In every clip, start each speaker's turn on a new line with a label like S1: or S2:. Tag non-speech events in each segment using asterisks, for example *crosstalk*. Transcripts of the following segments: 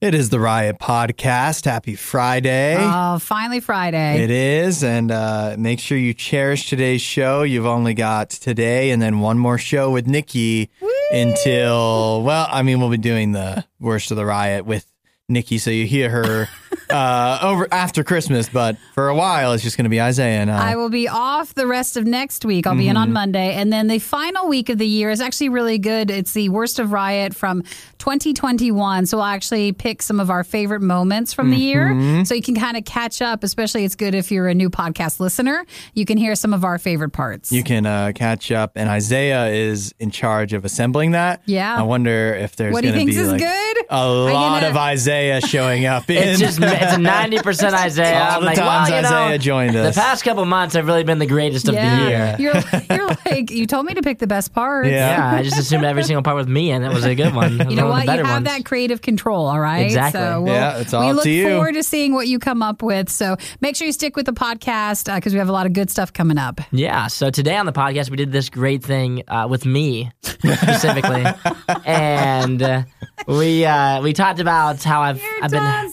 S1: It is the Riot Podcast. Happy Friday.
S2: Oh, finally Friday.
S1: It is. And uh, make sure you cherish today's show. You've only got today and then one more show with Nikki until, well, I mean, we'll be doing the worst of the riot with Nikki. So you hear her uh, over after Christmas. But for a while, it's just going to be Isaiah and I.
S2: I will be off the rest of next week. I'll be
S1: Mm-hmm.
S2: in on Monday. And then the final week of the year is actually really good. It's the worst of Riot from 2021. So we'll actually pick some of our favorite moments from the
S1: Mm-hmm.
S2: year. So you can kind of catch up, especially it's good if you're a new podcast listener. You can hear some of our favorite parts.
S1: you can uh, catch up, and Isaiah is in charge of assembling that.
S2: Yeah.
S1: I wonder if there's
S2: What he
S1: going to
S2: thinks
S1: be
S2: is
S1: like,
S2: good?
S1: a
S2: Are you
S1: lot
S2: gonna-
S1: of Isaiah showing
S2: *laughs*
S1: up. In
S3: It's just
S1: *laughs*
S3: it's a ninety percent Isaiah.
S1: All
S3: I'm
S1: the
S3: like,
S1: times
S3: well, you know,
S1: Isaiah joined us.
S3: The past couple months have really been the greatest of the year.
S1: *laughs*
S2: You're, you're like, you told me to pick the best parts.
S1: Yeah.
S3: Yeah, I just assumed every single part was me, and that was a good
S2: *laughs*
S3: one. It was
S2: You know what? You
S3: one Of the better
S2: have
S3: ones.
S2: that creative control, all right?
S3: Exactly.
S2: So
S1: Yeah, it's all
S2: we
S1: up
S2: look
S1: to you.
S2: forward to seeing what you come up with. So make sure you stick with the podcast because we have a lot of good stuff coming up.
S3: Yeah. So today on the podcast, we did this great thing uh, with me specifically, and uh, we uh, we talked about how I've I've been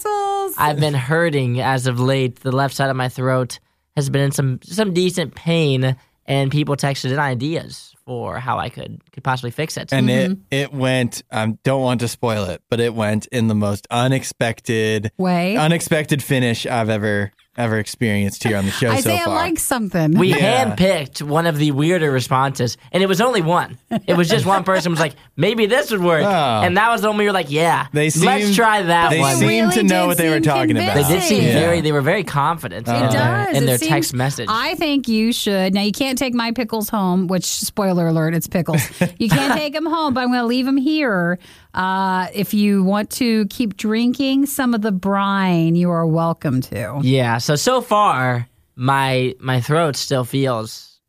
S3: I've been hurting as of late. The left side of my throat has been in some some decent pain, and people texted in ideas for how I could could possibly fix it.
S1: and
S2: Mm-hmm.
S1: it it went. I um, don't want to spoil it, but it went in the most unexpected
S2: Way.
S1: unexpected finish I've ever ever experienced here on the show
S2: Isaiah
S1: so far.
S2: likes something.
S3: we
S1: Yeah.
S3: handpicked one of the weirder responses, and it was only one. It was just one person was like, "Maybe this would work,"
S1: Oh.
S3: and that was the one we were like, "Yeah,
S1: They
S3: let's
S1: seemed-
S3: try that
S1: they
S3: one."
S1: seemed to
S2: really
S1: know
S2: did
S1: what they were
S2: seem
S1: talking
S3: They
S1: convincing.
S2: convinced.
S1: about.
S3: did seem
S1: Yeah.
S3: very. They were very confident
S2: It
S3: in their,
S2: does.
S3: in
S2: It
S3: their
S2: seems-
S3: text message.
S2: I think you should. Now, you can't take my pickles home, which, spoiler alert,
S1: *laughs*
S2: it's pickles. you can't take them home, but I'm going to leave them here. Uh, if you want to keep drinking some of the brine, you are welcome to.
S3: yeah. So so far, my my throat still feels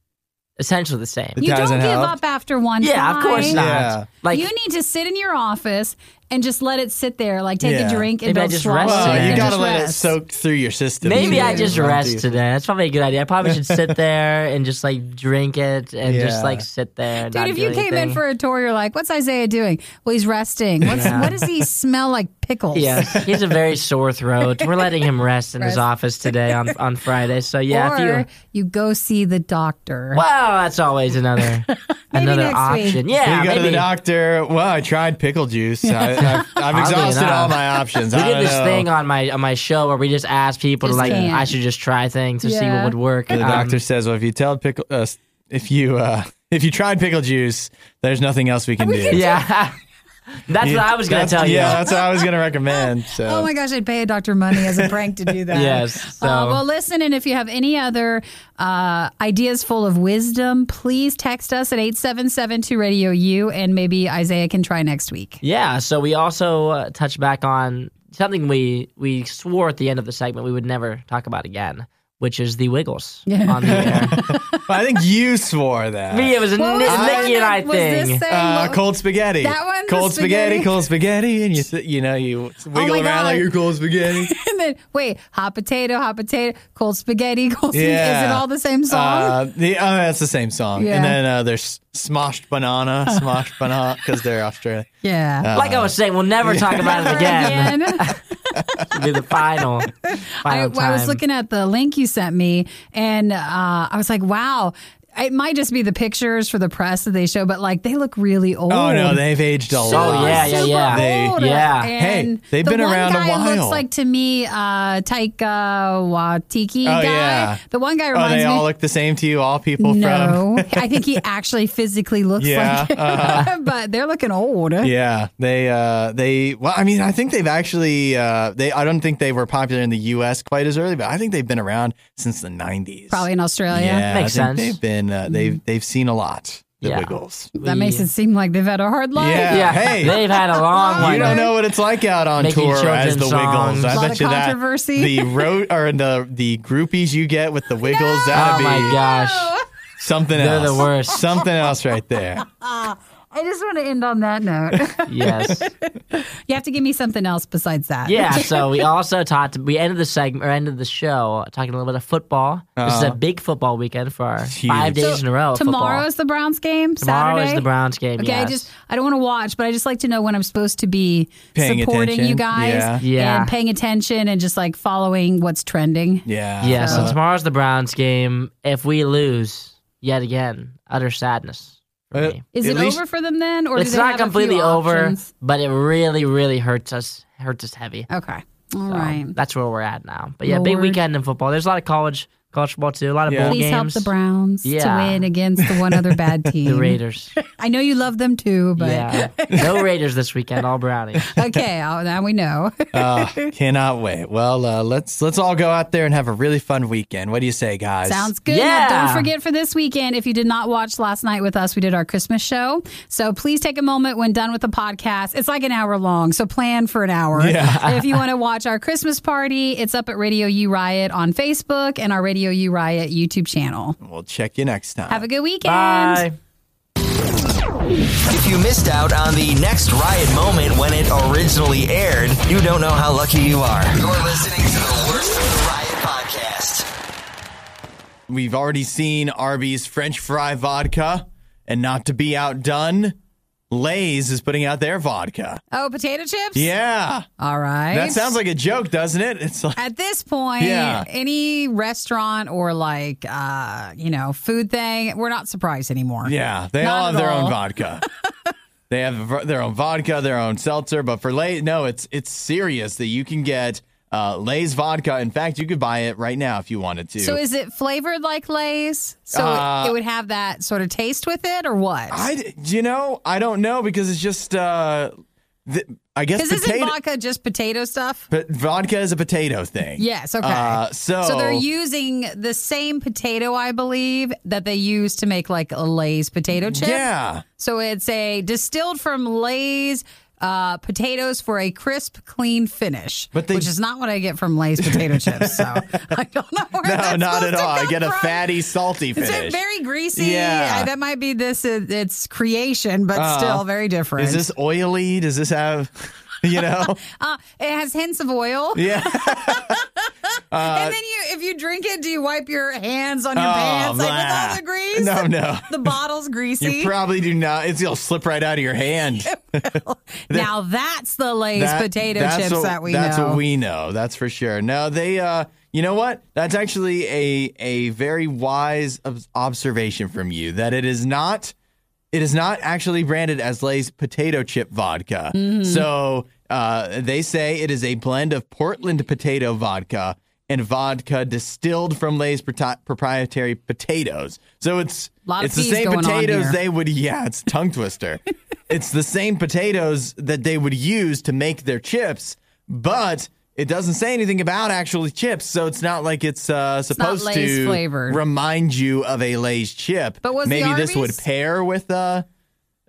S3: essentially the same.
S2: You don't
S1: Doesn't
S2: give
S1: help.
S2: up after one
S3: Yeah,
S2: try.
S3: of course not.
S1: Yeah.
S3: Like
S2: you need to sit in your office and just let it sit there, like take
S1: Yeah.
S2: a drink and
S3: Maybe I
S2: don't
S3: just
S2: swallow
S3: rest
S2: it
S3: it.
S1: Well,
S2: and
S1: you
S3: Yeah.
S1: gotta
S2: just
S1: let it
S2: rest.
S1: soak through your system.
S3: maybe I just
S1: Run
S3: rest
S1: through-
S3: today. That's probably a good idea. I probably should sit there and just like drink it and
S1: Yeah.
S3: just like sit there. and
S2: Dude,
S3: not
S2: if
S3: do
S2: you came in
S3: anything.
S2: for a tour, you're like, "What's Isaiah doing? Well, he's resting. What's,
S3: Yeah.
S2: What does he smell like? Pickles."
S3: Yes, he has a very sore throat. We're letting him rest in his
S2: Rest.
S3: office today on, on Friday. So yeah,
S2: or
S3: if you
S2: you go see the doctor.
S3: well, that's always
S2: *laughs*
S3: another another
S2: next
S3: option.
S1: We
S3: Yeah,
S1: go to
S3: maybe.
S1: the doctor. Well, I tried pickle juice. I,
S3: *laughs*
S1: I've, I've exhausted
S3: enough.
S1: all my options.
S3: We
S1: I
S3: did
S1: don't
S3: this
S1: know.
S3: thing on my on my show where we just asked people to
S2: Just
S3: like
S2: can't.
S3: I should just try things to see
S2: Yeah.
S3: what would work.
S1: The
S3: Um,
S1: doctor says, "Well, if you tell pickle, uh, if you uh, if you tried pickle juice, there's nothing else we can do."
S3: yeah, *laughs* that's what I was gonna
S1: That's-
S3: tell you.
S1: Yeah, that's what I was gonna recommend. So.
S2: *laughs* Oh my gosh, I'd pay a doctor money as a prank
S1: *laughs*
S2: to do that.
S3: Yes, so-
S2: Uh, well, listen, and if you have any other uh, ideas full of wisdom, please text us at 8772 Radio U, and maybe Isaiah can try next week. *laughs*
S3: Yeah, so we also uh, touched back on something we we swore at the end of the segment we would never talk about again, which is the Wiggles on the air.
S1: But I think you swore that.
S3: Me, it was a
S2: What was the one
S3: Nicky and
S2: that
S3: I
S2: was this
S3: thing.
S2: saying?
S1: Uh,
S2: What-
S1: cold spaghetti.
S2: That one, the
S1: Cold spaghetti,
S2: spaghetti? Oh
S1: cold spaghetti, and you th- you know you wiggle
S2: my
S1: around
S2: God.
S1: like you're cold
S2: *laughs*
S1: spaghetti.
S2: and then wait, hot potato, hot potato, cold spaghetti, *laughs* cold spaghetti.
S1: yeah.
S2: Is it all the same song?
S1: Uh, the, oh, that's the same song.
S2: Yeah.
S1: And then uh, there's smoshed banana, smoshed banana, because they're Australian.
S2: *laughs* yeah.
S3: Like I was saying, we'll never talk
S2: *laughs*
S3: about it
S2: Never
S3: again.
S2: again.
S3: *laughs* It'll be the final, final
S2: I, I
S3: time.
S2: was looking at the link you sent me, and uh, I was uh, like, "Wow, it might just be the pictures for the press that they show, but like they look really old.
S1: Oh no, they've aged a lot.
S3: yeah, yeah,
S2: super
S3: yeah.
S1: They-
S2: old.
S3: yeah.
S2: And
S1: Hey, they've
S2: the
S1: been
S2: one
S1: around a
S2: guy
S1: while.
S2: Looks like to me, uh, Taika Waititi
S1: Oh,
S2: guy.
S1: yeah.
S2: The one guy
S1: Oh,
S2: reminds
S1: they
S2: me.
S1: all look the same to you, all people from. *laughs*
S2: no, I think he actually physically looks
S1: Yeah, uh-huh.
S2: like it, *laughs* but they're looking old.
S1: *laughs* Yeah, they uh they well I mean I think they've actually uh they I don't think they were popular in the US quite as early but I think they've been around since the 90s.
S2: Probably in Australia.
S1: Yeah,
S3: Makes
S1: I think
S3: sense.
S1: They've been uh, they've they've seen a lot. The
S3: Yeah.
S1: Wiggles.
S2: Mm. That makes it seem like they've had a hard life.
S1: Yeah.
S3: Yeah,
S1: Hey.
S3: they've
S2: *laughs*
S3: had a long one.
S1: You don't know what it's like out on
S3: Making
S1: tour as
S3: children's
S1: the Wiggles.
S3: songs.
S1: I
S2: Lot
S1: bet
S2: of
S1: you that
S2: controversy.
S1: the road or the the groupies you get with the Wiggles
S3: Oh
S1: that'd
S3: my
S1: be
S3: gosh,
S1: something
S3: they're
S1: else.
S3: the worst.
S1: Something else right
S3: *laughs*
S1: there.
S2: I just want to end on that note.
S3: yes.
S2: you have to give me something else besides that.
S3: Yeah. So
S2: *laughs*
S3: we also talked. We ended the segment or ended the show talking a little bit of football. This
S2: Uh-huh.
S3: is a big football weekend for
S1: *laughs*
S3: our
S1: Huge.
S3: five days in a row. of
S2: Tomorrow
S3: football.
S2: is the Browns game.
S3: tomorrow
S2: Saturday.
S3: is the Browns game.
S2: Okay,
S3: yes.
S2: I just I don't want to watch, but I just like to know when I'm supposed to be
S1: Paying
S2: supporting
S1: attention.
S2: you guys
S1: Yeah.
S3: Yeah.
S2: and paying attention and just like following what's trending.
S1: Yeah.
S3: yeah. So
S2: Uh-huh.
S1: Uh,
S3: tomorrow's the Browns game. If we lose yet again, utter sadness. For
S1: Uh,
S3: me.
S2: Is
S1: At
S2: it
S1: least-
S2: over for them then, or do
S3: It's
S2: they
S3: not
S2: have a few
S3: completely over,
S2: options?
S3: but it really, really hurts us. Hurts us heavy.
S2: Okay, all
S3: So
S2: right.
S3: That's where we're at now. But yeah, big
S2: Lord.
S3: weekend in football. There's a lot of college college football too. A lot of
S1: Yeah.
S3: bowl
S2: Please
S3: games.
S2: help the Browns
S3: Yeah.
S2: to win against the one
S3: *laughs*
S2: other bad team.
S3: The Raiders.
S2: I know you love them too, but
S3: yeah. No Raiders this weekend. All Brownie.
S2: *laughs* okay, oh, now we know.
S1: uh, cannot wait. Well, uh, let's let's all go out there and have a really fun weekend. What do you say, guys?
S2: Sounds good.
S3: Yeah.
S2: Now, don't forget for this weekend, if you did not watch last night with us, we did our Christmas show. So please take a moment when done with the podcast. It's like an hour long, so plan for an hour.
S1: *laughs*
S2: Yeah. if you want to watch our Christmas party, it's up at Radio U Riot on Facebook and our Radio U Riot YouTube channel.
S1: We'll check you next time.
S2: Have a good weekend.
S3: Bye.
S4: If you missed out on the next Riot moment when it originally aired, you don't know how lucky you are. You're listening to the Worst of the Riot podcast.
S1: We've already seen Arby's French fry vodka, and not to be outdone, Lay's is putting out their vodka.
S2: Oh, potato chips?
S1: Yeah,
S2: All right.
S1: that sounds like a joke, doesn't it? It's like
S2: At this point,
S1: Yeah.
S2: any restaurant or like, uh, you know, food thing, we're not surprised anymore.
S1: yeah, they
S2: Not
S1: all have
S2: at
S1: their
S2: all.
S1: own
S2: *laughs*
S1: vodka. they have v- their own vodka, their own seltzer, but for Lay, no, it's it's serious that you can get uh, Lay's vodka. In fact, you could buy it right now if you wanted to.
S2: So is it flavored like Lay's? So
S1: Uh,
S2: it, it would have that sort of taste with it, or what?
S1: I, d- you know, I don't know because it's just, uh, th- I guess
S2: Because isn't
S1: potato.
S2: vodka just potato stuff?
S1: But vodka is a potato thing.
S2: Yes. Okay.
S1: Uh, so,
S2: so they're using the same potato, I believe, that they use to make like a Lay's potato chip.
S1: Yeah.
S2: So it's a distilled from Lay's. Uh, potatoes for a crisp, clean finish,
S1: But they-
S2: which is not what I get from Lay's potato chips.
S1: *laughs*
S2: So I don't know where
S1: No,
S2: that's
S1: not
S2: supposed
S1: at
S2: to
S1: all. I
S2: come
S1: get a
S2: from.
S1: fatty, salty
S2: Is
S1: finish.
S2: it very greasy?
S1: Yeah. Uh,
S2: Uh, that might be this. uh, It's creation, but still very different.
S1: Uh-huh. Is this oily? Does this have, *laughs* you
S2: *laughs*
S1: know?
S2: Uh, it has hints of oil.
S1: yeah. Uh,
S2: and then you, if you drink it, do you wipe your hands on your
S1: Oh,
S2: pants like with
S1: blah.
S2: all the grease?
S1: No, no.
S2: The bottle's greasy.
S1: You probably do not. It's going to slip right out of your hand.
S2: *laughs* now that's the Lay's
S1: That-
S2: potato
S1: that's
S2: chips
S1: what-
S2: that we
S1: That's
S2: know.
S1: what we know. That's for sure. No, they. uh You know what? That's actually a a very wise ob- observation from you that it is not. It is not actually branded as Lay's potato chip vodka.
S2: Mm-hmm.
S1: So uh, they say it is a blend of Portland potato vodka and vodka distilled from Lay's prota- proprietary potatoes. So it's
S2: Lot of
S1: it's the
S2: Ps
S1: same
S2: going on
S1: potatoes
S2: here.
S1: they would yeah it's tongue
S2: *laughs*
S1: twister it's the same potatoes that they would use to make their chips but it doesn't say anything about actually chips so it's not like it's uh,
S2: not
S1: supposed
S2: Lay's
S1: to
S2: flavored.
S1: remind you of a lay's chip
S2: But was the
S1: maybe this would
S2: Arby's-
S1: pair with uh,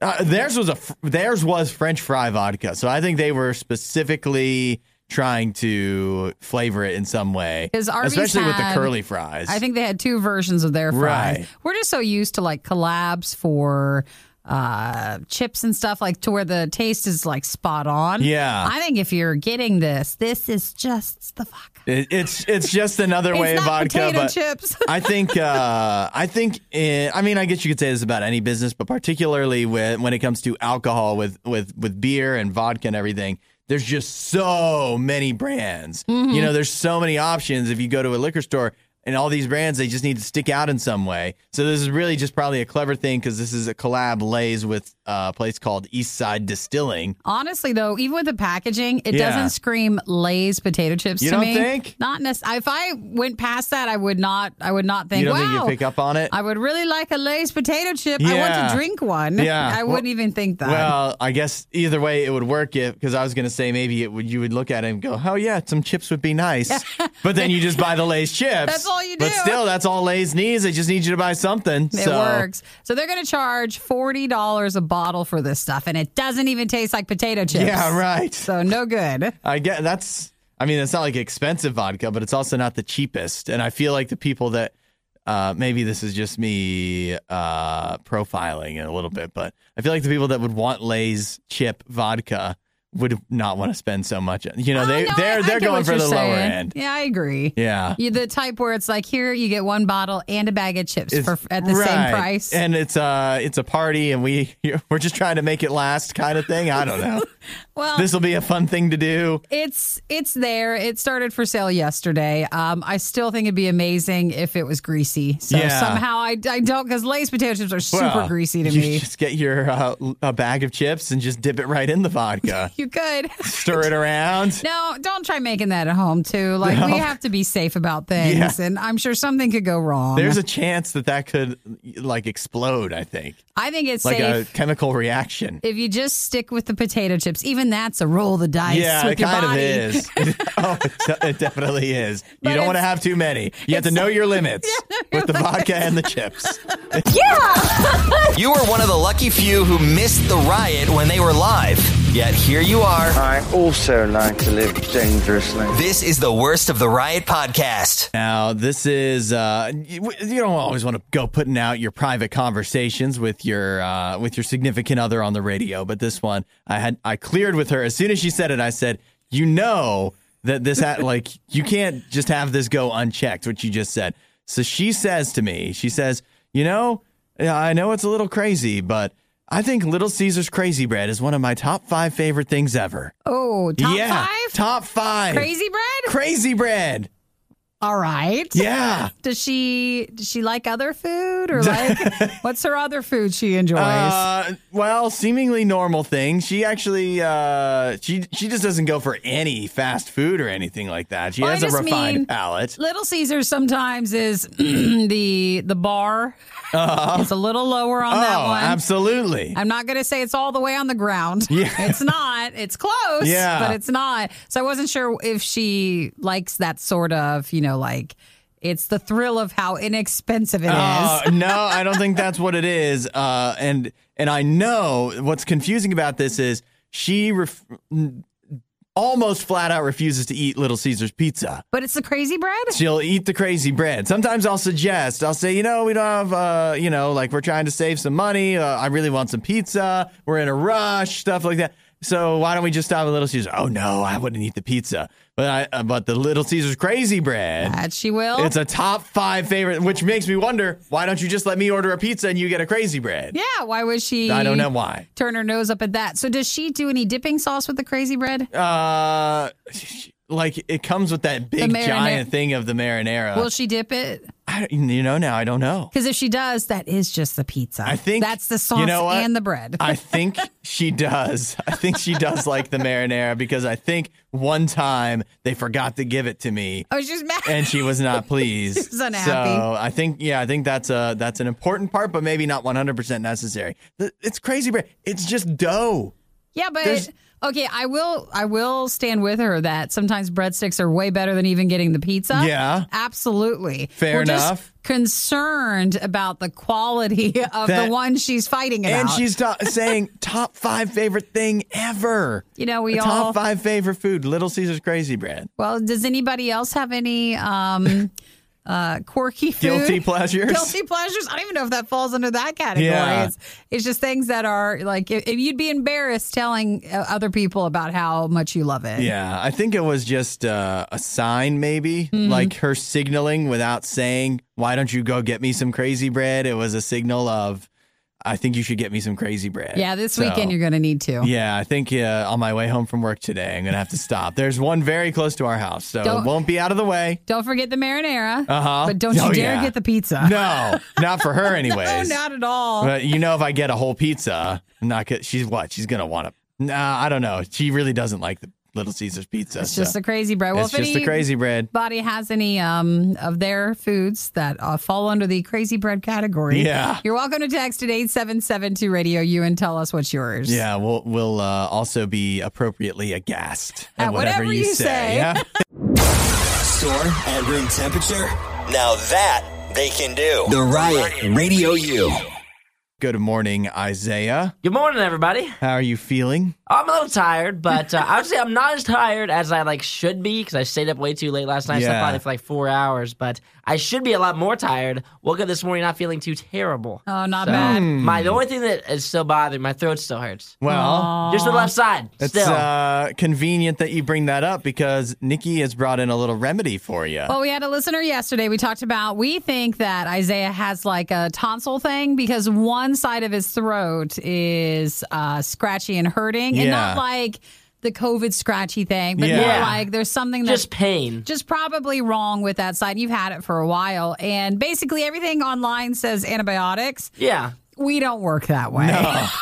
S1: uh theirs was a fr- theirs was french fry vodka so i think they were specifically trying to flavor it in some way
S2: 'Cause Arby's
S1: especially with the
S2: had-
S1: curly fries
S2: I think they had two versions of their fries.
S1: Right.
S2: We're just so used to like collabs for uh chips and stuff like to where the taste is like spot on
S1: Yeah.
S2: i think if you're getting this this is just the vodka
S1: It- it's it's just another way
S2: it's
S1: of
S2: not
S1: vodka
S2: potato
S1: but
S2: chips
S1: I think uh, I think eh, I mean I guess you could say this about any business, but particularly with, when it comes to alcohol with with with beer and vodka and everything. There's
S2: Mm-hmm.
S1: just so many brands. You know, there's so many options. If you go to a liquor store, and all these brands they just need to stick out in some way. So this is really just probably a clever thing because this is a collab Lay's with uh, a place called East Side Distilling.
S2: Honestly, though, even with the packaging, it
S1: Yeah.
S2: doesn't scream Lay's potato chips
S1: You
S2: to
S1: don't
S2: me.
S1: think?
S2: Not necessarily. If I went past that, I would not. I would not think.
S1: you don't
S2: wow,
S1: think you pick up on it?
S2: I would really like a Lay's potato chip. I want
S1: Yeah.
S2: to drink one.
S1: Yeah.
S2: *laughs* I
S1: Well-
S2: wouldn't even think that.
S1: Well, I guess either way it would work if because I was gonna say maybe it would you would look at it and go, oh yeah, some chips would be nice, *laughs* but then you just buy the Lay's chips.
S2: *laughs* That's all you
S1: But
S2: do.
S1: still, that's all Lay's needs. They just need you to buy something.
S2: It
S1: so.
S2: works. So they're going to charge forty dollars a bottle for this stuff, and it doesn't even taste like potato chips.
S1: Yeah, right.
S2: So no good.
S1: I get that's. I mean, it's not like expensive vodka, but it's also not the cheapest. And I feel like the people that uh, maybe this is just me uh, profiling it a little bit, but I feel like the people that would want Lay's chip vodka would not want to spend so much. You know, they
S2: Oh, no, I-
S1: they're
S2: I
S1: they're
S2: get
S1: going
S2: what
S1: for
S2: you're
S1: the lower
S2: saying.
S1: end.
S2: Yeah, I agree.
S1: Yeah.
S2: You, the type where it's like here you get one bottle and a bag of chips
S1: It's-
S2: for at the
S1: right.
S2: same price.
S1: and it's uh it's a party, and we *laughs* we're just trying to make it last, kind of thing. I don't know.
S2: *laughs* well,
S1: this will be a fun thing to do.
S2: it's it's there. It started for sale yesterday. Um, I still think it'd be amazing if it was greasy. So
S1: Yeah.
S2: somehow I, I don't because Lay's potato chips are super
S1: Well,
S2: greasy to
S1: you
S2: me.
S1: Just get your uh, l- a bag of chips and just dip it right in the vodka.
S2: *laughs* You could.
S1: Stir it around.
S2: *laughs* No, don't try making that at home too. Like we have to be safe about
S1: *laughs*
S2: things,
S1: Yeah.
S2: and I'm sure something could go wrong.
S1: There's a chance that that could like explode. I think
S2: I think it's
S1: like
S2: safe.
S1: a chemical reaction.
S2: if you just stick with the potato chips, even that's a roll of the dice
S1: yeah,
S2: with
S1: it
S2: your
S1: kind
S2: body.
S1: of is. oh, it, de- it definitely is. You
S2: But
S1: don't want to
S2: it's-
S1: have too many. You have to know
S2: *laughs*
S1: your limits with the vodka and the chips.
S4: You were one of the lucky few who missed the riot when they were live. Yet here you are.
S5: I also like to live dangerously.
S4: This is the worst of the riot podcast.
S1: Now, this is uh, you, you don't always want to go putting out your private conversations with your uh, with your significant other on the radio, but this one I had I cleared with her as soon as she said it. I said, "You know that this ha- *laughs* like you can't just have this go unchecked." What you just said. So she says to me, she says, "You know, I know it's a little crazy, but." I think Little Caesars Crazy Bread is one of my top five favorite things ever.
S2: *laughs* Oh, top
S1: yeah,
S2: five
S1: top five.
S2: crazy bread.
S1: crazy bread.
S2: All right.
S1: Yeah.
S2: Does she does she like other
S1: *laughs*
S2: food or like what's her other food she enjoys?
S1: Uh, well, seemingly normal thing. She actually, uh, she she just doesn't go for any fast food or anything like that. She
S2: Well, Oh, I
S1: has a
S2: just
S1: refined
S2: mean-
S1: palate.
S2: Little Caesars sometimes is *clears throat* the the bar. It's a little lower on
S1: Uh-huh. Oh,
S2: that one.
S1: absolutely.
S2: I'm not going to say it's all the way on the ground.
S1: Yeah.
S2: *laughs* It's not. It's close,
S1: Yeah.
S2: but it's not. So I wasn't sure if she likes that sort of, you know, like it's the thrill of how inexpensive it is. *laughs*
S1: Uh, no, I don't think that's what it is. Uh, and and I know what's confusing about this is she ref- almost flat out refuses to eat Little Caesars pizza.
S2: But it's the crazy bread?
S1: She'll eat the crazy bread. Sometimes I'll suggest, I'll say, you know, we don't have, uh, you know, like we're trying to save some money. Uh, I really want some pizza. We're in a rush, stuff like that. So why don't we just stop at Little Caesars? Oh no, I wouldn't eat the pizza, but I, uh, but the Little Caesars crazy bread.
S2: That she will.
S1: It's a top five favorite, which makes me wonder why don't you just let me order a pizza and you get a crazy bread?
S2: yeah, why would she
S1: I don't know why.
S2: turn her nose up at that? So does she do any dipping sauce with the crazy bread?
S1: Uh, like it comes with that big
S2: marinara-
S1: giant thing of the marinara.
S2: will she dip it?
S1: I, don't- you know, now I don't know.
S2: Because if she does, that is just the pizza.
S1: I think
S2: that's the sauce
S1: you know what?
S2: and the bread. *laughs*
S1: I think she does. I think she does like the marinara because I think one time they forgot to give it to me
S2: oh, she's mad.
S1: and she was
S2: *laughs*
S1: not pleased.
S2: She was unhappy.
S1: So I think yeah, I think that's a that's an important part, but maybe not one hundred percent necessary. Th- It's crazy bread. It's just dough.
S2: Yeah, but
S1: There's-
S2: okay, I will I will stand with her that sometimes breadsticks are way better than even getting the pizza.
S1: Yeah.
S2: Absolutely.
S1: Fair
S2: We're
S1: enough.
S2: Just concerned about the quality *laughs* of
S1: That-
S2: the one she's fighting about.
S1: And she's
S2: *laughs*
S1: ta- saying top five favorite thing ever.
S2: You know, we
S1: top
S2: all-
S1: five favorite food, Little Caesars crazy bread.
S2: well, does anybody else have
S1: *laughs*
S2: any um uh quirky food?
S1: Guilty pleasures.
S2: Guilty pleasures. I don't even know if that falls under that category.
S1: Yeah.
S2: It's, it's just things that are like if, if you'd be embarrassed telling uh, other people about how much you *laughs* love it.
S1: Yeah, I think it was just uh, a sign, maybe
S2: Mm-hmm.
S1: like her signaling without saying, "Why don't you go get me some crazy bread?" It was a signal of, I think you should get me some crazy bread.
S2: Yeah, this
S1: So-
S2: weekend you're going to need to.
S1: Yeah, I think uh, on my way home from work today, I'm gonna have to stop. There's one very close to our house, so
S2: Don't-
S1: it won't be out of the way.
S2: Don't forget the marinara.
S1: Uh-huh.
S2: But don't you
S1: Oh,
S2: dare
S1: yeah.
S2: get the pizza.
S1: No, not for
S2: *laughs*
S1: her,
S2: No,
S1: anyways.
S2: not at all.
S1: But you know, if I get a whole pizza, I'm not. Gonna, she's what? She's gonna want to. Nah, I don't know. She really doesn't like the Little Caesars pizza.
S2: it's just
S1: so.
S2: the crazy bread. Well,
S1: it's
S2: if
S1: just the
S2: any
S1: crazy bread.
S2: body has any um, of their foods that uh, fall under the crazy bread category,
S1: Yeah.
S2: you're welcome to text at 8772 radio you and tell us what's yours.
S1: Yeah, we'll we'll uh, also be appropriately aghast
S2: At whatever you say.
S1: Yeah.
S4: Store at room temperature. Now that they can do. The Riot Radio U.
S2: *laughs*
S1: Good morning, Isaiah.
S3: Good morning, everybody.
S1: How are you feeling?
S3: I'm a little tired, but uh, I would say I'm not as tired as I like should be because I stayed up way too late last night.
S1: Yeah.
S3: Slept probably for like four hours, but I should be a lot more tired. Woke up this morning not feeling too terrible.
S2: Oh, not bad.
S3: My the only thing that is still bothering my throat still hurts.
S1: Well,
S3: Just the left side.
S1: it's
S3: still.
S1: uh, convenient that you bring that up because Nikki has brought in a little remedy for you.
S2: Well, we had a listener yesterday. We talked about we think that Isaiah has like a tonsil thing because one side of his throat is uh, scratchy and hurting, and
S1: Yeah.
S2: not like the COVID scratchy thing, but
S1: Yeah.
S2: more
S3: Yeah.
S2: like there's something that's
S3: just pain.
S2: just probably wrong with that side. You've had it for a while, and basically everything online says antibiotics.
S3: Yeah.
S2: We don't work that way.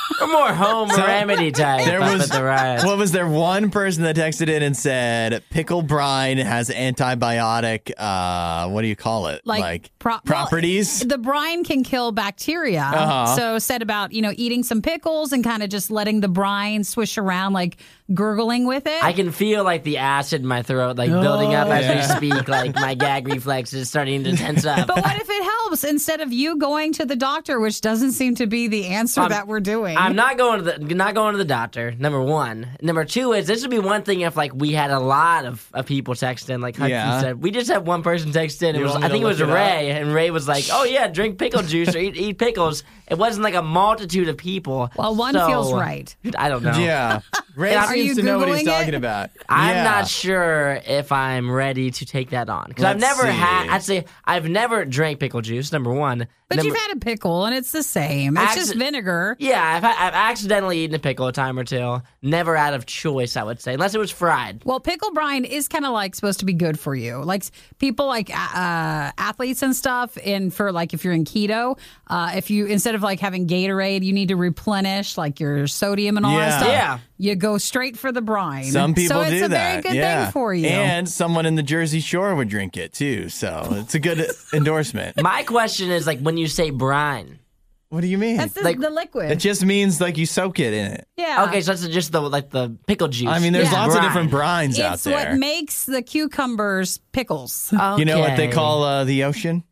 S3: *laughs* We're more home remedy type.
S1: there
S3: up
S1: was-
S3: at the riot.
S1: What was there one person that texted in and said pickle brine has antibiotic uh what do you call it?
S2: Like pro- well,
S1: properties?
S2: The brine can kill bacteria.
S3: Uh-huh.
S2: So said about you know eating some pickles and kind of just letting the brine swish around, like gurgling with it.
S3: I can feel like the acid in my throat, like building up as we speak. Like my gag reflex is starting to tense up.
S2: but what if it helps instead of you going to the doctor, which doesn't seem to be the answer that we're doing?
S3: I'm not going to the not going to the doctor. Number one. Number two is this would be one thing if like we had a lot of, of people text in, like Hudson
S1: Yeah.
S3: said. We just had one person text in. It
S1: You
S3: was
S1: want me
S3: I
S1: to
S3: think it was
S1: look it
S3: Ray, and Ray was like, "Oh yeah, drink pickle juice or eat, eat pickles." It wasn't like a multitude of people.
S2: Well, one
S3: so-
S2: feels right.
S3: I don't know. *laughs*
S1: yeah. Ray
S3: Are
S1: seems
S2: you
S1: to know what
S2: Googling
S1: he's
S2: it?
S1: talking about.
S3: I'm
S1: Yeah.
S3: not sure if I'm ready to take that on because I've
S1: Let's
S3: never
S1: see.
S3: had. I'd say I've never drank pickle juice. Number one,
S2: but
S3: number,
S2: you've had a pickle and it's the same. It's just
S3: Acci-
S2: vinegar.
S3: Yeah, I've, I've accidentally eaten a pickle a time or two. Never out of choice, I would say, unless it was fried.
S2: Well, pickle brine is kind of like supposed to be good for you. Like s- people like a- uh, athletes and stuff, and for like if you're in keto, uh, if you instead of like having Gatorade, you need to replenish like your sodium and all
S1: Yeah.
S2: that stuff.
S3: Yeah.
S2: you go straight for the brine.
S1: Some people
S2: so it's
S1: do
S2: a
S1: that.
S2: very good
S1: yeah.
S2: thing for you.
S1: And someone in the Jersey Shore would drink it too. So it's a good
S2: *laughs*
S1: endorsement.
S3: My *laughs* question is like when you say brine.
S1: What do you mean?
S2: That's the,
S3: like-
S2: the liquid.
S1: it just means like you soak it in it.
S2: yeah.
S3: Okay, so that's just the like the pickle juice.
S1: I mean, there's
S2: Yeah.
S1: lots
S3: Brine.
S1: of different brines out
S2: It's
S1: there.
S2: what makes the cucumbers
S3: *laughs*
S2: pickles.
S1: you know what they
S3: Okay.
S1: call uh, the ocean?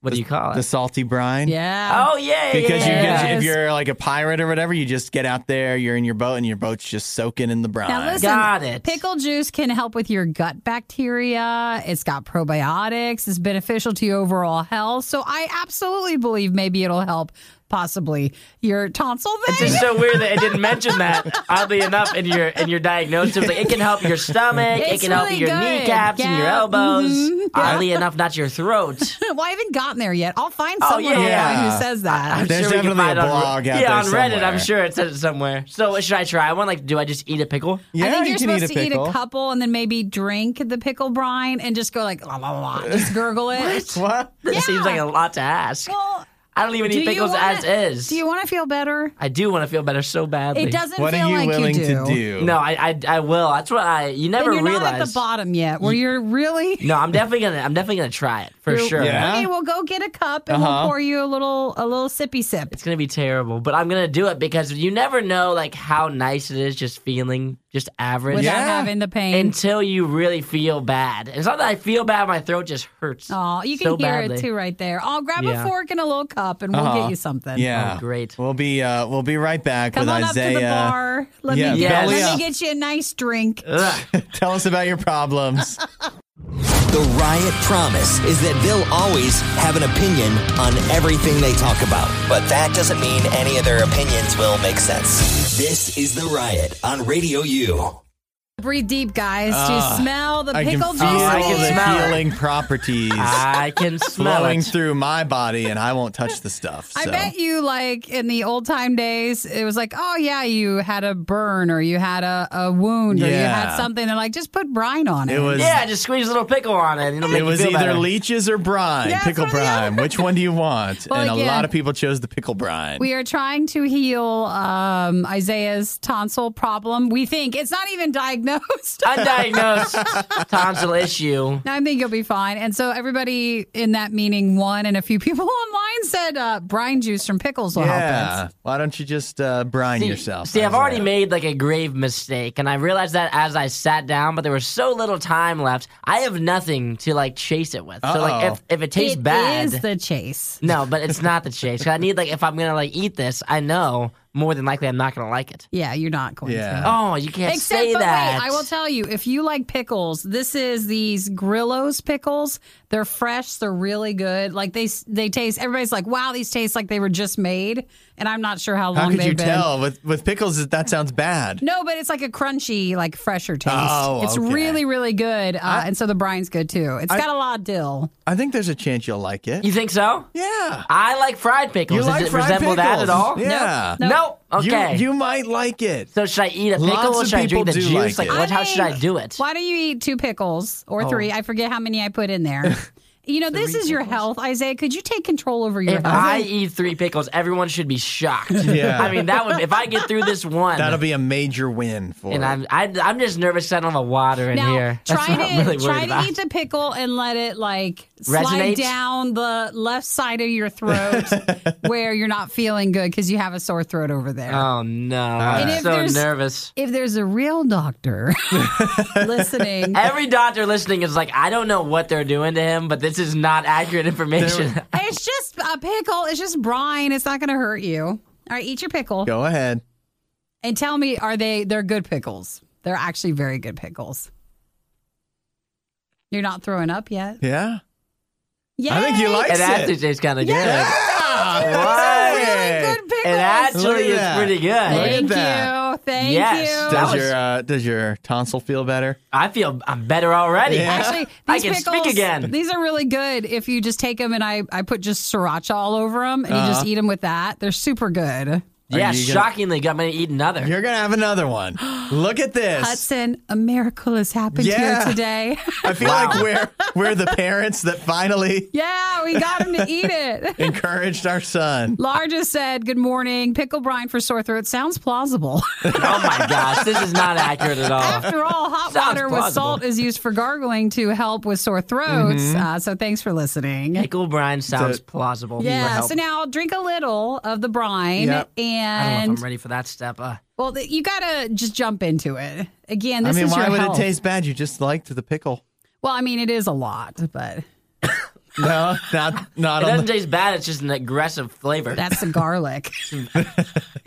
S3: What do you call it?
S1: The salty brine.
S2: yeah.
S3: oh yeah, yeah,
S1: Because
S3: yeah,
S1: you
S3: yeah.
S1: get,
S2: Yes.
S1: if you're like a pirate or whatever, you just get out there, you're in your boat, and your boat's just soaking in the brine.
S2: Now listen,
S3: Got it.
S2: pickle juice can help with your gut bacteria. It's got probiotics. It's beneficial to your overall health. So I absolutely believe maybe it'll help possibly your tonsil
S3: It's
S2: thing.
S3: just so weird that it didn't
S2: *laughs*
S3: mention that. Oddly enough, in your in your diagnosis, it was like it can help your stomach, it
S2: It's
S3: can help
S2: really
S3: your
S2: good.
S3: kneecaps and your
S2: Yeah. Mm-hmm.
S3: elbows. Oddly enough, not
S2: *laughs*
S3: your throat.
S2: *laughs* well, I haven't gotten there yet. I'll find
S3: Oh,
S2: someone
S3: yeah.
S2: online who says that.
S1: There's
S3: we can
S1: definitely
S3: find
S1: a
S3: on-
S1: blog out
S3: yeah,
S1: there
S3: on Reddit.
S1: somewhere.
S3: I'm sure it says it somewhere. So what should I try? I want like, do I just eat a pickle?
S1: yeah,
S2: I think
S1: you
S2: you're
S1: can
S2: supposed
S1: eat
S2: to
S1: a
S2: eat
S1: pickle.
S2: a couple and then maybe drink the pickle brine and just go like "Oh, la la la, la. just gurgle it.
S1: What?
S3: It seems like a lot to ask.
S2: Well,
S3: I don't even
S2: do
S3: eat
S2: you
S3: pickles
S2: wanna-
S3: as is.
S2: Do you want to feel better?
S3: I do want to feel better so badly.
S2: It doesn't
S1: What
S2: feel
S1: are you
S2: like
S1: willing
S2: you do.
S1: to do?
S3: No, I, I I will. That's what I. You never
S2: Then you're
S3: realize.
S2: not at the bottom yet, where you're really.
S3: No, I'm definitely gonna. I'm definitely gonna try it for
S2: You're-
S3: sure. Uh-huh.
S1: Yeah.
S2: Okay, we'll go get a cup and we'll pour you a little a little sippy sip.
S3: It's gonna be terrible, but I'm gonna do it because you never know like how nice it is just feeling just average
S2: Without
S1: Yeah.
S2: having the pain.
S3: until you really feel bad. And it's not that I feel bad; my throat just hurts.
S2: Oh, you can
S3: so
S2: hear
S3: badly.
S2: it too right there. I'll grab
S3: Yeah.
S2: a fork and a little cup and we'll get you something.
S1: Uh-huh. Yeah,
S3: Oh, great.
S1: We'll be uh, we'll be right back
S2: Come
S1: with
S2: on
S1: Isaiah.
S2: up to the bar. Let
S1: Yeah,
S2: me
S3: Yes.
S2: let
S1: belly
S2: me get you a nice drink.
S1: *laughs* Tell us about your problems.
S4: The Riot promise is that they'll always have an opinion on everything they talk about. But that doesn't mean any of their opinions will make sense. This is The Riot on Radio U.
S2: Breathe deep, guys. Do
S1: Ah,
S2: you smell the
S1: I can
S2: pickle
S1: feel
S2: juice?
S3: I can
S2: in the
S3: smell
S2: air?
S3: it.
S1: the healing properties
S3: I can smell
S1: flowing
S3: it.
S1: through my body, and I won't touch the stuff. So.
S2: I bet you, like in the old time days, it was like, oh yeah, you had a burn or you had a, a wound or you had
S1: Yeah.
S2: something. They're like, just put brine on it.
S1: it was.
S3: yeah, just squeeze a little pickle on it. and It'll make
S1: It
S3: you
S1: was
S3: feel
S1: either
S3: better.
S1: leeches or brine,
S2: Yeah, it's
S1: pickle
S2: one or the other.
S1: brine. Which one do you want?
S2: Well,
S1: and a
S2: again,
S1: lot of people chose the pickle brine.
S2: we are trying to heal um, Isaiah's tonsil problem. We think it's not even diagnosed.
S3: undiagnosed tonsil issue.
S2: I think you'll be fine. And so everybody in that meeting won, and a few *laughs* people online said uh, brine juice from pickles will help
S1: yeah.
S2: us.
S1: Why don't you just uh, brine yourself?
S3: See, I've
S1: How's
S3: already
S1: that?
S3: made like a grave mistake, and I realized that as I sat down, but there was so little time left. I have nothing to like chase it with. So like
S1: Uh-oh.
S3: if, if it tastes
S2: It
S3: bad,
S2: is the chase.
S3: no, but it's not the chase. 'Cause I need like if I'm gonna like eat this, I know more than likely I'm not gonna like it.
S2: Yeah, you're not going
S1: Yeah.
S2: to.
S3: Oh, you can't
S2: Except,
S3: say
S2: but
S3: that.
S2: wait, I will tell you, if you like pickles, this is these Grillo's pickles. They're fresh. They're really good. Like they they taste. Everybody's like, wow, these taste like they were just made. And I'm not sure how long
S1: How could
S2: they've
S1: you
S2: been.
S1: tell with with pickles that that sounds bad?
S2: No, but it's like a crunchy, like fresher taste.
S1: Oh,
S2: it's
S1: okay.
S2: really, really good. Uh, and so the brine's good too. It's got a lot of dill.
S1: I think there's a chance you'll like it.
S3: you think so?
S1: yeah.
S3: I like fried pickles.
S1: You
S3: Does
S1: like
S3: it
S1: fried
S3: resemble that at
S1: pickles.
S3: all?
S1: Yeah.
S3: Nope. Oh,
S1: You-
S3: Okay.
S1: You, might like it.
S3: so should I eat a
S1: Lots
S3: pickle or
S1: of
S3: should I drink
S1: people
S3: the
S1: do
S3: juice?
S1: like
S3: Like,
S1: it.
S3: what?
S2: I
S3: How should I
S2: mean,
S3: do it? Oh.
S2: Why don't you eat two pickles or three? I forget how many I put in
S3: *laughs*
S2: there. you know, this is your health, Isaiah. Could you take control over your
S3: If
S2: health?
S3: I eat three pickles, everyone should be
S1: *laughs*
S3: shocked.
S1: Yeah.
S3: I mean, that would if I get through this one.
S1: That'll be a major win for
S3: and
S1: it.
S3: I'm I, I'm just nervous that I don't have water in
S2: now,
S3: here. That's
S2: try
S3: what
S2: to
S3: I'm really
S2: try
S3: worried
S2: to
S3: about.
S2: eat the pickle and let it like slide
S3: Resonate?
S2: down the left side of your
S3: *laughs*
S2: throat where you're not feeling good because you have a sore throat over there.
S3: oh no!
S2: And
S3: I'm
S2: if
S3: so
S2: there's-
S3: nervous.
S2: if there's a real doctor *laughs*
S3: *laughs*
S2: listening,
S3: Every doctor listening is like, I don't know what they're doing to him, but this is not accurate information.
S2: it's just a pickle. It's just brine. It's not going to hurt you. All right, eat your pickle
S1: Go ahead.
S2: and tell me, are they? They're good pickles. They're actually very good pickles. You're not throwing up yet.
S1: Yeah.
S2: Yeah,
S1: I think you like it.
S3: it actually tastes kind of
S1: Hey.
S2: really good pickles.
S3: good. Ah, It
S1: Look at
S3: actually is
S1: that.
S3: pretty
S1: Look at
S3: good.
S2: Thank
S1: that.
S2: you. Thank
S3: Yes.
S2: you.
S3: That
S1: Does
S3: was-
S1: your uh, does your tonsil feel better?
S3: I feel I'm better already.
S1: Yeah.
S2: Actually, these
S3: I can
S2: pickles,
S3: speak again.
S2: These are really good if you just take them and I, I put just sriracha all over them and you just eat them with that. They're super good.
S3: yeah,
S1: Uh-huh. you gonna-
S3: shockingly, I'm gonna eat another.
S1: You're gonna have another
S3: *gasps*
S1: one. Look at this.
S2: Hudson, a miracle has happened
S1: Yeah.
S2: here today.
S1: *laughs* *laughs* I feel
S3: Wow.
S1: like we're we're the parents that finally
S2: *laughs* yeah, we got him to
S1: *laughs*
S2: eat it. *laughs*
S1: encouraged our son.
S2: Largest said, Good morning. Pickle brine for sore throat. Sounds plausible. *laughs*
S3: oh my gosh, this is not accurate at all.
S2: After all, hot
S3: Sounds
S2: water with
S3: plausible.
S2: salt is used for gargling to help with sore throats.
S1: Mm-hmm.
S2: Uh, so thanks for listening.
S3: Pickle brine sounds
S1: So-
S3: plausible. for
S2: Yeah.
S3: help.
S2: So now drink a little of the brine,
S1: Yep.
S3: I don't know
S2: and
S3: if I'm ready for that step. Uh,
S2: well, th- you gotta just jump into it. Again,
S1: I
S2: this
S1: mean,
S2: is
S1: why
S2: your
S1: would
S2: health.
S1: it taste bad? You just liked the pickle.
S2: Well, I mean, it is a lot, but
S1: No, not not
S3: it
S1: on
S3: doesn't
S1: the,
S3: taste bad. It's just an aggressive flavor.
S2: that's the garlic *laughs*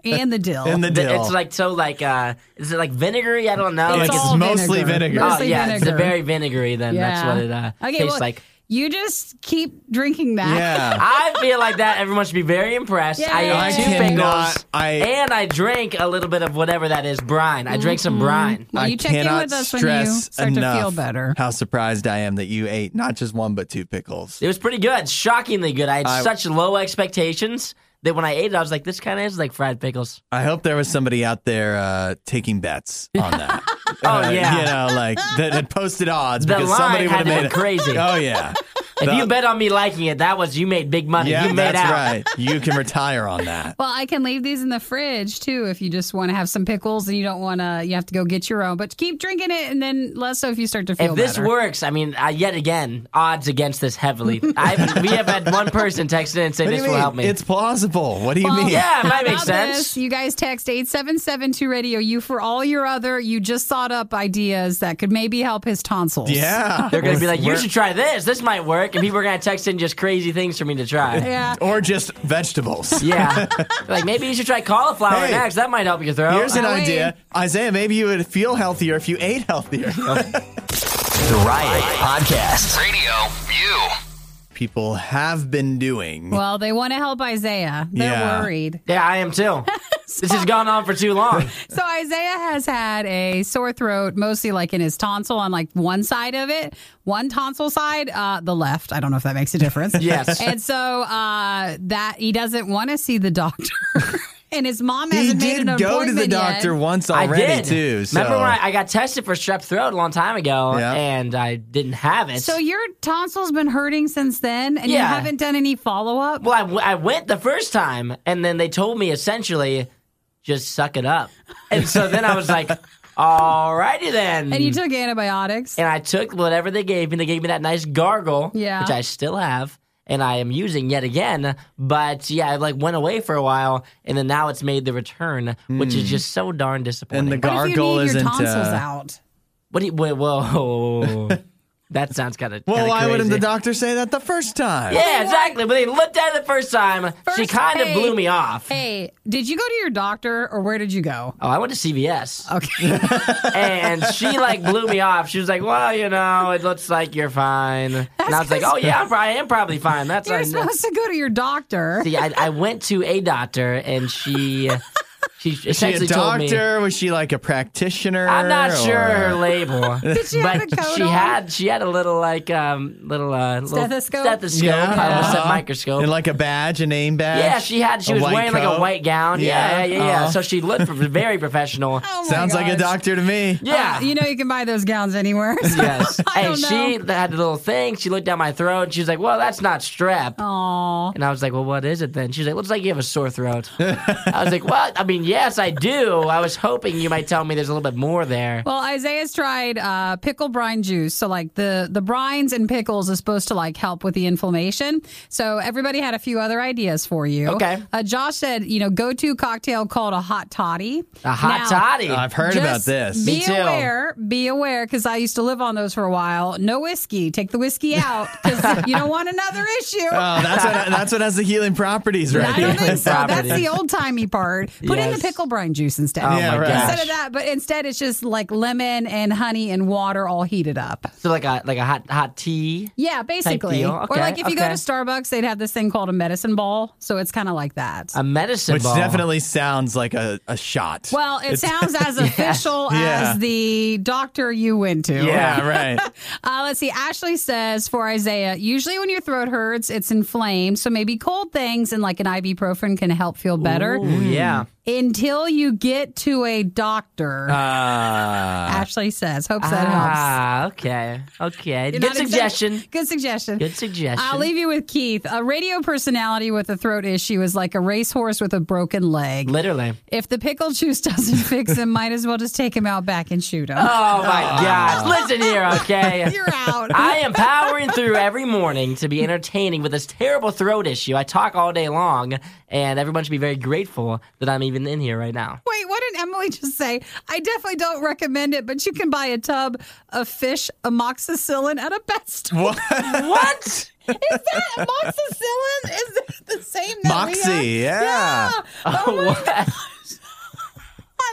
S2: and the
S1: *laughs*
S2: dill.
S1: in the
S3: Th-
S1: dill.
S3: It's like so like uh, is it like vinegary? I don't know.
S2: It's
S3: like
S2: all
S1: mostly vinegar.
S3: oh
S2: Mostly
S3: yeah,
S2: vinegar.
S3: it's very vinegary. Then that's
S2: Yeah.
S3: what it uh,
S2: okay,
S3: tastes
S2: well,
S3: like.
S2: You just keep drinking that. *laughs*
S1: yeah.
S3: I feel like that. Everyone should be very impressed. I ate
S2: Yay. I
S3: two
S1: cannot-
S3: pickles,
S1: I-
S3: and I drank a little bit of whatever that is brine. I drank some brine.
S2: Mm-hmm. Well, you
S1: I
S2: check in
S1: cannot
S2: with us when you
S1: stress
S2: start to
S1: enough
S2: feel better.
S1: How surprised I am that you ate not just one but two pickles.
S3: It was pretty good, shockingly good. I had
S1: I-
S3: such low expectations that when I ate it, I was like, "This kind of is like fried pickles."
S1: I hope there was somebody out there uh, taking bets on
S3: *laughs*
S1: that. oh
S3: yeah.
S1: you know, like that had posted odds
S3: The
S1: because
S3: line
S1: somebody would
S3: had
S1: have
S3: to
S1: made
S3: be
S1: it *laughs*
S3: crazy.
S1: Oh yeah,
S3: If
S1: The-
S3: you bet on me liking it, that was you made big money.
S1: yeah,
S3: you made
S1: that's
S3: out.
S1: right. You can retire on that.
S2: Well, I can leave these in the fridge too if you just want to have some pickles and you don't want to. You have to go get your own, but keep drinking it and then let us know if you start to feel
S3: If this
S2: better.
S3: works, I mean, uh, yet again, odds against this heavily. I, we have had one person text in and say
S1: What do
S3: this
S1: you
S3: will
S1: mean?
S3: help me.
S1: It's plausible. What do you mean?
S3: yeah, it
S2: How
S3: might make
S2: about
S3: sense.
S2: this? You guys text 8772 radio you for all your other you just thought up ideas that could maybe help his tonsils.
S1: Yeah.
S3: They're gonna be like, you
S1: We're-
S3: should try this. This might work, and people are gonna text in just crazy things for me to try.
S2: *laughs* Yeah.
S1: or just vegetables.
S3: *laughs* yeah, like maybe you should try cauliflower
S1: Hey.
S3: next. That might help your
S1: *laughs*
S3: throat.
S1: Here's an
S2: Oh, wait.
S1: idea, Isaiah. Maybe you would feel healthier if you ate
S3: *laughs*
S1: healthier.
S4: The Riot Podcast.
S6: Radio View.
S1: People have been doing.
S2: Well, they want to help Isaiah. They're
S1: Yeah.
S2: worried. *laughs*
S3: yeah, I am too. This has gone on for too long.
S2: So Isaiah has had a sore throat, mostly like in his tonsil on like one side of it, one tonsil side, uh, the left. I don't know if that makes a difference.
S3: *laughs* Yes.
S2: And so uh, that he doesn't want to see the doctor, *laughs* and his mom
S1: He
S2: hasn't made
S1: did go
S2: an
S1: to the
S2: appointment
S1: doctor
S2: Yet.
S1: once
S3: I
S1: already,
S3: did.
S1: too. So.
S3: Remember when I, I got tested for strep throat a long time ago
S1: Yeah.
S3: and I didn't have it?
S2: So your tonsil's been hurting since then, and you
S3: Yeah.
S2: haven't done any follow up.
S3: well, I, w- I went the first time and then they told me essentially just suck it up. And so then I was like, *laughs* alrighty then.
S2: and you took antibiotics.
S3: and I took whatever they gave me. They gave me that nice gargle,
S2: Yeah.
S3: which I still have, and I am using yet again. But yeah, I like went away for a while, and then now it's made the return, which is just so darn disappointing.
S1: Hmm. and the
S2: what if you
S1: gargoyle
S2: need your
S1: isn't.
S2: tonsils
S1: uh,
S2: out?
S3: what? Do you, wait, whoa, whoa,
S1: *laughs*
S3: whoa, whoa. that sounds kind of
S1: well, why wouldn't the
S3: doctor?
S1: doctor say that the first time?
S3: Yeah, exactly. But they looked at it the first time. she
S2: Oh, First,
S3: kind of
S2: hey,
S3: blew me off.
S2: Hey, did you go to your doctor, or where did you go?
S3: Oh, I went to CVS.
S2: Okay.
S3: *laughs* and she like blew me off. She was like, "Well, you know, it looks like you're fine." and I was like,
S2: 'cause-
S3: "Oh yeah, I'm probably, I am probably fine. That's
S2: You're
S3: I-
S2: supposed to go to your doctor.
S3: *laughs* See, I, I went to a doctor and she
S2: *laughs*
S3: she
S1: Was she a
S3: essentially told me
S1: doctor? Was she like a practitioner?
S3: I'm not
S1: *laughs*
S3: sure her
S1: or-
S2: *laughs*
S3: label,
S2: Did she have
S3: but
S2: a coat
S3: she
S2: on?
S3: had she had a little *laughs* like um little uh little
S2: Stethoscope?
S3: stethoscope I almost said microscope.
S1: Uh-huh. And like a badge, a name badge.
S3: yeah, she had. She
S1: A
S3: was
S1: white
S3: wearing like
S1: coat?
S3: a white gown. Yeah, yeah, yeah. yeah.
S1: Uh-huh.
S2: *laughs*
S3: So she looked very professional.
S2: Oh my
S1: Sounds like a
S2: gosh.
S1: doctor to me.
S3: Yeah,
S2: Uh, you know you can buy those gowns anywhere. *laughs* So
S3: *laughs* yes.
S2: I
S3: and
S2: don't know.
S3: she had the little thing. She looked down my throat. and She was like, "Well, that's not strep."
S2: Aw.
S3: And I was like, "Well, what is it then?" She was like, "Looks like you have a sore throat." I was like, "What? I mean, yes, I do. I was hoping you might tell me there's a little bit more there."
S2: Well, Isaiah's tried uh, pickle brine juice. So, like the the brines and pickles is supposed to like help with the inflammation. So everybody had a few other ideas for you.
S3: Okay.
S2: Uh, Josh said, you know, go to cocktail called a hot toddy.
S3: A hot
S2: Now,
S3: toddy.
S1: I've heard about
S2: Just
S1: this.
S2: Be
S3: Me too.
S2: aware, be aware, because I used to live on those for a while. No whiskey. Take the whiskey out
S3: *laughs*
S2: because you don't want another issue.
S1: Oh, that's
S2: *laughs*
S1: what that's what has the healing properties, right?
S2: I don't think so. That's
S3: Property.
S1: *laughs*
S2: the old timey part. Put in the
S3: Yes.
S2: pickle brine juice instead.
S3: Oh
S1: Yeah,
S3: my
S1: right.
S3: gosh.
S2: Instead of that, but instead it's just like lemon and honey and water all heated up.
S3: So like a like a hot hot tea.
S2: Yeah, basically.
S3: deal.
S2: or
S3: Okay,
S2: like if you go
S3: okay.
S2: to Starbucks, they'd have this thing called a medicine ball. So it's kind of like that.
S3: A medicine
S1: Which
S3: ball.
S1: definitely sounds like a, a shot.
S2: well, it
S1: It's- *laughs*
S2: sounds as official
S1: Yeah.
S2: as the doctor you went to. *laughs*
S1: Yeah, right.
S2: Uh, let's see. Ashley says for Isaiah, usually when your throat hurts, it's inflamed. So maybe cold things and like an ibuprofen can help feel better
S3: Ooh, yeah.
S2: until you get to a doctor.
S1: Uh,
S2: Ashley says, hopes that helps.
S3: Ah, okay. Okay.
S2: You're
S3: Good
S2: not exact-
S3: suggestion.
S2: Good suggestion.
S3: Good suggestion.
S2: I'll leave you with Keith. A radio personality with a throat issue is like a racehorse with a broken leg.
S3: Literally.
S2: If the pickle juice *laughs* doesn't fix him, might as well just take him out back and shoot him.
S3: Oh
S1: Ah.
S3: my gosh. Listen here,
S1: *laughs*
S3: okay?
S2: You're out.
S3: I am powering through every morning to be entertaining with this terrible throat issue. I talk all day long, and everyone should be very grateful that I'm even in here right now.
S2: Wait, what did Emily just say? I definitely don't recommend it, but you can buy a tub of fish amoxicillin at a pet store.
S1: what?
S3: What?
S2: Is that
S3: *laughs*
S2: amoxicillin? Is that the same that we
S1: Moxie,
S2: have?
S1: yeah.
S2: Oh, my-
S3: what?
S2: *laughs*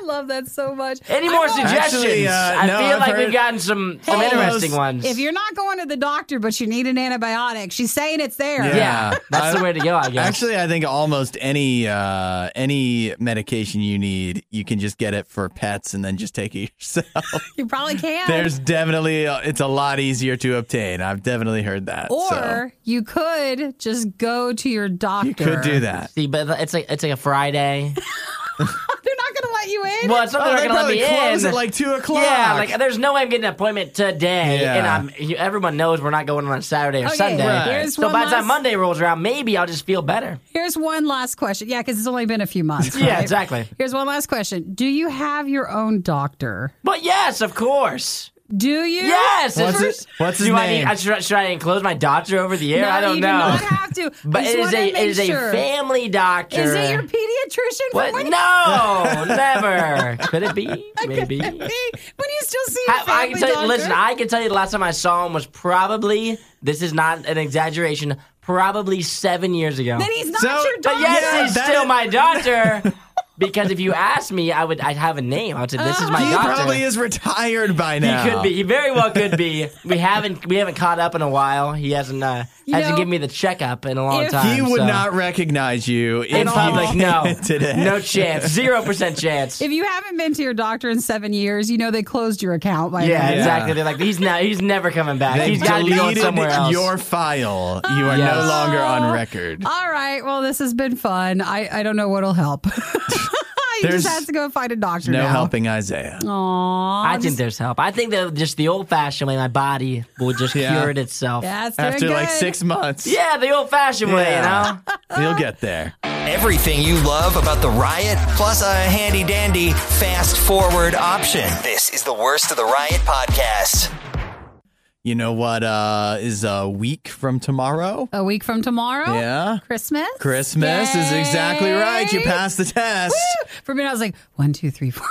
S2: I love that so much.
S3: Any
S2: I
S3: more
S2: love-
S3: suggestions?
S1: Actually, uh,
S3: I
S1: no,
S3: feel
S1: I've
S3: like
S1: heard-
S3: we've gotten some, some
S1: Almost.
S3: interesting ones.
S2: If you're not going to the doctor, but you need an antibiotic, she's saying it's there.
S1: Yeah.
S3: yeah, that's
S1: I-
S3: the way to go, I guess.
S1: Actually, I think almost any uh, any medication you need, you can just get it for pets and then just take it *laughs* yourself.
S2: You probably can.
S1: There's definitely uh, it's a lot easier to obtain. I've definitely heard that.
S2: or
S1: so.
S2: you could just go to your doctor.
S1: you could do that.
S3: See, but it's like it's like
S1: *laughs*
S3: a Friday.
S2: They're not going to let you in.
S3: Well, it's not
S1: Oh,
S3: they're
S1: they
S3: not gonna let
S1: probably
S3: me
S1: close
S3: in.
S1: at like two o'clock.
S3: yeah, like there's no way I'm getting an appointment today,
S1: Yeah.
S3: and I'm. You, everyone knows we're not going on Saturday or
S2: Okay,
S3: Sunday.
S1: Right.
S2: here's
S3: So
S2: one
S3: by the
S2: last-
S3: time Monday rolls around, maybe I'll just feel better.
S2: Here's one last question. Yeah, because it's only been a few months.
S3: *laughs* Yeah,
S2: right?
S3: exactly.
S2: Here's one last question. Do you have your own doctor?
S3: But yes, of course.
S2: Do you?
S3: Yes.
S1: What's,
S3: Do
S1: it, what's his
S3: I need-
S1: name?
S3: I- should, I- should I enclose my doctor over the air?
S2: No,
S3: I don't
S2: you
S3: know.
S2: do not
S3: *laughs*
S2: have to.
S3: but
S2: I just
S3: it is
S2: wanna
S3: a
S2: make
S3: it is
S2: sure.
S3: a family doctor.
S2: Is it your pediatrician?
S3: what?
S2: From when, *laughs*
S3: No, never. Could it be? Maybe.
S2: when you still see your
S3: I,
S2: family
S3: I can tell you.
S2: doctor?
S3: Listen, I can tell you. The last time I saw him was probably. This is not an exaggeration. Probably seven years ago.
S2: then he's not
S1: So-
S2: your
S1: But
S2: doctor.
S3: But yes,
S1: Yeah,
S3: he's
S1: that
S3: still
S1: is-
S3: my doctor. *laughs* because if you asked me, I would I'd have a name. I would say this
S2: Oh.
S3: is my
S2: um,
S1: He
S3: doctor.
S1: probably is retired by
S3: He
S1: now.
S3: could be. He very well
S2: *laughs*
S3: could be. We haven't we haven't caught up in a while. He hasn't uh,
S2: You
S3: hasn't
S2: know,
S3: given me the checkup in a long
S2: if-
S3: time.
S2: He
S1: He would
S3: so.
S1: not recognize you if
S3: in
S1: you
S3: public.
S1: came
S3: No,
S1: today.
S3: no chance. Zero percent chance.
S2: If you haven't been to your doctor in seven years, you know they closed your account by
S3: yeah,
S2: now.
S3: exactly. They're like he's now he's never coming back.
S1: They
S3: he's got to be going
S1: deleted
S3: somewhere else.
S1: your file. You are
S3: Yes.
S1: no longer on record.
S2: All right. Well, this has been fun. I, I don't know what'll help. *laughs* you
S1: There's
S2: just have to go find a doctor
S1: No
S2: now.
S1: helping Isaiah.
S2: Aw,
S3: I think there's help. I think that just the old fashioned way, my body will just
S1: Yeah.
S3: cure it itself. Yeah,
S2: that's doing
S1: After like
S2: good.
S1: six months,
S3: the old fashioned way, you
S1: Yeah. *laughs*
S3: know?
S1: you'll get there.
S4: Everything you love about the riot, plus a handy dandy fast forward option. This is the Worst of the Riot podcast.
S1: You know what uh, is a week from tomorrow?
S2: A week from Oh, tomorrow?
S1: Yeah.
S2: Christmas?
S1: Christmas is exactly right. You
S2: Yay.
S1: passed the test.
S2: For me, I was like, one, two, three, four.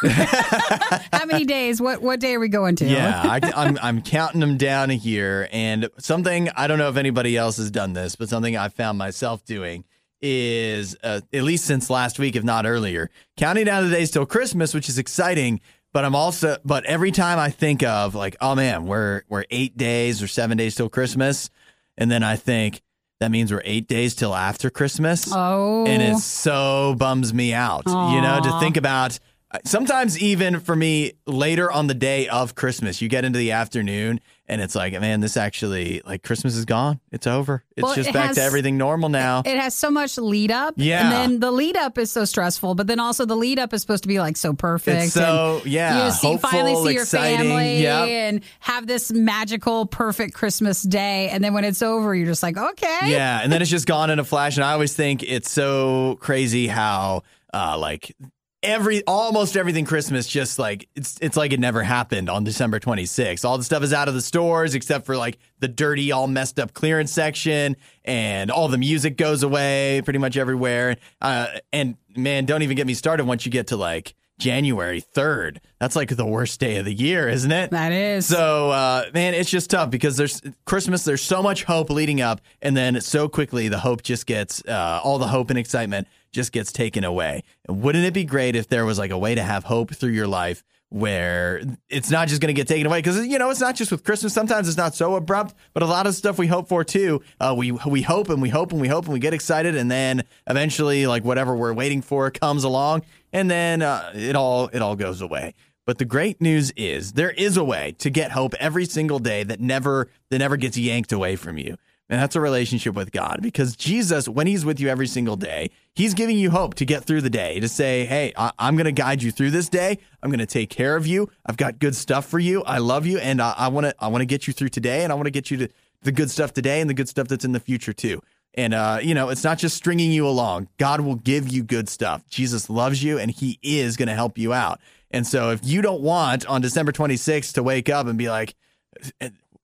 S1: *laughs*
S2: How many days? What what day are we going to?
S1: Yeah, I, I'm I'm counting them down here, and something I don't know if anybody else has done this, but something I found myself doing is uh, at least since last week, if not earlier, counting down the days till Christmas, which is exciting. But I'm also, but every time I think of like, oh man, we're we're eight days or seven days till Christmas, and then I think that means we're eight days till after Christmas.
S2: Oh.
S1: And it so bums me out, you know, to think about. uh, Sometimes even for me, later on the day of Christmas, you get into the afternoon and it's like, man, this actually like Christmas is gone. It's over. It's
S2: Well,
S1: just
S2: it
S1: back
S2: has-
S1: to everything normal now.
S2: It has so much lead up.
S1: Yeah.
S2: And then the lead up is so stressful, but then also the lead up is supposed to be like so perfect.
S1: It's so-
S2: and
S1: yeah,
S2: You see, finally
S1: hopeful,
S2: see your
S1: exciting,
S2: family
S1: yep.
S2: and have this magical, perfect Christmas day. And then when it's over, you're just like, okay.
S1: Yeah, and then it's just gone in a flash. And I always think it's so crazy how uh, like every almost everything Christmas just like it's it's like it never happened on December 26th. All the stuff is out of the stores except for like the dirty, all messed up clearance section, and all the music goes away pretty much everywhere. Uh, and man, don't even get me started once you get to like. January 3rd. That's like the worst day of the year, isn't it?
S2: That is.
S1: So, uh, man, it's just tough because there's Christmas. There's so much hope leading up, and then so quickly the hope just gets uh, all the hope and excitement just gets taken away. And wouldn't it be great if there was like a way to have hope through your life where it's not just going to get taken away? Because you know, it's not just with Christmas. Sometimes it's not so abrupt, but a lot of stuff we hope for too. Uh, we we hope and we hope and we hope and we get excited, and then eventually, like whatever we're waiting for comes along, and then uh, it all it all goes away. But the great news is there is a way to get hope every single day that never that never gets yanked away from you. And that's a relationship with God because Jesus, when he's with you every single day, he's giving you hope to get through the day, to say, Hey, I- am going to guide you through this day. I'm going to take care of you. I've got good stuff for you. I love you. And I want to, I want to get you through today and I want to get you to the good stuff today and the good stuff that's in the future too. And, uh, you know, it's not just stringing you along. God will give you good stuff. Jesus loves you and he is going to help you out. And so if you don't want on December 26th to wake up and be like,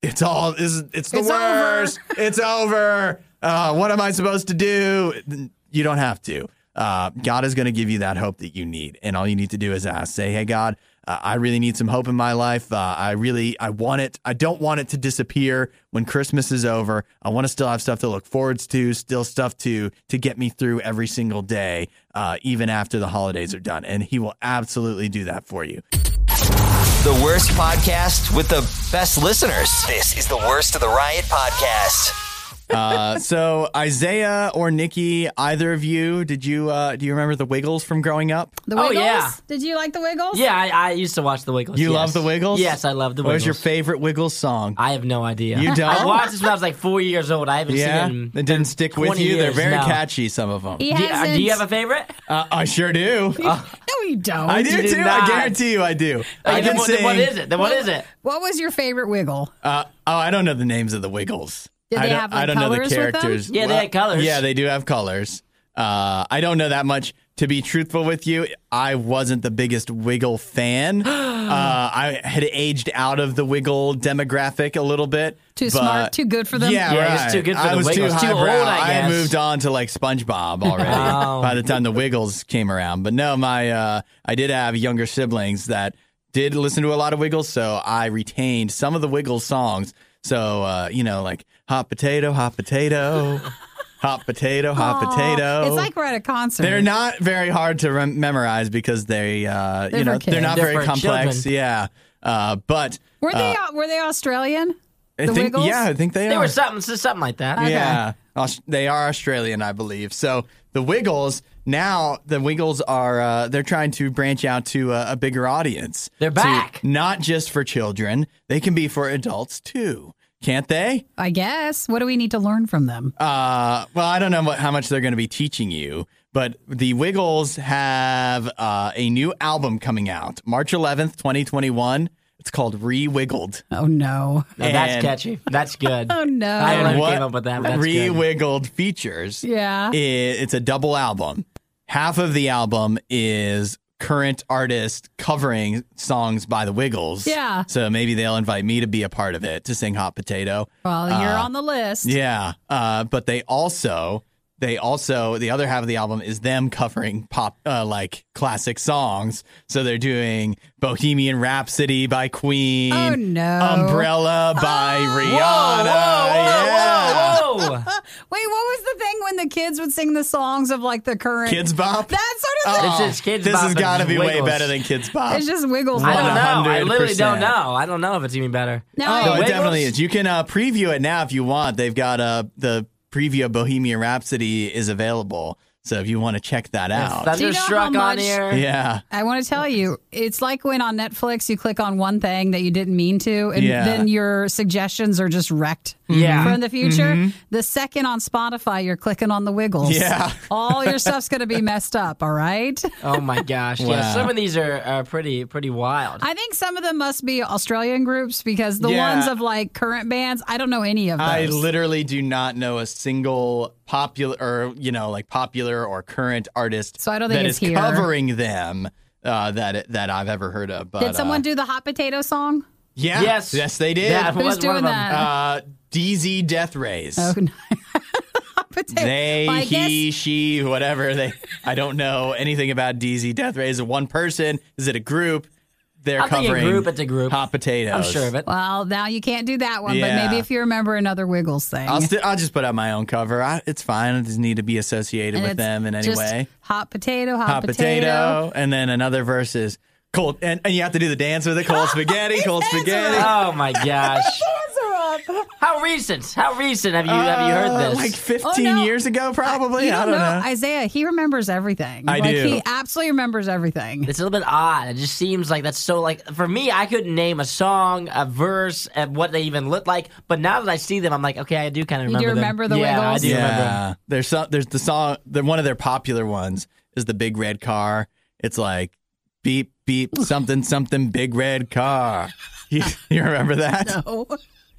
S1: it's all this, it's the
S2: It's
S1: worst. It's over. Uh, what am I supposed to do? You don't have to. Uh, God is going to give you that hope that you need, and all you need to do is ask. Say, "Hey, God, uh, I really need some hope in my life. Uh, I really, I want it. I don't want it to disappear when Christmas is over. I want to still have stuff to look forward to, still stuff to to get me through every single day, uh, even after the holidays are done." And He will absolutely do that for you.
S4: The worst podcast with the best listeners. This is the Worst of the Riot podcast.
S1: Uh, *laughs* so Isaiah or Nikki, either of you, did you uh, do you remember the Wiggles from growing up?
S2: The
S3: Oh,
S2: Wiggles?
S3: yeah.
S2: Did you like the Wiggles?
S3: Yeah, I, I used to watch The Wiggles.
S1: You
S3: yes.
S1: love the Wiggles?
S3: Yes, I love the
S1: What
S3: Wiggles.
S1: was your favorite Wiggles song?
S3: I have no idea. *laughs*
S1: You don't?
S3: I watched this when I was like four years old. I haven't
S1: yeah,
S3: seen it.
S1: it didn't stick with
S3: 20
S1: you. They're
S3: years,
S1: very
S3: no.
S1: catchy. Some of them.
S2: He
S3: Do,
S2: hasn't.
S3: uh, do you have a Oh. favorite?
S1: Uh, I sure do.
S2: no, you don't.
S1: I do
S3: did
S1: too. I
S3: not.
S1: guarantee you, I do. I
S3: Like, then
S1: can
S3: what, then
S1: sing.
S3: what is it? Then what is it?
S2: What was your favorite Wiggle?
S1: Uh, oh, I don't know the names of the Wiggles.
S2: Did
S1: I
S2: they
S1: don't,
S2: have,
S1: I
S2: like,
S1: don't know the
S2: colors with them?
S1: characters.
S3: Yeah, they had colors.
S1: Yeah, they do have colors. Uh, I don't know that much. To be truthful with you, I wasn't the biggest Wiggle
S2: *gasps*
S1: fan. uh, I had aged out of the Wiggle demographic a little bit.
S2: Too
S1: but-
S2: smart, too good for them?
S1: Yeah,
S3: Yeah,
S1: right.
S3: just too good for
S1: I
S3: the
S1: was too,
S3: Wiggles. Too
S1: highbrow.
S3: old, I
S1: had *laughs*
S3: guess.
S1: moved on to like SpongeBob
S2: *laughs*
S1: already
S3: Oh.
S1: by the time the Wiggles came around. But no, my uh, I did have younger siblings that did listen to a lot of Wiggles, so I retained
S2: *laughs*
S1: some of the Wiggles songs. So uh, you know, like hot potato, hot potato. Hot potato, hot
S2: Aw,
S1: potato.
S2: It's like we're at a concert.
S1: They're not very hard to rem- memorize because they, uh,
S2: They're
S1: you know,
S2: for kids.
S1: they're not
S3: They're
S1: very
S3: for
S1: complex.
S3: children.
S1: Yeah, uh, but
S2: Were
S1: uh,
S2: they au- were they Australian?
S1: I
S2: the
S1: think,
S2: Wiggles?
S1: Yeah, I think they,
S3: There
S1: are.
S3: was something something like that.
S1: Yeah, Aus- they are Australian, I believe. So the Wiggles now, the Wiggles are uh, they're trying to branch out to a, a bigger audience.
S3: They're
S1: To-
S3: back.
S1: not just for children; they can be for adults too, can't they?
S2: I guess. What do we need to learn from them?
S1: Uh, well, I don't know what, how much they're going to be teaching you, but the Wiggles have uh, a new album coming out March 11th, 2021. It's called Re Wiggled.
S2: oh no.
S3: Now, that's
S1: And-
S3: catchy.
S1: *laughs*
S3: That's good.
S2: Oh no.
S3: I don't know who
S1: what
S3: came up with that. But that's
S1: Re
S3: good.
S1: Wiggled features
S2: Yeah.
S1: i- it's a double album. Half of the album is current artist covering songs by the Wiggles.
S2: Yeah.
S1: So maybe they'll invite me to be a part of it to sing Hot Potato.
S2: well,
S1: uh,
S2: you're on the list.
S1: Yeah, uh, but they also they also the other half of the album is them covering pop uh, like classic songs. So they're doing Bohemian Rhapsody by Queen,
S2: Oh, no.
S1: Umbrella
S2: *gasps*
S1: by Rihanna. yeah. *laughs*
S3: Whoa, whoa, whoa.
S2: *laughs* Wait, what was the thing when the kids would sing the songs of like the current
S1: Kids Bop. Oh,
S2: That sort of thing.
S3: This is Kids
S1: This
S3: Bop
S1: has
S3: and
S1: got to be way
S3: Wiggles.
S1: better than Kids Bop.
S2: It's just wiggles.
S3: I don't know. I literally
S1: 100%.
S3: don't know. I don't know if it's even better.
S2: Now
S1: Oh,
S2: I,
S1: it
S3: Wiggles?
S1: definitely is. You can uh, preview it now if you want. They've got uh, the preview of Bohemian Rhapsody is available. So if you want to check that out.
S2: Do you know how
S3: Thunderstruck on
S2: much-
S3: here.
S1: yeah.
S2: I want to tell you, it's like when on Netflix you click on one thing that you didn't mean to, and
S1: Yeah. Mm-hmm.
S2: then your suggestions are just wrecked.
S3: Yeah.
S2: For in the future, the second on Spotify, you're clicking on the wiggles.
S1: Yeah.
S2: All your stuff's going to be messed up.
S1: *laughs*
S2: All right.
S3: Oh my gosh! Yeah,
S1: Wow.
S3: some of these are, are pretty pretty wild.
S2: I think some of them must be Australian groups because the
S1: Yeah.
S2: ones of like current bands, I don't know any of those.
S1: I literally do not know a single popular or, you know, like popular or current artist
S2: So I don't think
S1: that
S2: it's
S1: is
S2: here.
S1: covering them uh, that that I've ever heard of. But,
S2: Did someone
S1: uh,
S2: do the hot potato song?
S1: Yeah.
S3: Yes.
S1: Yes, they did.
S3: Yeah.
S2: Who's
S3: was one
S2: doing
S3: of them.
S2: that?
S1: Uh, DZ Death Rays.
S2: Oh, *laughs* no. Hot potato.
S1: They,
S2: Well, I guess-
S1: he, she, whatever. They, I don't know anything about DZ Death Ray. Is it one person? Is it a group? They're
S3: I think a
S1: covering
S3: group, it's a group.
S1: Hot potatoes.
S3: I'm sure of it.
S2: Well, now you can't do that one,
S1: Yeah.
S2: but maybe if you remember another Wiggles thing.
S1: I'll, sti- I'll just put out my own cover. I, it's fine. I just need to be associated
S2: And
S1: with
S2: it's
S1: them in any
S2: just
S1: way.
S2: Hot potato, hot,
S1: Hot
S2: potato.
S1: potato. and then another verse is cold, and, and you have to do the dance with it. Cold
S2: *laughs*
S1: spaghetti, cold spaghetti.
S3: Oh my gosh! How recent? How recent have you have you heard
S1: Uh,
S3: this?
S1: like 15
S2: Oh, no.
S1: years ago, probably.
S2: You
S1: I don't know.
S2: Isaiah, he remembers everything.
S1: I
S2: like,
S1: do.
S2: He absolutely remembers everything.
S3: it's a little bit odd. It just seems like that's so like for me. I couldn't name a song, a verse, and what they even look like. But now that I see them, I'm like, okay, I do kind
S2: *laughs*
S3: of
S2: You do
S3: remember.
S2: remember
S3: them.
S2: the
S3: yeah, I
S2: Wiggles?
S3: do remember. them.
S1: There's some, there's the song the one of their popular ones is the big red car. It's like beep beep something something big red car. *laughs* You, you *laughs* remember that?
S2: No,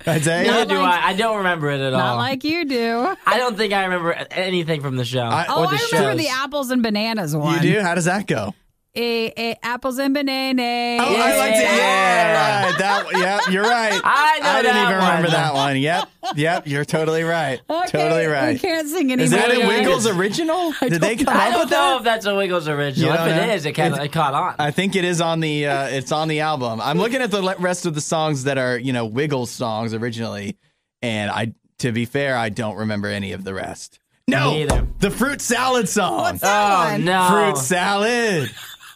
S1: Isaiah?
S3: Neither do
S2: like-
S3: I. I don't remember it at all.
S2: not like you do.
S3: I don't think I remember anything from the show
S1: I-
S2: Oh,
S3: or
S2: I
S3: the show.
S2: remember the apples and bananas
S1: you
S2: one.
S1: do? How does that go?
S2: Eh, eh, apples and bananas.
S1: Oh, I liked it.
S3: Yeah.
S1: Yeah, right. That yeah, you're right.
S3: *laughs* I know
S1: didn't
S3: that
S1: even
S3: one.
S1: remember that one. Yep. Yep, you're totally
S3: *laughs*
S1: right.
S2: Okay,
S1: Totally
S2: We
S1: right.
S2: can't sing anymore.
S1: Is that a
S3: Really? *laughs*
S1: Wiggles original? Did they come
S3: I
S1: up
S3: don't
S1: with
S3: know
S1: that?
S3: if that's a Wiggles original.
S1: You
S3: If
S1: don't
S3: it
S1: know?
S3: is, it, kind of, it caught on.
S1: I think it is on the uh, it's on the album. I'm looking at the le- rest of the songs that are you know Wiggles songs originally, and I to be fair, I don't remember any of the rest. No,
S3: Me either.
S1: the fruit salad song.
S2: What's
S3: oh
S2: that one?
S3: no!
S1: Fruit salad,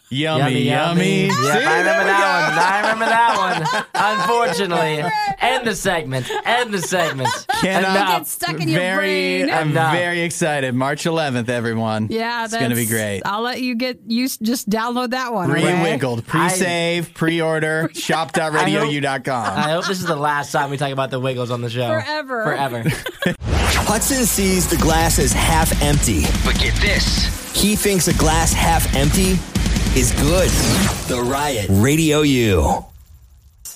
S1: yummy, yummy.
S3: Yep,
S1: See,
S3: I
S1: there
S3: remember
S1: we go.
S3: that one. I
S1: *laughs*
S3: remember that one. Unfortunately, end the segment. End the segment.
S1: Cannot-
S2: It gets stuck in your
S1: very,
S2: brain.
S1: I'm
S3: Enough.
S1: very excited. March 11th, everyone.
S2: Yeah,
S1: it's gonna be
S2: that's-
S1: great.
S2: I'll let you get you s- just download that one.
S1: Pre
S2: okay?
S1: wiggled, pre save, pre order, shop.radiou.com.
S3: I hope this is the last time we talk about the Wiggles on the show.
S1: *laughs*
S2: Forever.
S3: Forever.
S4: Hudson sees the glass as half empty.
S6: But get this.
S4: He thinks a glass half empty is good. The Riot Radio U.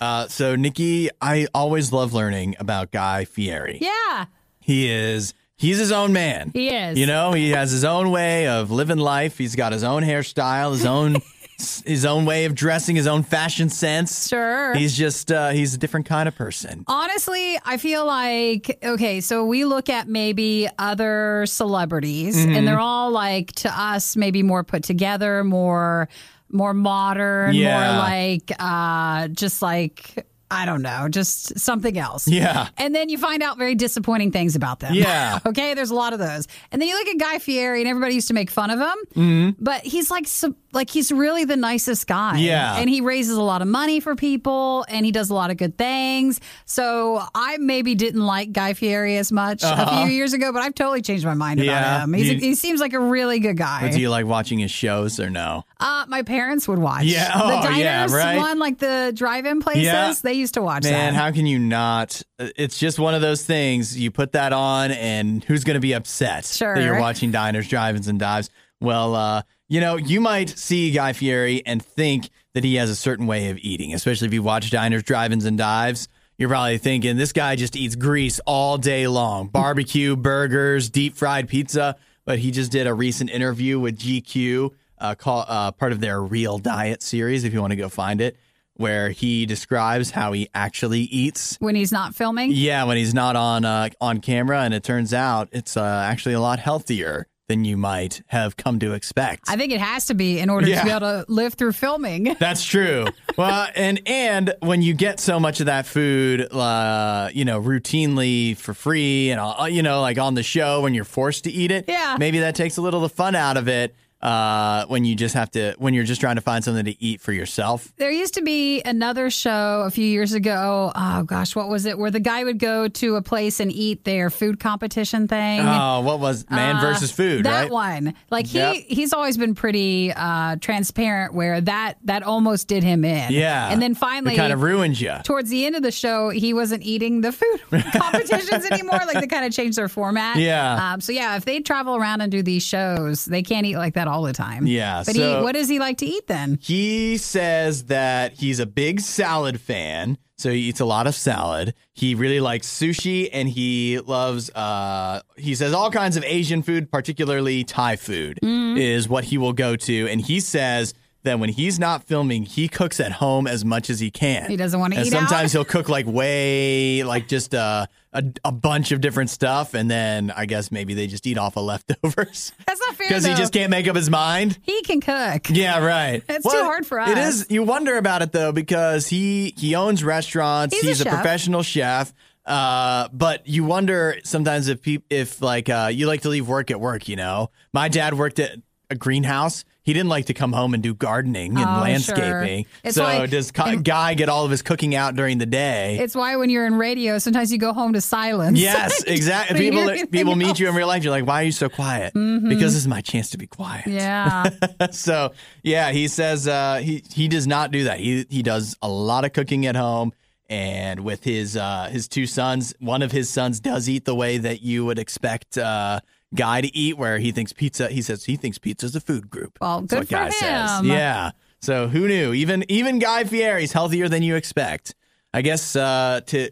S1: Uh, so, Nikki, I always love learning about Guy Fieri.
S2: Yeah.
S1: He is. He's his own man.
S2: He is.
S1: You know, he has his own way of living life. He's got his own hairstyle, his own
S2: *laughs*
S1: his own way of dressing, his own fashion sense.
S2: Sure.
S1: He's just uh he's a different kind of person.
S2: Honestly, I feel like okay, so we look at maybe other celebrities
S1: Mm-hmm.
S2: and they're all like to us maybe more put together, more more modern,
S1: Yeah.
S2: more like uh just like I don't know, just something else.
S1: Yeah.
S2: And then you find out very disappointing things about them.
S1: Yeah.
S2: *laughs* okay. There's a lot of those. And then you look at Guy Fieri, and everybody used to make fun of him, but he's like, so, like he's really the nicest guy.
S1: Yeah.
S2: And he raises a lot of money for people, and he does a lot of good things. So I maybe didn't like Guy Fieri as much a few years ago, but I've totally changed my mind
S1: Uh-huh. Yeah.
S2: about him. He's,
S1: You-
S2: he seems like a really good guy.
S1: But do you like watching his shows or no?
S2: Uh, my parents would watch.
S1: Yeah. Oh,
S2: the diners
S1: yeah, right.
S2: one, like the drive-in places.
S1: Yeah.
S2: They used to watch
S1: Man,
S2: that.
S1: how can you not? It's just one of those things. You put that on, and who's going to be upset
S2: Sure.
S1: that you're watching diners, drive-ins, and dives? Well, uh, you know, you might see Guy Fieri and think that he has a certain way of eating, especially if you watch diners, drive-ins, and dives. You're probably thinking this guy just eats grease all day long, barbecue, burgers, deep fried pizza. But he just did a recent interview with GQ, uh, call, uh, part of their Real Diet series. If you want to go find it, where he describes how he actually eats.
S2: when he's not filming.
S1: Yeah, when he's not on uh, on camera, and it turns out it's uh, actually a lot healthier than you might have come to expect.
S2: I *laughs* think it has to be in order
S1: Yeah.
S2: to be able to live through filming. *laughs*
S1: That's true. well, and and when you get so much of that food, uh, you know, routinely for free, and uh, you know, like on the show when you're forced to eat it,
S2: Yeah.
S1: maybe that takes a little of the fun out of it. Uh, when you just have to, when you're just trying to find something to eat for yourself.
S2: There used to be another show a few years ago. Oh gosh, what was it? Where the guy would go to a place and eat their food competition thing.
S1: Oh, what was man
S2: Uh,
S1: versus food?
S2: That
S1: right?
S2: one, like he
S1: Yep.
S2: he's always been pretty uh, transparent. Where that that almost did him in.
S1: Yeah.
S2: and then finally,
S1: it kind of ruins you.
S2: towards the end of the show, he wasn't eating
S1: *laughs*
S2: the food competitions anymore. Like they kind of changed their format.
S1: Yeah.
S2: Um, so yeah, if they travel around and do these shows, they can't eat like that all the time.
S1: Yeah,
S2: But
S1: so-
S2: he, what does he like to eat then?
S1: He says that he's a big salad fan, so he eats a lot of salad. He really likes sushi, and he loves. Uh, he says all kinds of Asian food, particularly Thai food,
S2: Mm-hmm.
S1: is what he will go to. And he says that when he's not filming, he cooks at home as much as he can.
S2: He doesn't wanna
S1: And
S2: eat
S1: Sometimes
S2: out.
S1: he'll cook like way, like just uh, a a bunch of different stuff, and then I guess maybe they just eat off of leftovers
S2: That's not
S1: *laughs*
S2: fair.
S1: because he
S2: though.
S1: just can't make up his mind.
S2: He can
S1: *laughs*
S2: cook.
S1: Yeah, right.
S2: It's too hard for
S1: It
S2: us.
S1: is. You wonder about it though because he he owns restaurants.
S2: He's a
S1: a,
S2: chef.
S1: professional chef. Uh, but you wonder sometimes if peop if like uh, you like to leave work at work. You know, my dad worked at a greenhouse. He didn't like to come home and do gardening and
S2: Oh,
S1: landscaping.
S2: sure. It's
S1: So
S2: like-
S1: does co- guy get all of his cooking out during the day?
S2: It's *laughs* why when you're in radio, sometimes you go home to silence. *laughs*
S1: Yes, exactly.
S2: When you
S1: People
S2: do anything
S1: people meet you in
S2: else. Mm-hmm.
S1: real life. You're like, why are you so quiet? Because this is my chance to be quiet. *laughs*
S2: Yeah.
S1: so yeah, he says uh, he he does not do that. He he does a lot of cooking at home, and with his uh, his two sons, one of his sons does eat the way that you would expect uh, guy to eat, where he thinks pizza. He says he thinks pizza's a food group.
S2: Well,
S1: That's
S2: good
S1: what
S2: for
S1: guy says.
S2: him.
S1: Yeah. So who knew? Even even Guy Fieri's healthier than you expect. I guess uh, to.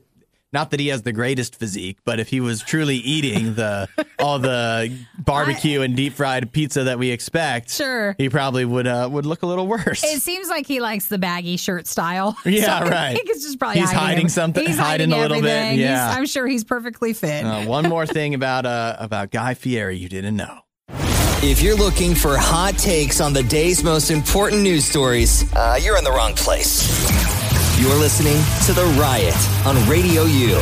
S1: Not that he has the greatest physique, but if he was truly eating
S2: *laughs*
S1: the all the barbecue and deep fried pizza that we expect,
S2: Sure.
S1: he probably would uh, would look a little worse.
S2: It seems like he likes the baggy shirt style. *laughs*
S1: Yeah,
S2: So
S1: right.
S2: I think it's just probably
S1: He's
S2: hiding,
S1: hiding
S2: every-
S1: something-
S2: He's
S1: hiding
S2: hiding,
S1: a little bit,
S2: everything. He's-
S1: yeah.
S2: I'm sure he's perfectly fit. *laughs*
S1: uh, one more thing about uh, about Guy Fieri you didn't know.
S4: If you're looking for hot takes on the day's most important news stories, uh, you're in the wrong place. You're listening to The Riot on Radio U.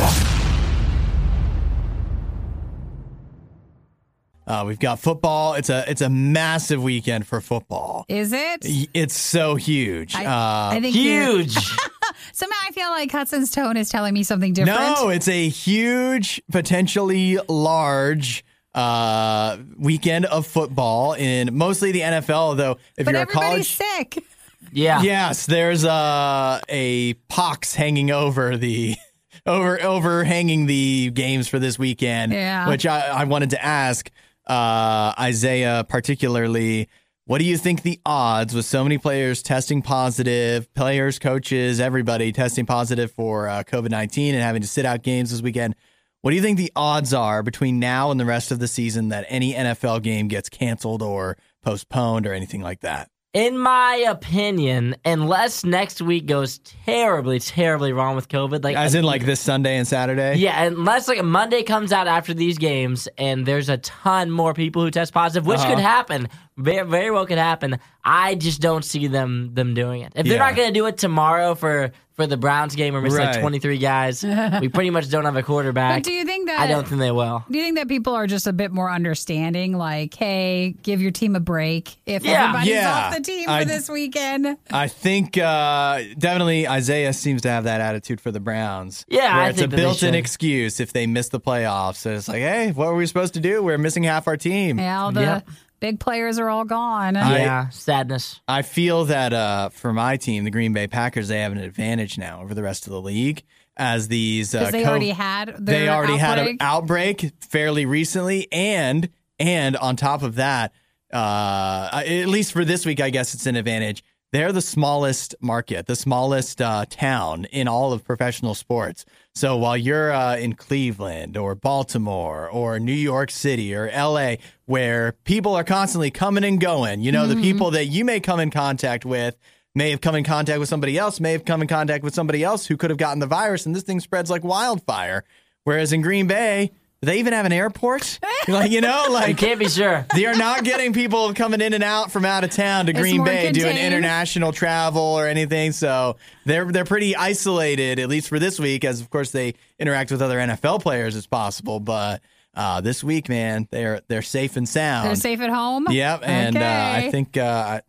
S1: Uh, we've got football. It's a it's a massive weekend for football.
S2: Is it?
S1: Y- It's so huge. uh,
S2: I think you're-
S3: Huge.
S2: Somehow I feel like Hudson's tone is telling me something *laughs* different.
S1: No, it's a huge, potentially large uh, weekend of football in mostly the NFL. Though, if
S2: but
S1: you're a
S2: everybody's
S1: college,
S2: sick.
S3: yeah.
S1: yes, there's a a pox hanging over the. *laughs* Over overhanging the games for this weekend,
S2: Yeah.
S1: which I, I wanted to ask uh, Isaiah particularly. What do you think the odds with so many players testing positive, players, coaches, everybody testing positive for uh, COVID 19 and having to sit out games this weekend? What do you think the odds are between now and the rest of the season that any NFL game gets canceled or postponed or anything like that?
S3: In my opinion, unless next week goes terribly, terribly wrong with COVID, like um,
S1: As in, like this Sunday and Saturday?
S3: yeah, unless like
S1: Uh-huh.
S3: Monday comes out after these games and there's a ton more people who test positive, which could happen. Very, very well could happen. I just don't see them them doing it. If
S1: Yeah.
S3: they're not going to do it tomorrow for for the Browns game where we missing like
S1: Right.
S3: 23 guys,
S1: *laughs*
S3: we pretty much don't have a quarterback.
S2: But do you think that
S3: I don't think they will.
S2: Do you think that people are just a bit more understanding? Like, hey, give your team a break if
S3: Yeah.
S2: everybody's
S1: Yeah.
S2: off the team
S1: I-
S2: for this weekend.
S1: I think uh, definitely Isaiah seems to have that attitude for the Browns.
S3: Yeah,
S1: where
S3: I
S1: it's
S3: think
S1: a
S3: that they
S1: built-in
S3: should.
S1: excuse if they miss the playoffs. So it's like, hey, what were we supposed to do? We're missing half our team.
S2: Yeah, all the
S3: Yep.
S2: big players are all gone.
S1: I-
S3: yeah, sadness.
S1: I feel that uh, for my team, the Green Bay Packers, they have an advantage now over the rest of the league as these uh,
S2: because they
S1: co-
S2: already had their
S1: they already had an
S2: outbreak.
S1: outbreak fairly recently, and and on top of that, uh, at least for this week, I guess it's an advantage. They're the smallest market, the smallest uh, town in all of professional sports. So while you're uh, in Cleveland or Baltimore or New York City or LA, where people are constantly coming and going, you know, the people that you may come in contact with may have come in contact with somebody else, may have come in contact with somebody else who could have gotten the virus, and this thing spreads like wildfire. Whereas in Green Bay, do they even have an
S2: *laughs*
S1: airport? like, you know,
S3: You
S1: like
S3: can't be sure.
S1: they are not getting people coming in and out from out of town to
S2: It's
S1: Green
S2: more
S1: Bay doing
S2: contained.
S1: international travel or anything. So they're they're pretty isolated, at least for this week, as of course they interact with other NFL players as possible. But uh, this week, man, they're they're safe and sound.
S2: They're safe at home.
S1: Yep, and uh, I
S2: Okay.
S1: think uh, I-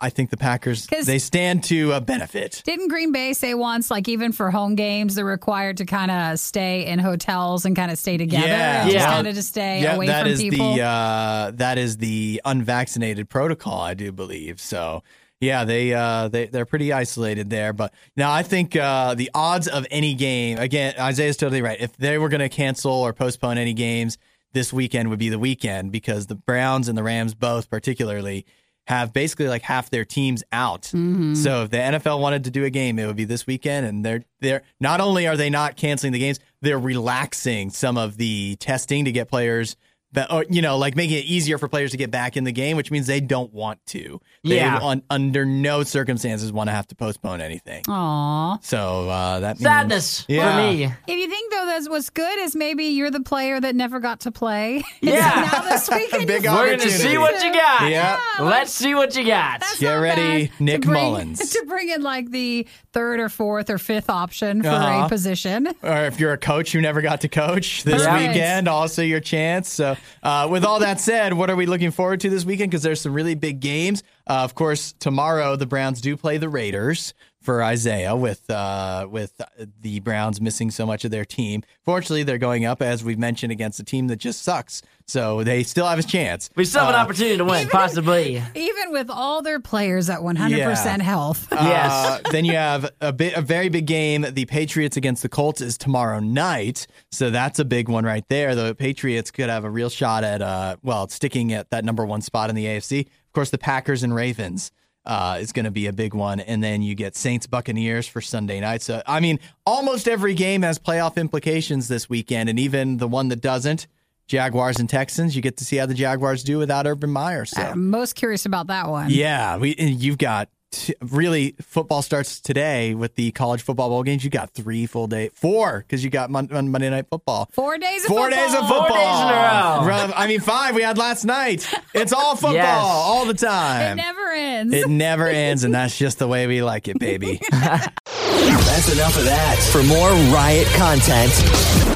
S1: I think the Packers
S2: 'Cause-
S1: they stand to uh, benefit.
S2: Didn't Green Bay say once, like even for home games, they're required to kind of stay in hotels and kind of stay together?
S1: Yeah.
S2: and just
S3: Yeah.
S2: kind of to stay
S1: Yeah,
S2: away
S1: that
S2: from
S1: is
S2: people.
S1: the uh, that is the unvaccinated protocol, I do believe. So yeah, they uh, they they're pretty isolated there. But now I think uh, the odds of any game again, Isaiah's totally right. If they were going to cancel or postpone any games this weekend, would be the weekend because the Browns and the Rams both particularly. Have basically like half their teams out. So if the NFL wanted to do a game, it would be this weekend. And they're they're not only are they not canceling the games, they're relaxing some of the testing to get players but or, you know, like making it easier for players to get back in the game, which means they don't want to. They
S3: Yeah.
S1: on, under no circumstances want to have to postpone anything.
S2: Aw.
S1: So uh, that means,
S3: Sadness
S1: Yeah.
S3: for me.
S2: If you think though that's what's good is maybe you're the player that never got to play.
S3: Yeah.
S2: now this
S4: *laughs*
S2: weekend
S1: Big
S2: you-
S1: op-
S3: We're going to see what you got.
S1: Yeah.
S3: Let's see what you got.
S2: That's
S1: Get
S2: not
S1: ready,
S2: bad
S1: Nick
S2: to bring,
S1: Mullins.
S2: *laughs* To bring in like the third or fourth or fifth option for
S1: Uh-huh.
S2: a position.
S1: Or if you're a coach who never got to coach this
S2: Right.
S1: weekend, also your chance. So, uh, with all that said, what are we looking forward to this weekend? Because there's some really big games. Uh, of course, tomorrow the Browns do play the Raiders for Isaiah, with uh, with the Browns missing so much of their team. Fortunately, they're going up as we've mentioned against a team that just sucks. So they still have a chance. Uh,
S3: We still have an opportunity to win, possibly.
S2: Even with all their players at 100% health.
S3: Yes.
S1: Uh, *laughs* then you have a bit, a very big game. The Patriots against the Colts is tomorrow night, so that's a big one right there. The Patriots could have a real shot at, uh, well, sticking at that number one spot in the AFC. Of course, the Packers and Ravens uh, is going to be a big one, and then you get Saints Buccaneers for Sunday night. So, I mean, almost every game has playoff implications this weekend, and even the one that doesn't. Jaguars and Texans, you get to see how the Jaguars do without Urban Meyer. So
S2: I'm most curious about that one.
S1: yeah, we and you've got t- really football starts today with the college football bowl games. You got three full day, four because you got mon- on Monday night football.
S2: Four days of
S1: Four
S2: football.
S1: days of
S3: Four
S1: football.
S3: days in a row.
S1: Rough. I mean, five we had last night. It's all football
S3: Yes.
S1: all the
S2: It
S1: time.
S2: never ends.
S1: It
S2: *laughs*
S1: never ends, and that's just the way we like it, baby.
S4: That's enough of that. For more Riot content,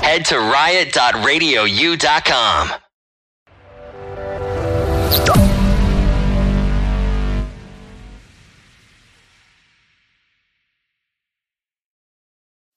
S4: head to riot.radiou.com.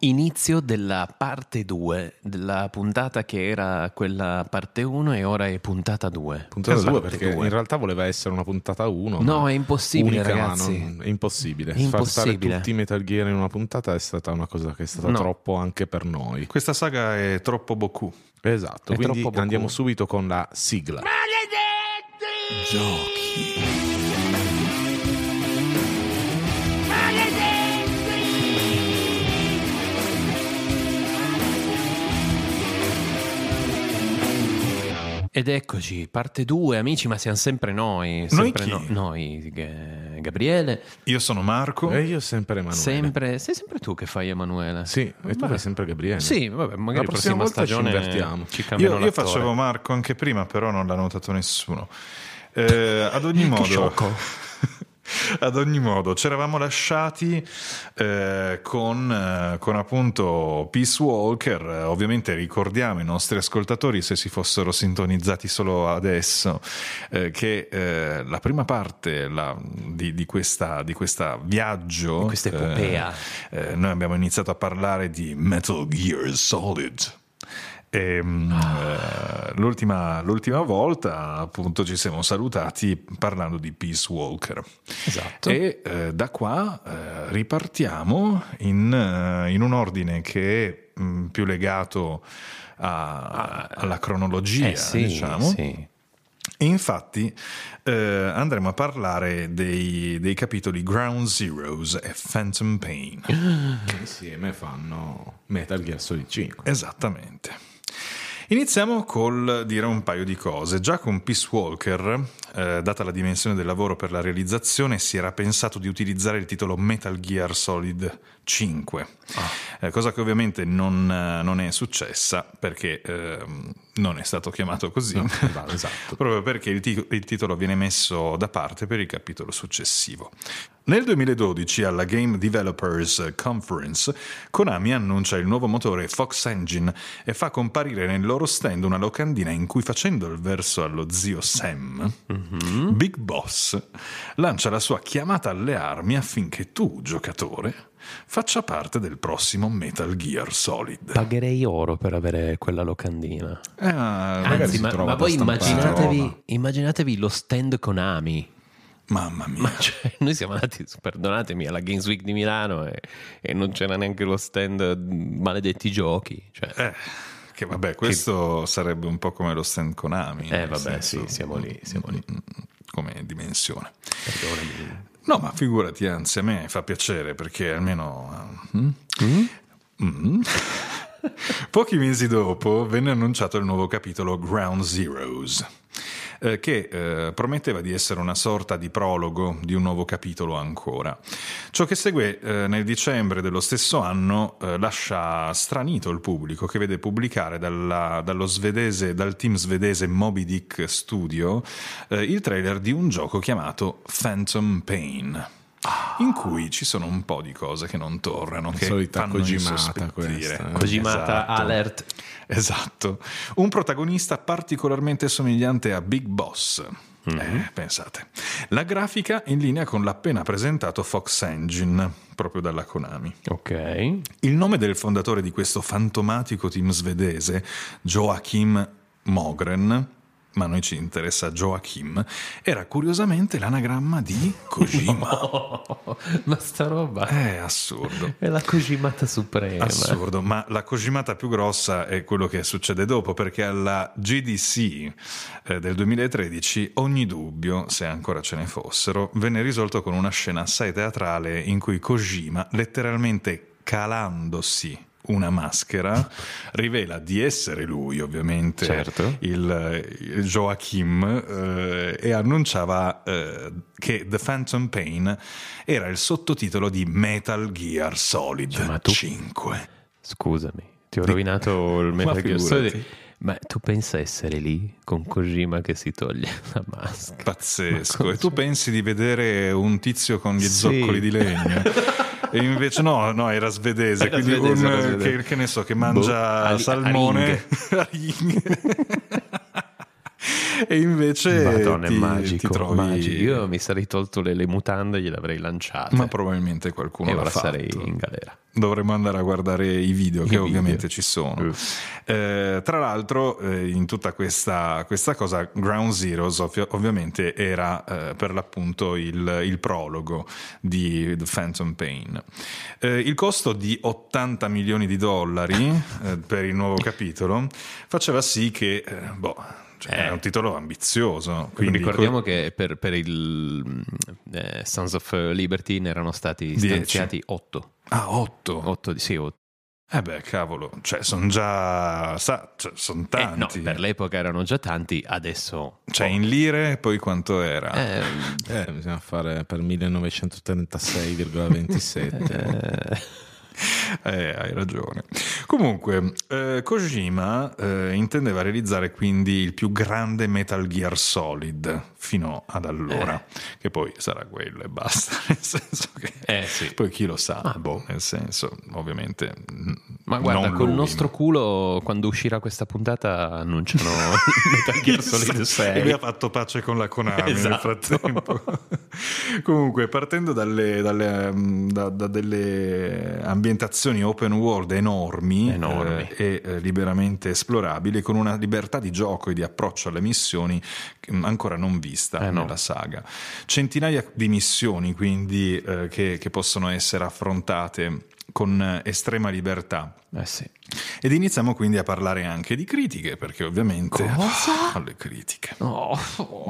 S7: Inizio della parte 2 della puntata che era quella parte 1 e ora è puntata 2.
S8: Puntata
S7: Eh,
S8: 2
S7: parte
S8: perché
S7: due.
S8: Esatto, in realtà voleva essere una puntata 1.
S7: No, è impossibile, ragazzi.
S8: è impossibile.
S7: È
S8: Far stare
S7: impossibile.
S8: tutti i Metal Gear in una puntata è stata una cosa che è stata
S7: No.
S8: troppo anche per noi.
S9: Questa saga è troppo Boku.
S8: Esatto,
S9: È
S8: quindi
S9: troppo Goku.
S8: andiamo subito con la sigla.
S7: Ed eccoci, parte 2, amici, ma siamo sempre noi. Sempre
S9: chi?
S7: no- noi, G- Gabriele.
S9: Io sono Marco.
S8: E io sempre Emanuele.
S7: Sempre, sei sempre tu che fai Emanuele.
S8: Sì, e tu
S7: Vabbè.
S8: fai sempre Gabriele.
S7: Sì, vabbè,
S8: La
S7: Eh, magari la
S8: prossima
S7: prossima,
S8: volta ci
S7: stagione
S8: invertiamo.
S7: ci
S9: Io,
S7: cambiano
S9: io
S7: l'attore.
S9: facevo Marco anche prima, però non l'ha notato nessuno. Eh, ad ogni modo,
S7: sciocco.
S9: ad ogni modo, ci eravamo lasciati eh, con, eh, con appunto Peace Walker. Eh, Ovviamente ricordiamo i nostri ascoltatori, se si fossero sintonizzati solo adesso, eh, che eh, la prima parte la- di, di questa, di questa viaggio,
S7: Di questa epopea.
S9: eh, noi abbiamo iniziato a parlare di Metal Gear Solid. E, mm, eh, l'ultima, l'ultima volta appunto ci siamo salutati parlando di Peace Walker
S7: Esatto.
S9: e eh, da qua eh, ripartiamo in, eh, in un ordine che è mm, più legato
S8: Ah,
S9: a- alla cronologia
S7: Eh sì,
S9: diciamo
S7: sì.
S9: e Infatti eh, andremo a parlare dei, dei capitoli Ground Zeroes e Phantom
S8: *gasps*
S9: Pain.
S8: Insieme fanno Metal Gear Solid 5.
S9: Esattamente. Iniziamo col dire un paio di cose. Già con Peace Walker, eh, data la dimensione del lavoro per la realizzazione, si era pensato di utilizzare il titolo Metal Gear Solid 5, Eh, cosa che ovviamente non, eh, non è successa perché ehm, non è stato chiamato così, *laughs*
S8: esatto.
S9: proprio perché il, ti- il titolo viene messo da parte per il capitolo successivo. Nel 2012 alla Game Developers Conference Konami annuncia il nuovo motore Fox Engine e fa comparire nel loro stand una locandina in cui facendo il verso allo zio Sam,
S7: Mm-hmm.
S9: Big Boss lancia la sua chiamata alle armi affinché tu, giocatore, faccia parte del prossimo Metal Gear Solid.
S7: Pagherei oro per avere quella locandina.
S9: Eh, magari
S7: Anzi,
S9: si
S7: ma,
S9: trova
S7: ma
S9: da
S7: voi
S9: stampare.
S7: immaginatevi, immaginatevi lo stand Konami.
S9: Mamma mia.
S7: Ma cioè, noi siamo andati, perdonatemi, alla Games Week di Milano e, e non c'era neanche lo stand eh, maledetti giochi. Cioè, eh,
S9: Eh, che vabbè, questo sarebbe un po' come lo stand Konami. nel
S7: Eh, vabbè,
S9: senso- mm,
S7: sì, siamo lì, siamo lì.
S9: come dimensione.
S7: Perdonami.
S9: No, ma figurati, anzi, a me fa piacere perché almeno. eh, mm? Mm. *laughs* Pochi mesi dopo venne annunciato il nuovo capitolo Ground Zeroes, eh, che eh, prometteva di essere una sorta di prologo di un nuovo capitolo ancora. Ciò che segue eh, nel dicembre dello stesso anno eh, lascia stranito il pubblico che vede pubblicare dalla- dallo svedese, dal team svedese Moby Dick Studio eh, il trailer di un gioco chiamato Phantom Pain. In cui ci sono un po' di cose che non tornano, che
S8: solita
S9: fanno
S8: Kojimata
S9: insospetire.
S8: questa, eh.
S7: Kojimata
S9: Esatto.
S7: alert.
S9: *laughs* Esatto, un protagonista particolarmente somigliante a Big Boss.
S7: Mm-hmm.
S9: Eh, pensate, la grafica in linea con l'appena presentato Fox Engine, proprio dalla Konami.
S7: Ok.
S9: Il nome del fondatore di questo fantomatico team svedese, Joachim Mogren, ma a noi ci interessa Joachim, era curiosamente l'anagramma
S7: *laughs*
S9: di Kojima.
S7: ma sta roba
S9: È assurdo.
S7: è la Kojimata suprema.
S9: Assurdo, ma la cogimata più grossa è quello che succede dopo, perché alla GDC eh, del 2013 ogni dubbio, se ancora ce ne fossero, venne risolto con una scena assai teatrale in cui Kojima, letteralmente calandosi una maschera, rivela di essere lui, ovviamente,
S7: Certo.
S9: il, il Joachim, eh, e annunciava eh, che The Phantom Pain era il sottotitolo di Metal Gear Solid
S7: Cioè, ma tu-
S9: 5.
S7: Scusami, ti ho rovinato il Metal Gear
S8: figurati.
S7: Solid. Ma tu pensa essere lì con Kojima che si toglie la maschera?
S9: Pazzesco. E tu pensi di vedere un tizio con gli zoccoli di
S7: *laughs*
S9: legno? E invece no, no, era svedese,
S7: Era
S9: quindi
S7: svedese,
S9: un,
S7: era svedese.
S9: Che, che ne so, che mangia *laughs*
S7: *laughs* Boh, ali-
S9: salmone. e E invece
S7: Madonna,
S9: ti-
S7: è magico,
S9: ti trovi-
S7: magico. Io mi sarei tolto le, le mutande e gliele avrei lanciate.
S9: Ma probabilmente qualcuno
S7: e
S9: l'ha
S7: ora
S9: fatto.
S7: sarei in galera.
S9: Dovremmo andare a guardare i video
S7: I
S9: che
S7: video.
S9: ovviamente ci sono. Eh, tra l'altro, eh, in tutta questa, questa cosa, Ground Zeroes ovvio- ovviamente era eh, per l'appunto il, il prologo di The Phantom Pain. Eh, il costo di 80 milioni di
S7: *laughs*
S9: dollari eh, per il nuovo capitolo faceva sì che, eh, boh, cioè, era un titolo ambizioso. Quindi
S7: Ricordiamo che per, per il mm, eh, Sons of Liberty ne erano stati
S9: Dieci.
S7: stanziati 8.
S9: Ah, 8?
S7: 8 di sì, 8.
S9: Eh beh, cavolo, cioè sono già... sa- cioè, son tanti.
S7: Eh, no, per l'epoca erano già tanti, adesso...
S9: Cioè, in lire poi quanto era?
S7: Eh,
S8: Eh, bisogna fare per
S7: *laughs*
S8: 1936,27.
S9: *laughs* Eh, hai ragione. Comunque, eh, Kojima eh, intendeva realizzare quindi il più grande Metal Gear Solid fino ad allora, che poi sarà quello e basta. *laughs* Nel senso che poi chi lo sa, nel senso, ovviamente. mm,
S7: Ma guarda,
S9: non
S7: col
S9: lui,
S7: nostro culo, quando uscirà questa puntata,
S9: *laughs*
S7: annunciano *laughs* Metal Gear Solid 6.
S9: E lui ha fatto pace con la Konami
S7: Esatto.
S9: nel frattempo. Comunque, partendo dalle, dalle, mm, da, da delle ambientazioni open world enormi,
S7: Enormi.
S9: eh, e eh, liberamente esplorabili, con una libertà di gioco e di approccio alle missioni che, mm, ancora non vista nella saga. Centinaia di missioni, quindi, eh, che, che possono essere affrontate con eh, estrema libertà. Ed iniziamo quindi a parlare anche di critiche, perché ovviamente Ah, le critiche.
S7: Oh, *laughs*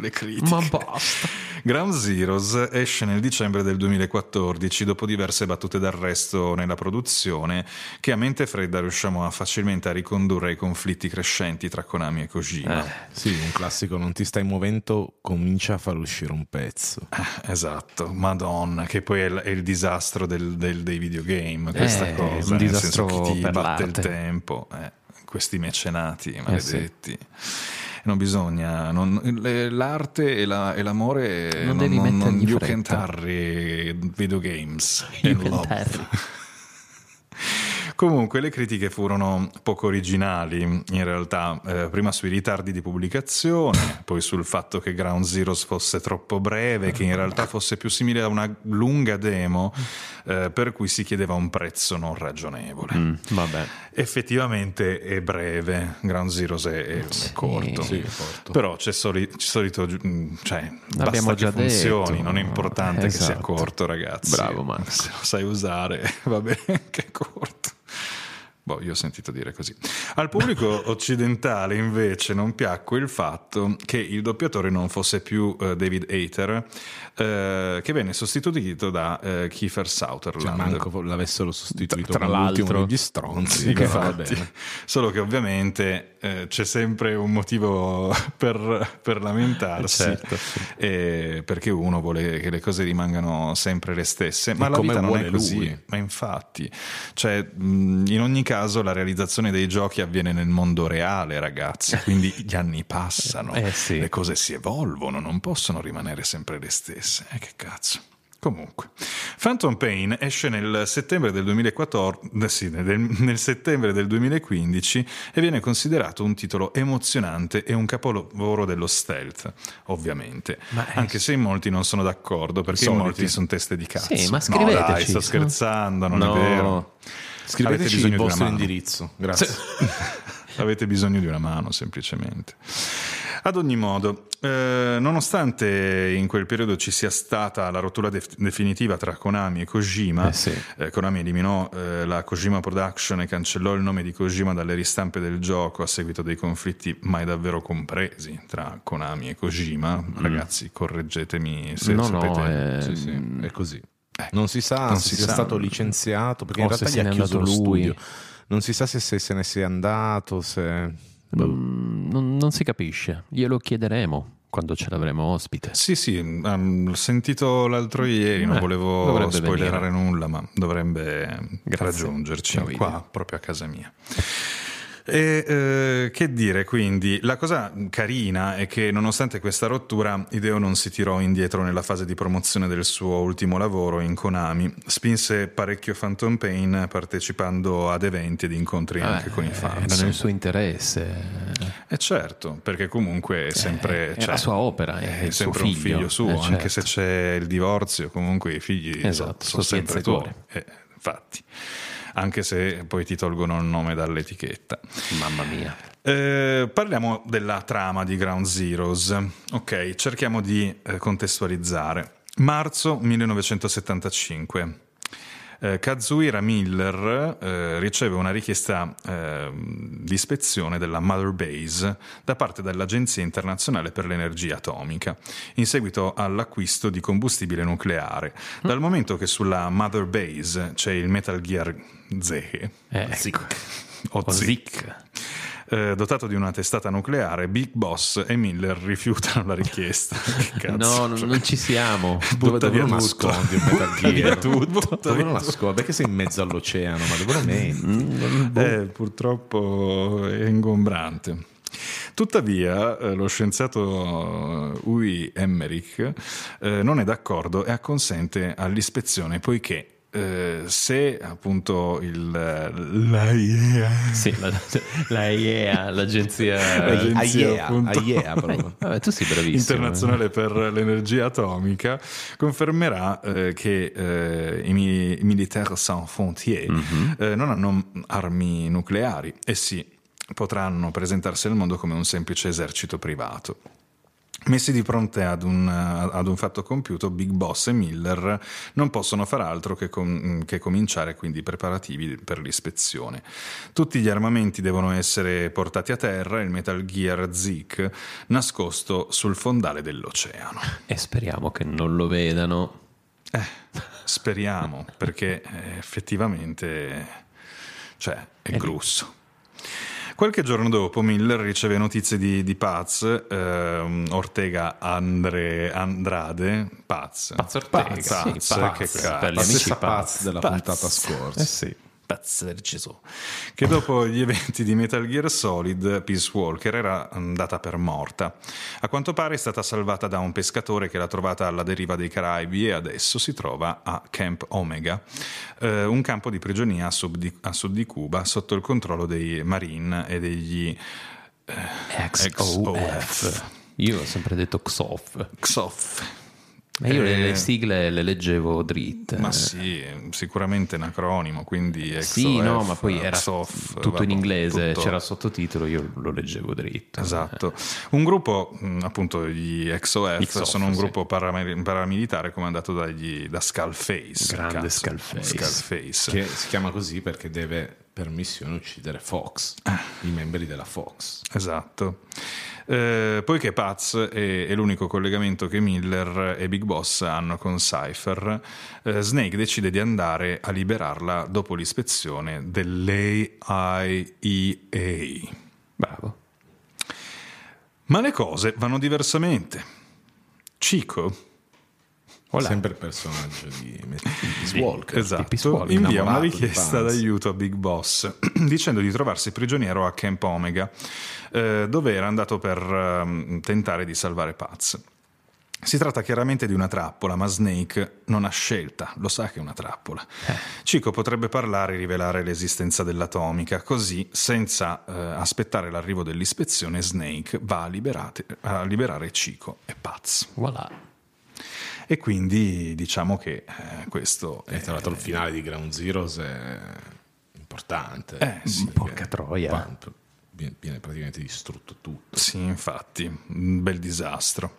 S9: le critiche. Ma
S7: basta.
S9: *laughs* Ground Zeroes esce nel dicembre del 2014 dopo diverse battute d'arresto nella produzione che a mente fredda riusciamo a facilmente a ricondurre ai conflitti crescenti tra Konami e Kojima.
S8: Eh, Sì, un classico non ti stai muovendo, comincia a far uscire un pezzo.
S9: *laughs* Esatto, Madonna, che poi è, l- è il disastro del- del- dei videogame,
S7: Eh,
S9: questa
S7: è
S9: cosa,
S7: un
S9: nel
S7: disastro
S9: senso che ti
S7: per
S9: batte il
S7: l'arte. Eh,
S9: tempo, eh, questi mecenati
S7: sì.
S9: maledetti. Non bisogna, non- le- l'arte e, la- e l'amore
S7: Non devi mettergli
S9: you eh,
S7: fretta.
S9: can't hurry videogames
S7: You
S9: and
S7: can't
S9: love.
S7: hurry.
S9: Comunque le critiche furono poco originali in realtà, eh, prima sui ritardi di pubblicazione, poi sul fatto che Ground Zeroes fosse troppo breve, che in realtà fosse più simile a una lunga demo eh, per cui si chiedeva un prezzo non ragionevole.
S7: Vabbè.
S9: Effettivamente è breve, Ground Zeroes è, è- è corto.
S8: Sì, è corto.
S9: Però c'è soli- c'è solito, mm, cioè,
S7: L'abbiamo
S9: basta che
S7: già
S9: funzioni,
S7: detto.
S9: non è importante che sia
S7: Esatto.
S9: corto ragazzi.
S7: Bravo, Max.
S9: Se lo sai usare *laughs* va bene che è corto. Boh, io ho sentito dire così. Al
S7: *laughs*
S9: pubblico occidentale, invece, non piacque il fatto che il doppiatore non fosse più eh, David Hayter, eh, che venne sostituito da eh, Kiefer
S8: Cioè,
S9: Sutherland.
S8: manco l'avessero sostituito
S9: Tra
S8: con l'ultimo
S9: l'altro.
S8: degli stronzi.
S9: Sì,
S8: però va
S9: infatti.
S8: bene.
S9: *laughs* Solo che ovviamente eh, c'è sempre un motivo *laughs* per, per lamentarsi,
S7: Certo.
S9: Eh, perché uno vuole che le cose rimangano sempre le stesse, ma
S8: E
S9: la
S8: come
S9: vita non è
S8: vuole
S9: così.
S8: lui.
S9: Ma infatti, cioè, mh, in ogni caso la realizzazione dei giochi avviene nel mondo reale, ragazzi, quindi gli anni passano,
S7: Eh sì.
S9: le cose si evolvono, non possono rimanere sempre le stesse. Eh, che cazzo. Comunque, Phantom Pain esce nel settembre del 2014, eh sì, nel, nel settembre del 2015 e viene considerato un titolo emozionante e un capolavoro dello stealth, ovviamente. Anche se in molti non sono d'accordo, perché in
S8: Soliti.
S9: molti sono teste di cazzo.
S7: Sì, ma
S9: No, dai,
S7: scriveteci.
S9: sto scherzando, non
S7: No.
S9: è vero. Avete
S8: Scriveteci
S9: bisogno
S8: il
S9: di una
S8: vostro
S9: mano. *laughs*
S8: indirizzo. Grazie.
S9: Avete bisogno di una mano, semplicemente. Ad ogni modo, eh, nonostante in quel periodo ci sia stata la rottura def- definitiva tra Konami e Kojima,
S8: Eh sì.
S9: eh, Konami eliminò eh, la Kojima Production e cancellò il nome di Kojima dalle ristampe del gioco a seguito dei conflitti mai davvero compresi tra Konami e Kojima. Ragazzi, correggetemi se
S7: No, no,
S9: sapete. Ecco.
S7: eh,
S8: Sì, sì, Mm. è così. Non si sa
S9: non
S8: se
S9: si
S8: sia
S9: sa.
S8: stato licenziato, perché
S7: O
S8: in
S7: Oh, se
S8: realtà
S7: se
S8: gli ha
S7: n'è
S8: chiuso lo
S7: andato lui.
S8: studio. Non si sa se, se se ne sia andato, se...
S7: Mm, non, non si capisce. Glielo chiederemo quando ce l'avremo ospite.
S9: Sì, sì, ehm, l'ho sentito l'altro ieri, non
S7: Eh,
S9: volevo
S7: dovrebbe
S9: spoilerare nulla, ma dovrebbe ehm,
S7: Grazie.
S9: raggiungerci
S7: Ciao, Ivi.
S9: qua, proprio a casa mia. E eh, che dire quindi, la cosa carina è che nonostante questa rottura, Ideo non si tirò indietro nella fase di promozione del suo ultimo lavoro in Konami, spinse parecchio Phantom Pain partecipando ad eventi ed incontri anche con i
S7: Eh,
S9: fan.
S7: Era nel suo interesse. eh,
S9: E certo, perché comunque è sempre... cioè,
S7: è la sua opera, è il
S9: sempre
S7: suo
S9: un figlio
S7: figlio,
S9: suo,
S7: eh,
S9: anche
S7: certo.
S9: se c'è il divorzio, comunque i figli
S7: Esatto,
S9: sono, sono
S7: sono
S9: sempre
S7: senza
S9: tuoi.
S7: cuore.
S9: Eh, infatti, anche se poi ti tolgono il nome dall'etichetta. Mamma mia. parliamo della trama di Ground Zeroes. Ok, cerchiamo di eh, contestualizzare. Marzo 1975. Eh, Kazuhira Miller eh, riceve una richiesta ehm, di ispezione della Mother Base da parte dell'Agenzia internazionale per l'energia atomica in seguito all'acquisto di combustibile nucleare. Dal momento che sulla Mother Base c'è il Metal Gear Zehe, o
S7: Eh, ecco. O
S9: Zik, eh, dotato di una testata nucleare, Big Boss e Miller rifiutano la
S7: *laughs*
S9: richiesta. Che cazzo?
S7: No, non, non ci siamo.
S9: Butta via
S7: Dove- dove lo
S9: tutto.
S7: nascondi un Metal
S9: Butta via
S7: Gear?
S9: tutto.
S8: Dove non la scuola? Perché sei in mezzo all'oceano? Ma dove la metti?
S9: Eh, purtroppo è ingombrante. Tuttavia, eh, lo scienziato eh, Uri Emmerich eh, non è d'accordo e acconsente all'ispezione poiché eh, se appunto il, la IEA
S7: Sì, la, la IEA, l'agenzia,
S9: l'agenzia appunto, *laughs*
S7: Vabbè, tu sei bravissimo. eh.
S9: internazionale per l'energia atomica confermerà eh, che eh, i mi- i militaires sans frontières
S7: Mhm.
S9: eh, non hanno armi nucleari e sì, potranno presentarsi al mondo come un semplice esercito privato. Messi di fronte ad un, ad un fatto compiuto, Big Boss e Miller non possono far altro che, com- che cominciare quindi i preparativi per l'ispezione. Tutti gli armamenti devono essere portati a terra, il Metal Gear Zeke nascosto sul fondale dell'oceano.
S7: E speriamo che non lo vedano.
S9: Speriamo, perché eh, effettivamente cioè, è grosso. Qualche giorno dopo Miller riceve notizie di, di Paz, ehm, Ortega Andre- Andrade, Paz. Paz
S7: Ortega, sì, Paz,
S9: che
S7: per
S9: cazzo.
S7: gli amici Stessa Paz Paz.
S8: della puntata scorsa.
S9: Eh sì. Paz del Gesù. Che dopo gli eventi di Metal Gear Solid, Peace Walker era mm, data per morta. A quanto pare è stata salvata da un pescatore che l'ha trovata alla deriva dei Caraibi e adesso si trova a Camp Omega, eh, un campo di prigionia a sud di, a sud di Cuba sotto il controllo dei Marine e degli eh, XOF.
S7: Io ho sempre detto XOF.
S9: XOF.
S7: Ma io le,
S9: Eh.
S7: le sigle le leggevo dritte.
S9: Ma sì, sicuramente è un acronimo, quindi XOF.
S7: Sì, no, ma poi era
S9: XOF,
S7: tutto in
S9: vabbè,
S7: inglese,
S9: tutto-
S7: c'era il sottotitolo, io lo leggevo dritto.
S9: Esatto. Un gruppo, mh, appunto, gli XOF,
S7: XOF,
S9: sono un
S7: sì.
S9: gruppo paramil- paramilitare comandato dagli, da Skullface.
S7: Grande
S9: cazzo.
S7: Skullface.
S9: Skullface.
S8: Che si chiama così perché deve per missione uccidere Fox,
S7: Ah.
S8: i membri della Fox.
S9: Esatto. Eh, poiché Paz è, è l'unico collegamento che Miller e Big Boss hanno con Cypher, eh, Snake decide di andare a liberarla dopo l'ispezione dell'AIEA.
S7: Bravo.
S9: Ma le cose vanno diversamente. Chico,
S8: Sempre il personaggio di Miss Walker.
S9: Esatto.
S7: Peace Walker,
S9: invia una
S8: innamorato di
S9: richiesta
S8: Paz.
S9: d'aiuto a Big Boss *clears throat* dicendo di trovarsi prigioniero a Camp Omega, eh, dove era andato per ehm, tentare di salvare Paz. Si tratta chiaramente di una trappola, ma Snake non ha scelta, lo sa che è una trappola.
S7: Eh.
S9: Chico potrebbe parlare e rivelare l'esistenza dell'atomica, così, senza eh, aspettare l'arrivo dell'ispezione, Snake va a, liberate- a liberare Chico e Paz.
S7: Voilà.
S9: E quindi diciamo che eh, questo
S8: E
S9: è
S8: tra l'altro il finale di Ground Zeroes è importante.
S9: Eh, sì,
S8: porca
S7: troia.
S8: Viene viene praticamente distrutto tutto.
S9: Sì, infatti, un bel disastro.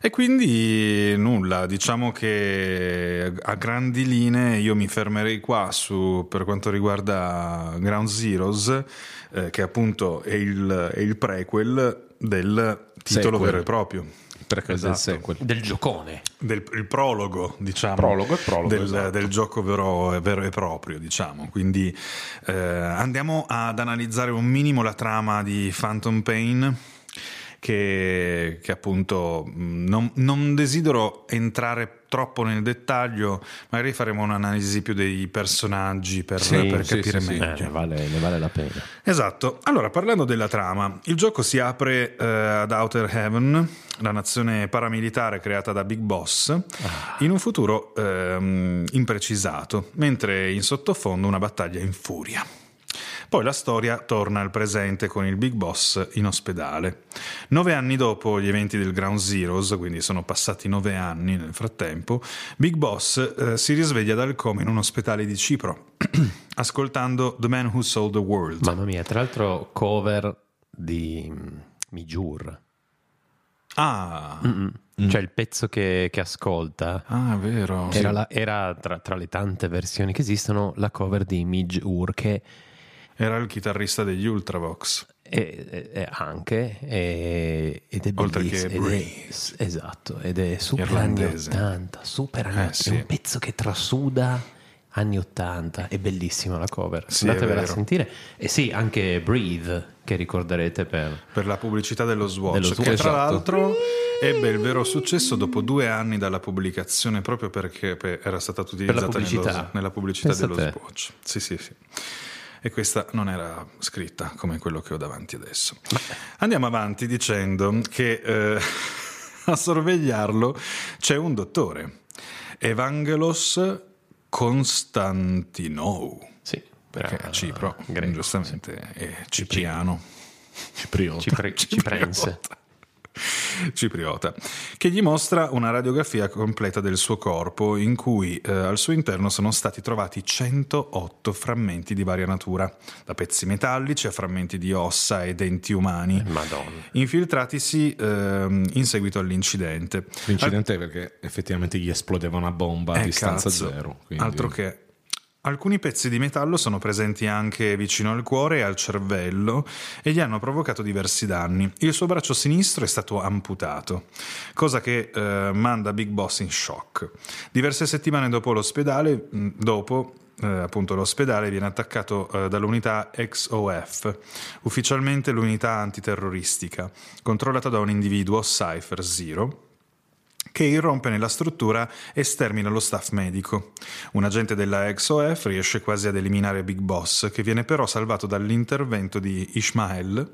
S9: E quindi nulla, diciamo che a grandi linee io mi fermerei qua su, per quanto riguarda Ground Zeroes, eh, che appunto è il, è il prequel del titolo
S8: Sequel.
S9: vero e proprio.
S8: Perché
S9: Esatto.
S8: del sequel.
S7: Del giocone.
S9: Del, il prologo, diciamo,
S8: Prologo e prologo,
S9: del,
S8: esatto.
S9: del gioco vero, vero e proprio, diciamo. Quindi eh, andiamo ad analizzare un minimo la trama di Phantom Pain. Che, che appunto mh, non, non desidero entrare troppo nel dettaglio, magari faremo un'analisi più dei personaggi per, per capire meglio.
S7: Eh,
S8: Eh,
S7: vale, la pena.
S9: Esatto, allora parlando della trama, il gioco si apre eh, ad Outer Heaven, la nazione paramilitare creata da Big Boss,
S7: Ah.
S9: in un futuro ehm, imprecisato, mentre in sottofondo una battaglia in furia. Poi la storia torna al presente con il Big Boss in ospedale. Nove anni dopo gli eventi del Ground Zeroes, quindi sono passati nove anni nel frattempo, Big Boss eh, si risveglia dal coma in un ospedale di Cipro, *clears throat* ascoltando The Man Who Sold the World.
S7: Mamma mia, tra l'altro cover di mm, Mijur.
S9: Ah,
S7: Cioè il pezzo che, che ascolta
S9: ah, è vero.
S7: era, era tra, tra le tante versioni che esistono la cover di Mijur che
S9: Era il chitarrista degli Ultravox.
S7: è, è- è anche è- ed è
S9: Oltre che
S7: bellissimo, ed è- s- esatto, ed è super anni
S9: Irlandese.
S7: 80, super anni
S9: Eh,
S7: 80,
S9: sì.
S7: è un pezzo che trasuda anni 80, è bellissima la cover.
S9: Sì, è
S7: Andatevela a
S9: vero.
S7: sentire. E sì, anche Breathe che ricorderete per
S9: per la pubblicità dello Swatch,
S7: Dello
S9: che
S7: Swatch,
S9: tra
S7: esatto.
S9: l'altro ebbe il vero successo dopo due anni dalla pubblicazione proprio perché pe- era stata utilizzata nello-
S7: pubblicità.
S9: nella pubblicità
S7: Pensa
S9: dello
S7: a te.
S9: Swatch. Sì, sì, sì. E questa non era scritta come quello che ho davanti adesso. Andiamo avanti dicendo che eh, *laughs* a sorvegliarlo c'è un dottore, Evangelos Constantinou.
S7: Sì.
S9: Perché a Cipro, giustamente, è cipriano.
S7: Cipriota.
S9: *laughs*
S7: Cipri- Ciprense.
S9: cipriota, che gli mostra una radiografia completa del suo corpo in cui eh, al suo interno sono stati trovati 108 frammenti di varia natura, da pezzi metallici a frammenti di ossa e denti
S8: Eh,
S9: umani,
S7: Madonna.
S9: infiltratisi ehm, in seguito all'incidente.
S8: L'incidente è perché effettivamente gli esplodeva una bomba a
S9: Eh,
S8: distanza
S9: cazzo.
S8: zero. quindi-
S9: Altro che.
S7: eh,
S9: Alcuni pezzi di metallo sono presenti anche vicino al cuore e al cervello e gli hanno provocato diversi danni. Il suo braccio sinistro è stato amputato, cosa che eh, manda Big Boss in shock. Diverse settimane dopo l'ospedale, mh, dopo, eh, appunto l'ospedale viene attaccato eh, dall'unità XOF, ufficialmente l'unità antiterroristica, controllata da un individuo, Cypher Zero, che irrompe nella struttura e stermina lo staff medico. Un agente della XOF riesce quasi ad eliminare Big Boss, che viene però salvato dall'intervento di Ishmael,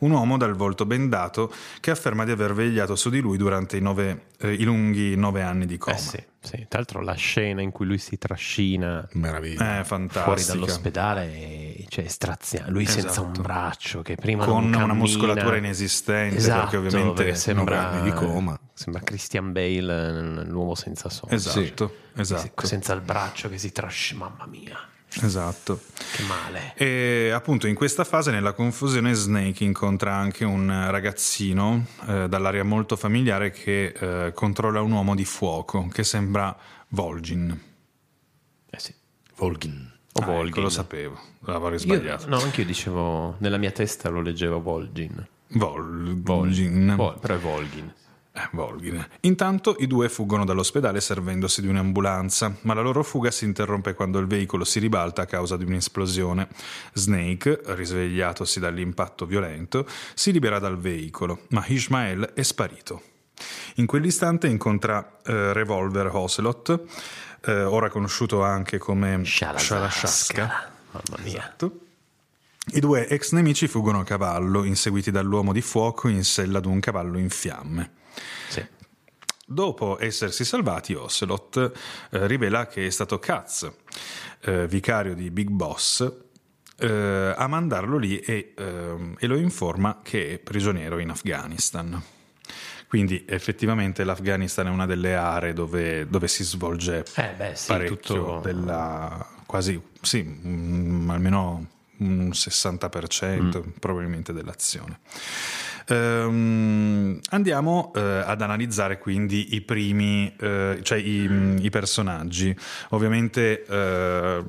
S9: un uomo dal volto bendato che afferma di aver vegliato su di lui durante i, nove- eh, i lunghi nove anni di coma.
S7: Eh sì, sì. Tra l'altro la scena in cui lui si trascina eh,
S8: Meraviglia.
S9: È fantastica.
S7: fuori dall'ospedale è- cioè, è straziante. Lui senza
S9: Esatto.
S7: un braccio che prima
S9: Con
S7: non
S9: una
S7: cammina.
S9: muscolatura inesistente,
S7: Esatto,
S9: perché ovviamente
S7: perché sembra,
S8: nove anni di coma.
S7: Sembra Christian Bale, eh, l'uomo senza sonno.
S9: Esatto, esatto,
S7: Senza il braccio che si trascina. Mamma mia,
S9: esatto.
S7: che male.
S9: E appunto in questa fase, nella confusione, Snake incontra anche un ragazzino eh, dall'aria molto familiare che eh, controlla un uomo di fuoco che sembra Volgin.
S7: Eh sì.
S8: Volgin.
S7: O
S9: Ah,
S7: Volgin.
S9: ecco, lo sapevo, l'avrei
S7: Io-
S9: sbagliato.
S7: no, anche io dicevo, nella mia testa lo leggevo Volgin.
S9: Vol- Volgin.
S7: Vol- però è Volgin.
S9: Eh, Volgin. Intanto i due fuggono dall'ospedale servendosi di un'ambulanza, ma la loro fuga si interrompe quando il veicolo si ribalta a causa di un'esplosione. Snake, risvegliatosi dall'impatto violento, si libera dal veicolo, ma Ishmael è sparito. In quell'istante incontra eh, Revolver Ocelot, eh, ora conosciuto anche come Shalashaska.
S7: Mamma mia.
S9: Esatto. I due ex nemici fuggono a cavallo, inseguiti dall'uomo di fuoco in sella ad un cavallo in fiamme.
S7: Sì.
S9: Dopo essersi salvati, Ocelot eh, rivela che è stato Katz, eh, vicario di Big Boss, eh, a mandarlo lì e, ehm, e lo informa che è prigioniero in Afghanistan. Quindi effettivamente l'Afghanistan è una delle aree dove, dove si svolge
S7: Eh, beh, sì,
S9: parecchio
S7: tutto-
S9: della quasi sì, mm, almeno un
S7: Mm.
S9: 60% probabilmente dell'azione. Ehm, andiamo eh, ad analizzare quindi i primi, eh, cioè i, i personaggi. Ovviamente eh,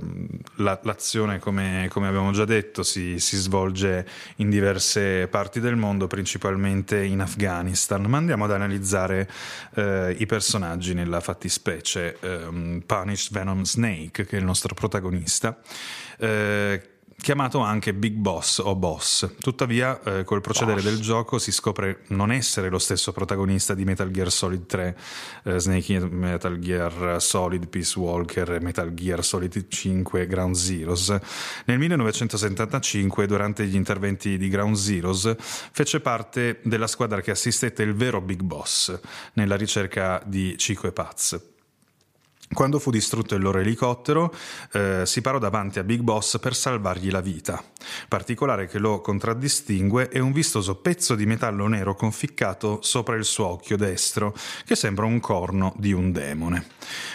S9: la- l'azione, come, come abbiamo già detto, si, si svolge in diverse parti del mondo, principalmente in Afghanistan, ma andiamo ad analizzare eh, i personaggi nella fattispecie. Ehm, Punished Venom Snake, che è il nostro protagonista. eh, chiamato anche Big Boss o Boss. Tuttavia, eh, col procedere del gioco si scopre non essere lo stesso protagonista di Metal Gear Solid 3, eh, Snake in Metal Gear Solid, Peace Walker e Metal Gear Solid 5 Ground Zeroes. Nel 1975, durante gli interventi di Ground Zeroes, fece parte della squadra che assistette il vero Big Boss nella ricerca di Chico e Paz Quando fu distrutto il loro elicottero, eh, si parò davanti a Big Boss per salvargli la vita. Particolare che lo contraddistingue è un vistoso pezzo di metallo nero conficcato sopra il suo occhio destro, che sembra un corno di un demone.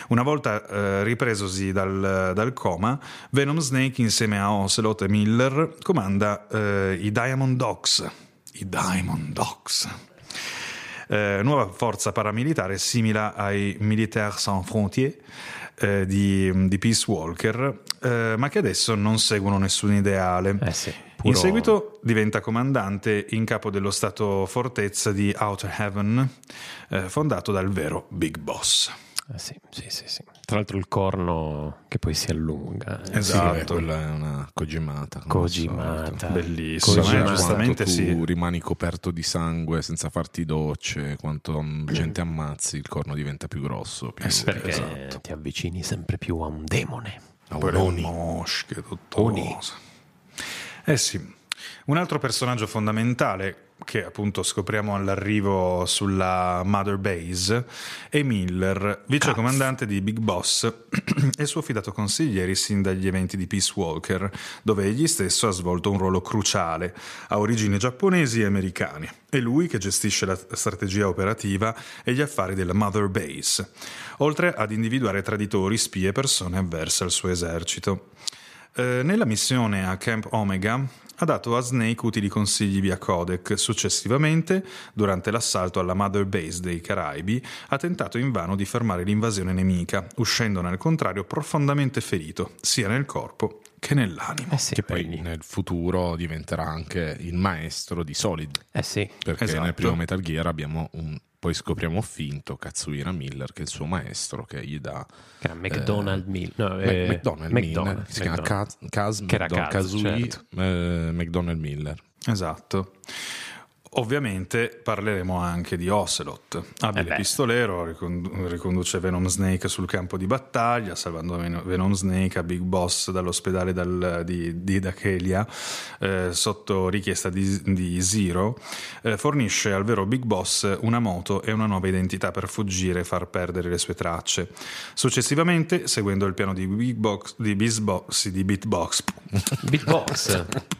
S9: Una volta eh, ripresosi dal, dal coma, Venom Snake insieme a Ocelot e Miller comanda eh, i Diamond Dogs. I Diamond Dogs. Eh, nuova forza paramilitare simile ai Militaires Sans Frontières eh, di, di Peace Walker, eh, ma che adesso non seguono nessun ideale.
S7: Eh puro-
S9: In seguito diventa comandante in capo dello stato fortezza di Outer Heaven, eh, fondato dal vero Big Boss.
S7: Eh sì, sì, sì, sì. Tra l'altro il corno che poi si allunga. eh.
S8: Esatto, quella è una cogimata.
S7: Cogimata.
S8: Bellissimo.
S7: Cogimata.
S8: Cioè, giustamente
S7: Giustamente
S8: tu
S7: sì.
S8: rimani coperto di sangue senza farti docce, quanto mm, gente ammazzi, il corno diventa più grosso. Più, Esatto.
S7: perché ti avvicini sempre più a un demone. Oni.
S9: mosche, tutto cosa. Eh sì. Un altro personaggio fondamentale che appunto scopriamo all'arrivo sulla Mother Base è Miller, vicecomandante di Big Boss *clears throat* e suo fidato consigliere sin dagli eventi di Peace Walker, dove egli stesso ha svolto un ruolo cruciale, ha origini giapponesi e americane. È lui che gestisce la strategia operativa e gli affari della Mother Base, oltre ad individuare traditori, spie e persone avverse al suo esercito. Eh, nella missione a Camp Omega ha dato a Snake utili consigli via codec. Successivamente, durante l'assalto alla Mother Base dei Caraibi, ha tentato invano di fermare l'invasione nemica, uscendone al contrario profondamente ferito, sia nel corpo che nell'anima.
S8: che poi nel futuro diventerà anche il maestro di Solid.
S7: Eh sì.
S8: Perché
S9: Esatto.
S8: nel primo Metal Gear abbiamo un. Poi scopriamo finto Katsuhira Miller, che è il suo maestro, che gli dà.
S7: Che era McDonald Miller. No,
S8: Mac-
S7: eh,
S8: McDonald
S7: McDonald,
S8: Miller. Si chiama
S7: McDonald.
S8: Kaz, Kaz
S7: Che era
S8: McDon-
S7: Kaz,
S8: Kazui,
S7: certo.
S8: eh, McDonald Miller.
S9: Esatto. Ovviamente parleremo anche di Ocelot, abile pistolero, ricond- riconduce Venom Snake sul campo di battaglia, salvando Ven- Venom Snake a Big Boss dall'ospedale dal- di, di Dachelia, eh, sotto richiesta di, di Zero, eh, fornisce al vero Big Boss una moto e una nuova identità per fuggire e far perdere le sue tracce. Successivamente, seguendo il piano di, Big Box, di, Bisbo- sì, di Beatbox,
S7: Beatbox.
S9: *laughs*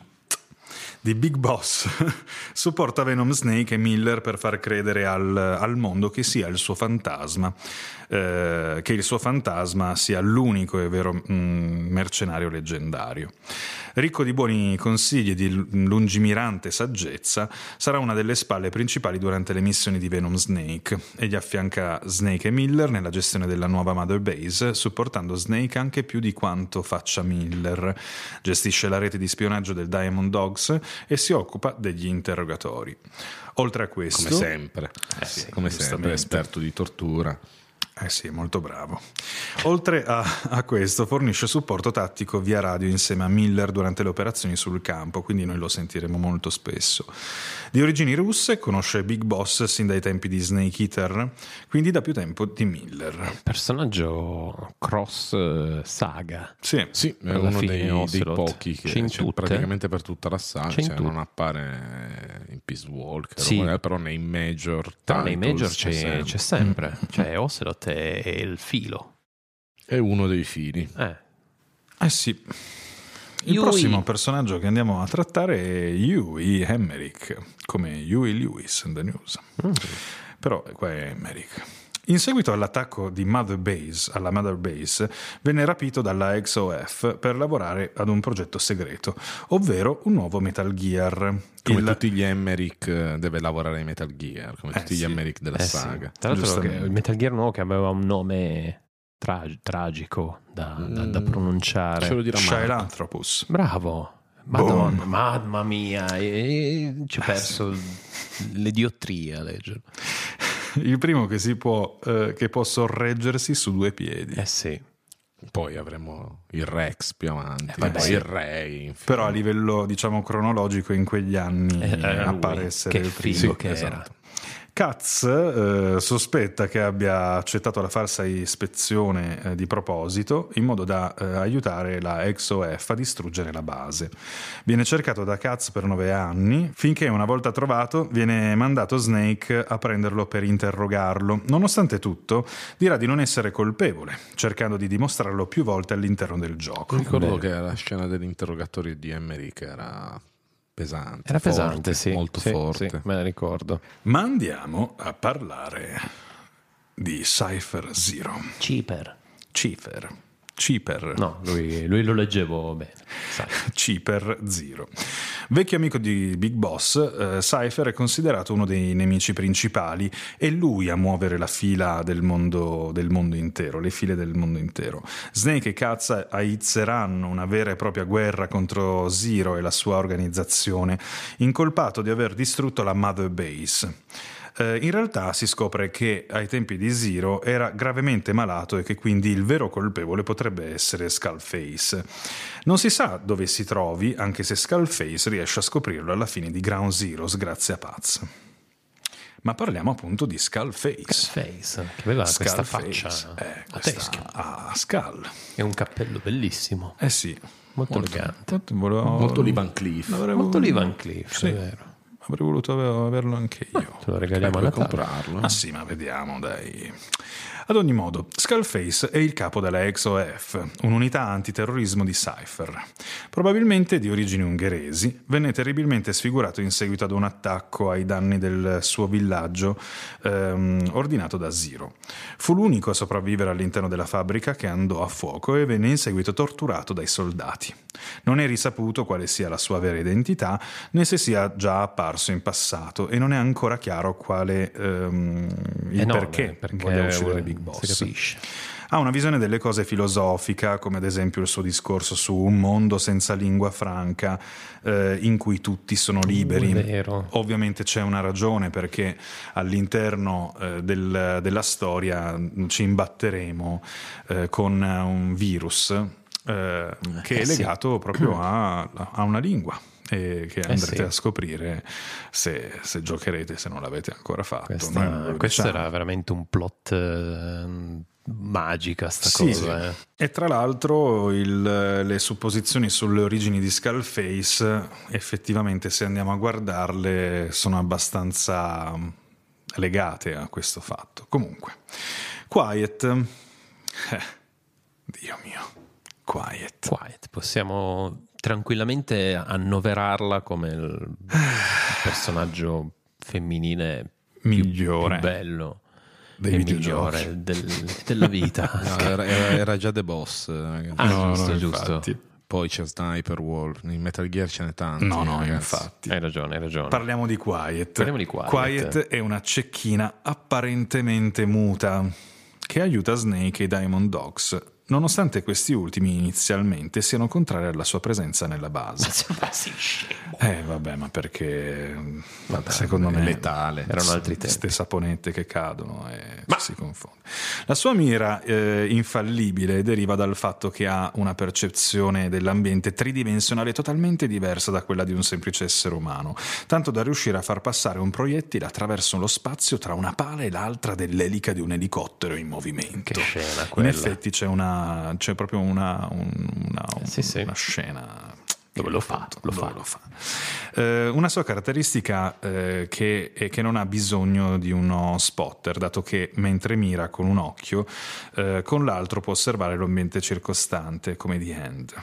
S9: di Big Boss *laughs* supporta Venom Snake e Miller per far credere al, al mondo che sia il suo fantasma, eh, che il suo fantasma sia l'unico e vero mm, mercenario leggendario. Ricco di buoni consigli e di l- lungimirante saggezza, sarà una delle spalle principali durante le missioni di Venom Snake e gli affianca Snake e Miller nella gestione della nuova Mother Base, supportando Snake anche più di quanto faccia Miller. Gestisce la rete di spionaggio del Diamond Dogs e si occupa degli interrogatori. Oltre a questo,
S8: Come sempre,
S9: Eh sì,
S8: come sempre,
S9: giustamente.
S8: esperto di tortura.
S9: Eh sì, molto bravo. Oltre a, a questo, fornisce supporto tattico via radio insieme a Miller durante le operazioni sul campo, quindi noi lo sentiremo molto spesso. Di origini russe, conosce Big Boss sin dai tempi di Snake Eater, quindi da più tempo di Miller.
S7: Personaggio cross eh, saga.
S9: Sì,
S8: Sì, è
S7: Alla
S8: uno
S7: fine
S8: dei, dei
S7: Ocelot.
S8: pochi che
S7: C'è in
S8: c'è
S7: tutte.
S8: praticamente per tutta la saga,
S7: C'è in
S8: cioè,
S7: tutte.
S8: non appare in Peace Walker,
S7: Sì.
S8: o qual è, però nei major,
S7: Tra nei
S8: titles Mm.
S7: major c'è, c'è sempre. Cioè Ocelot è, è il filo.
S8: È uno dei fili.
S7: Eh.
S9: Eh sì. Il
S7: Yui.
S9: prossimo personaggio che andiamo a trattare è Huey Emmerich, come Huey Lewis in The News. Però qua è Emmerich. In seguito all'attacco di Mother Base, alla Mother Base, venne rapito dalla XOF per lavorare ad un progetto segreto, ovvero un nuovo Metal Gear.
S8: Come
S9: Il-
S8: tutti gli Emmerich eh, deve lavorare ai Metal Gear, come
S9: Eh
S8: tutti
S9: sì.
S8: gli Emmerich della
S7: Eh sì.
S8: saga.
S7: Tra l'altro
S8: Giustamente.
S7: che- il Metal Gear nuovo che aveva un nome tra- tragico da, da- da pronunciare.
S8: Ce lo dirà Marco.
S9: Shailanthropus.
S7: Bravo. Madonna, mamma mia, e- e ci ho perso *laughs* le diottrie a leggerlo.
S9: Il primo che, si può, eh, che può sorreggersi su due piedi.
S7: Eh sì,
S8: Poi avremo il Rex più
S7: Eh,
S8: avanti,
S9: vabbè,
S8: poi
S9: sì.
S8: il Re. infine.
S9: Però a livello, diciamo, cronologico in quegli anni
S8: Mm,
S7: Eh, era lui.
S9: appare essere
S7: Che
S8: esatto.
S9: il primo.
S7: figo che era.
S9: Katz eh, sospetta che abbia accettato la farsa ispezione eh, di proposito in modo da eh, aiutare la ex-OF a distruggere la base. Viene cercato da Katz per nove anni, finché una volta trovato viene mandato Snake a prenderlo per interrogarlo. Nonostante tutto, dirà di non essere colpevole, cercando di dimostrarlo più volte all'interno del gioco.
S8: Ricordo che la scena dell'interrogatorio di Emery che era pesante.
S7: Era
S8: forte,
S7: pesante, sì.
S8: Molto
S7: Sì,
S8: forte.
S7: sì, me la ricordo.
S9: Ma andiamo a parlare di Cypher Zero.
S3: Cheaper.
S9: Cifer. Ciper.
S7: No, lui, lui lo leggevo bene.
S9: *laughs* Ciper Zero. Vecchio amico di Big Boss, eh, Cypher è considerato uno dei nemici principali e lui a muovere la fila del mondo, del mondo intero, le file del mondo intero. Snake e Katz aizzeranno una vera e propria guerra contro Zero e la sua organizzazione, incolpato di aver distrutto la Mother Base. Eh, in realtà si scopre che ai tempi di Zero era gravemente malato e che quindi il vero colpevole potrebbe essere Skullface. Non si sa dove si trovi, anche se Skullface riesce a scoprirlo alla fine di Ground Zeroes grazie a Paz. Ma parliamo appunto di Skullface.
S7: Face, che aveva questa
S9: Skullface,
S7: faccia
S9: eh,
S7: a
S9: questa-
S7: teschio.
S9: a Skull.
S7: È un cappello bellissimo.
S9: Eh sì.
S7: Molto elegante.
S8: Molto Lee Van Cleef.
S9: L'avrei voluto-
S7: Molto Lee Van Cleef,
S9: sì.
S7: è vero.
S9: Avrei voluto ave- averlo anche io.
S7: Te lo regaliamo a
S8: puoi
S7: Natale.
S8: comprarlo.
S9: Ma Ah, sì, ma vediamo, dai. Ad ogni modo, Skullface è il capo della EXO-F, un'unità antiterrorismo di Cypher. Probabilmente di origini ungheresi, venne terribilmente sfigurato in seguito ad un attacco ai danni del suo villaggio ehm, ordinato da Zero. Fu l'unico a sopravvivere all'interno della fabbrica che andò a fuoco e venne in seguito torturato dai soldati. Non è risaputo quale sia la sua vera identità, né se sia già apparso in passato e non è ancora chiaro quale ehm, il
S10: E
S7: Eh no,
S9: perché,
S7: eh, perché
S9: voglia uscire da
S7: eh,
S9: Big
S7: si
S9: Boss.
S7: capisce.
S9: Ha una visione delle cose filosofica, come ad esempio il suo discorso su un mondo senza lingua franca eh, in cui tutti sono liberi.
S7: è Mm, vero.
S9: Ovviamente c'è una ragione perché all'interno eh, del- della storia mh, ci imbatteremo eh, con eh, un virus eh, che
S7: Eh
S9: è
S7: sì.
S9: legato proprio a, a una lingua. E che andrete
S7: Eh, sì.
S9: a scoprire se, se giocherete, se non l'avete ancora fatto.
S7: Questa-
S9: Noi non lo
S7: questo
S9: diciamo.
S7: era veramente un plot eh, magica, sta
S9: Sì,
S7: cosa. eh.
S9: sì. E tra l'altro il- le supposizioni sulle origini di Skullface, effettivamente se andiamo a guardarle, sono abbastanza mm, legate a questo fatto. Comunque, Quiet. Eh, Dio mio, Quiet.
S7: Quiet, possiamo tranquillamente annoverarla come
S9: *sighs*
S7: il personaggio femminile più-
S9: Migliore.
S7: più bello
S9: Dei
S7: e
S9: videogiochi.
S7: migliore del-
S9: *laughs*
S7: della vita.
S8: *laughs* No, era, era- era già The Boss. eh, ragazzi.
S7: Ah,
S8: No,
S7: giusto,
S8: no,
S7: giusto.
S8: infatti. Poi c'è Sniper Wall. In Metal Gear ce n'è tanti.
S9: No, no,
S8: ragazzi.
S9: infatti.
S7: Hai ragione, hai ragione.
S9: Parliamo di Quiet.
S7: Parliamo di Quiet.
S9: è una cecchina apparentemente muta che aiuta Snake e i Diamond Dogs, nonostante questi ultimi inizialmente siano contrari alla sua presenza nella
S7: *laughs*
S9: base.
S7: Ma sei scemo.
S9: Eh vabbè, ma perché secondo
S8: è
S9: me
S8: letale.
S7: Erano altri tempi.
S9: Ste saponette che cadono eh.
S7: Eh,
S9: e ci si confonde. La sua mira eh, infallibile deriva dal fatto che ha una percezione dell'ambiente tridimensionale totalmente diversa da quella di un semplice essere umano, tanto da riuscire a far passare un proiettile attraverso lo spazio tra una pala e l'altra dell'elica di un elicottero in movimento.
S7: Che scena
S9: in
S7: quella.
S9: effetti c'è, una, c'è proprio una, un- una-
S7: Sì, sì.
S9: una scena
S7: Dove lo fa, lo
S9: dove
S7: fa.
S9: lo fa. Eh, una sua caratteristica eh, che è che non ha bisogno di uno spotter, dato che mentre mira con un occhio, eh, con l'altro può osservare l'ambiente circostante, come The Hand.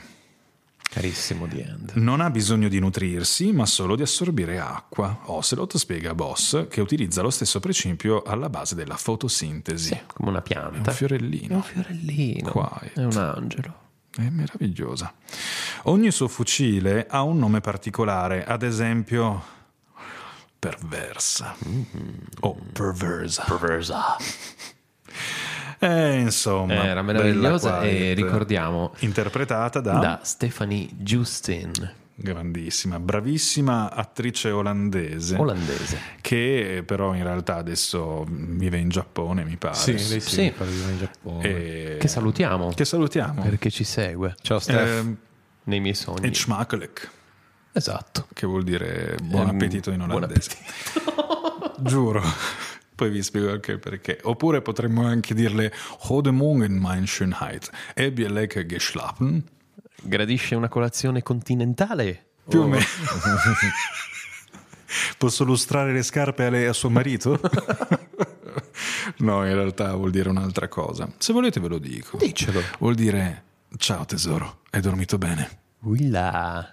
S7: Carissimo di End.
S9: Non ha bisogno di nutrirsi, ma solo di assorbire acqua. Ocelot spiega a Boss che utilizza lo stesso principio alla base della fotosintesi.
S7: Come una
S9: È
S7: pianta.
S9: un fiorellino.
S7: È un fiorellino.
S9: Quiet.
S7: È un angelo.
S9: È meravigliosa. Ogni suo fucile ha un nome particolare, ad esempio perversa o perversa.
S7: Mm-hmm. Perversa.
S9: Eh, insomma,
S7: Era
S9: bella
S7: meravigliosa e
S9: Quiet.
S7: ricordiamo
S9: interpretata da,
S7: da Stephanie Justin,
S9: grandissima, bravissima attrice olandese
S7: olandese.
S9: che però in realtà adesso vive in Giappone, mi pare.
S8: Sì, lei
S7: Sì.
S8: sì, mi pare di venire in Giappone.
S9: E-
S7: Che salutiamo
S9: che salutiamo.
S7: perché ci segue. Ciao
S9: Ehm,
S7: Nei miei sogni.
S9: e Schmakelek.
S7: Esatto.
S9: che vuol dire buon Ehm, appetito in olandese. *laughs* Giuro. Poi vi spiego anche il perché. Oppure potremmo anche dirle Heute Morgen, mein Schönheit. Ebbie lecker geschlafen?
S7: Gradisce una colazione continentale? Oh.
S9: Più o meno. Oh. *laughs*
S7: *laughs*
S9: Posso lustrare le scarpe a, lei, a suo marito? *laughs* no, in realtà vuol dire un'altra cosa. Se volete ve lo dico.
S7: Dicelo.
S9: Vuol dire ciao tesoro, hai dormito bene?
S7: Willa.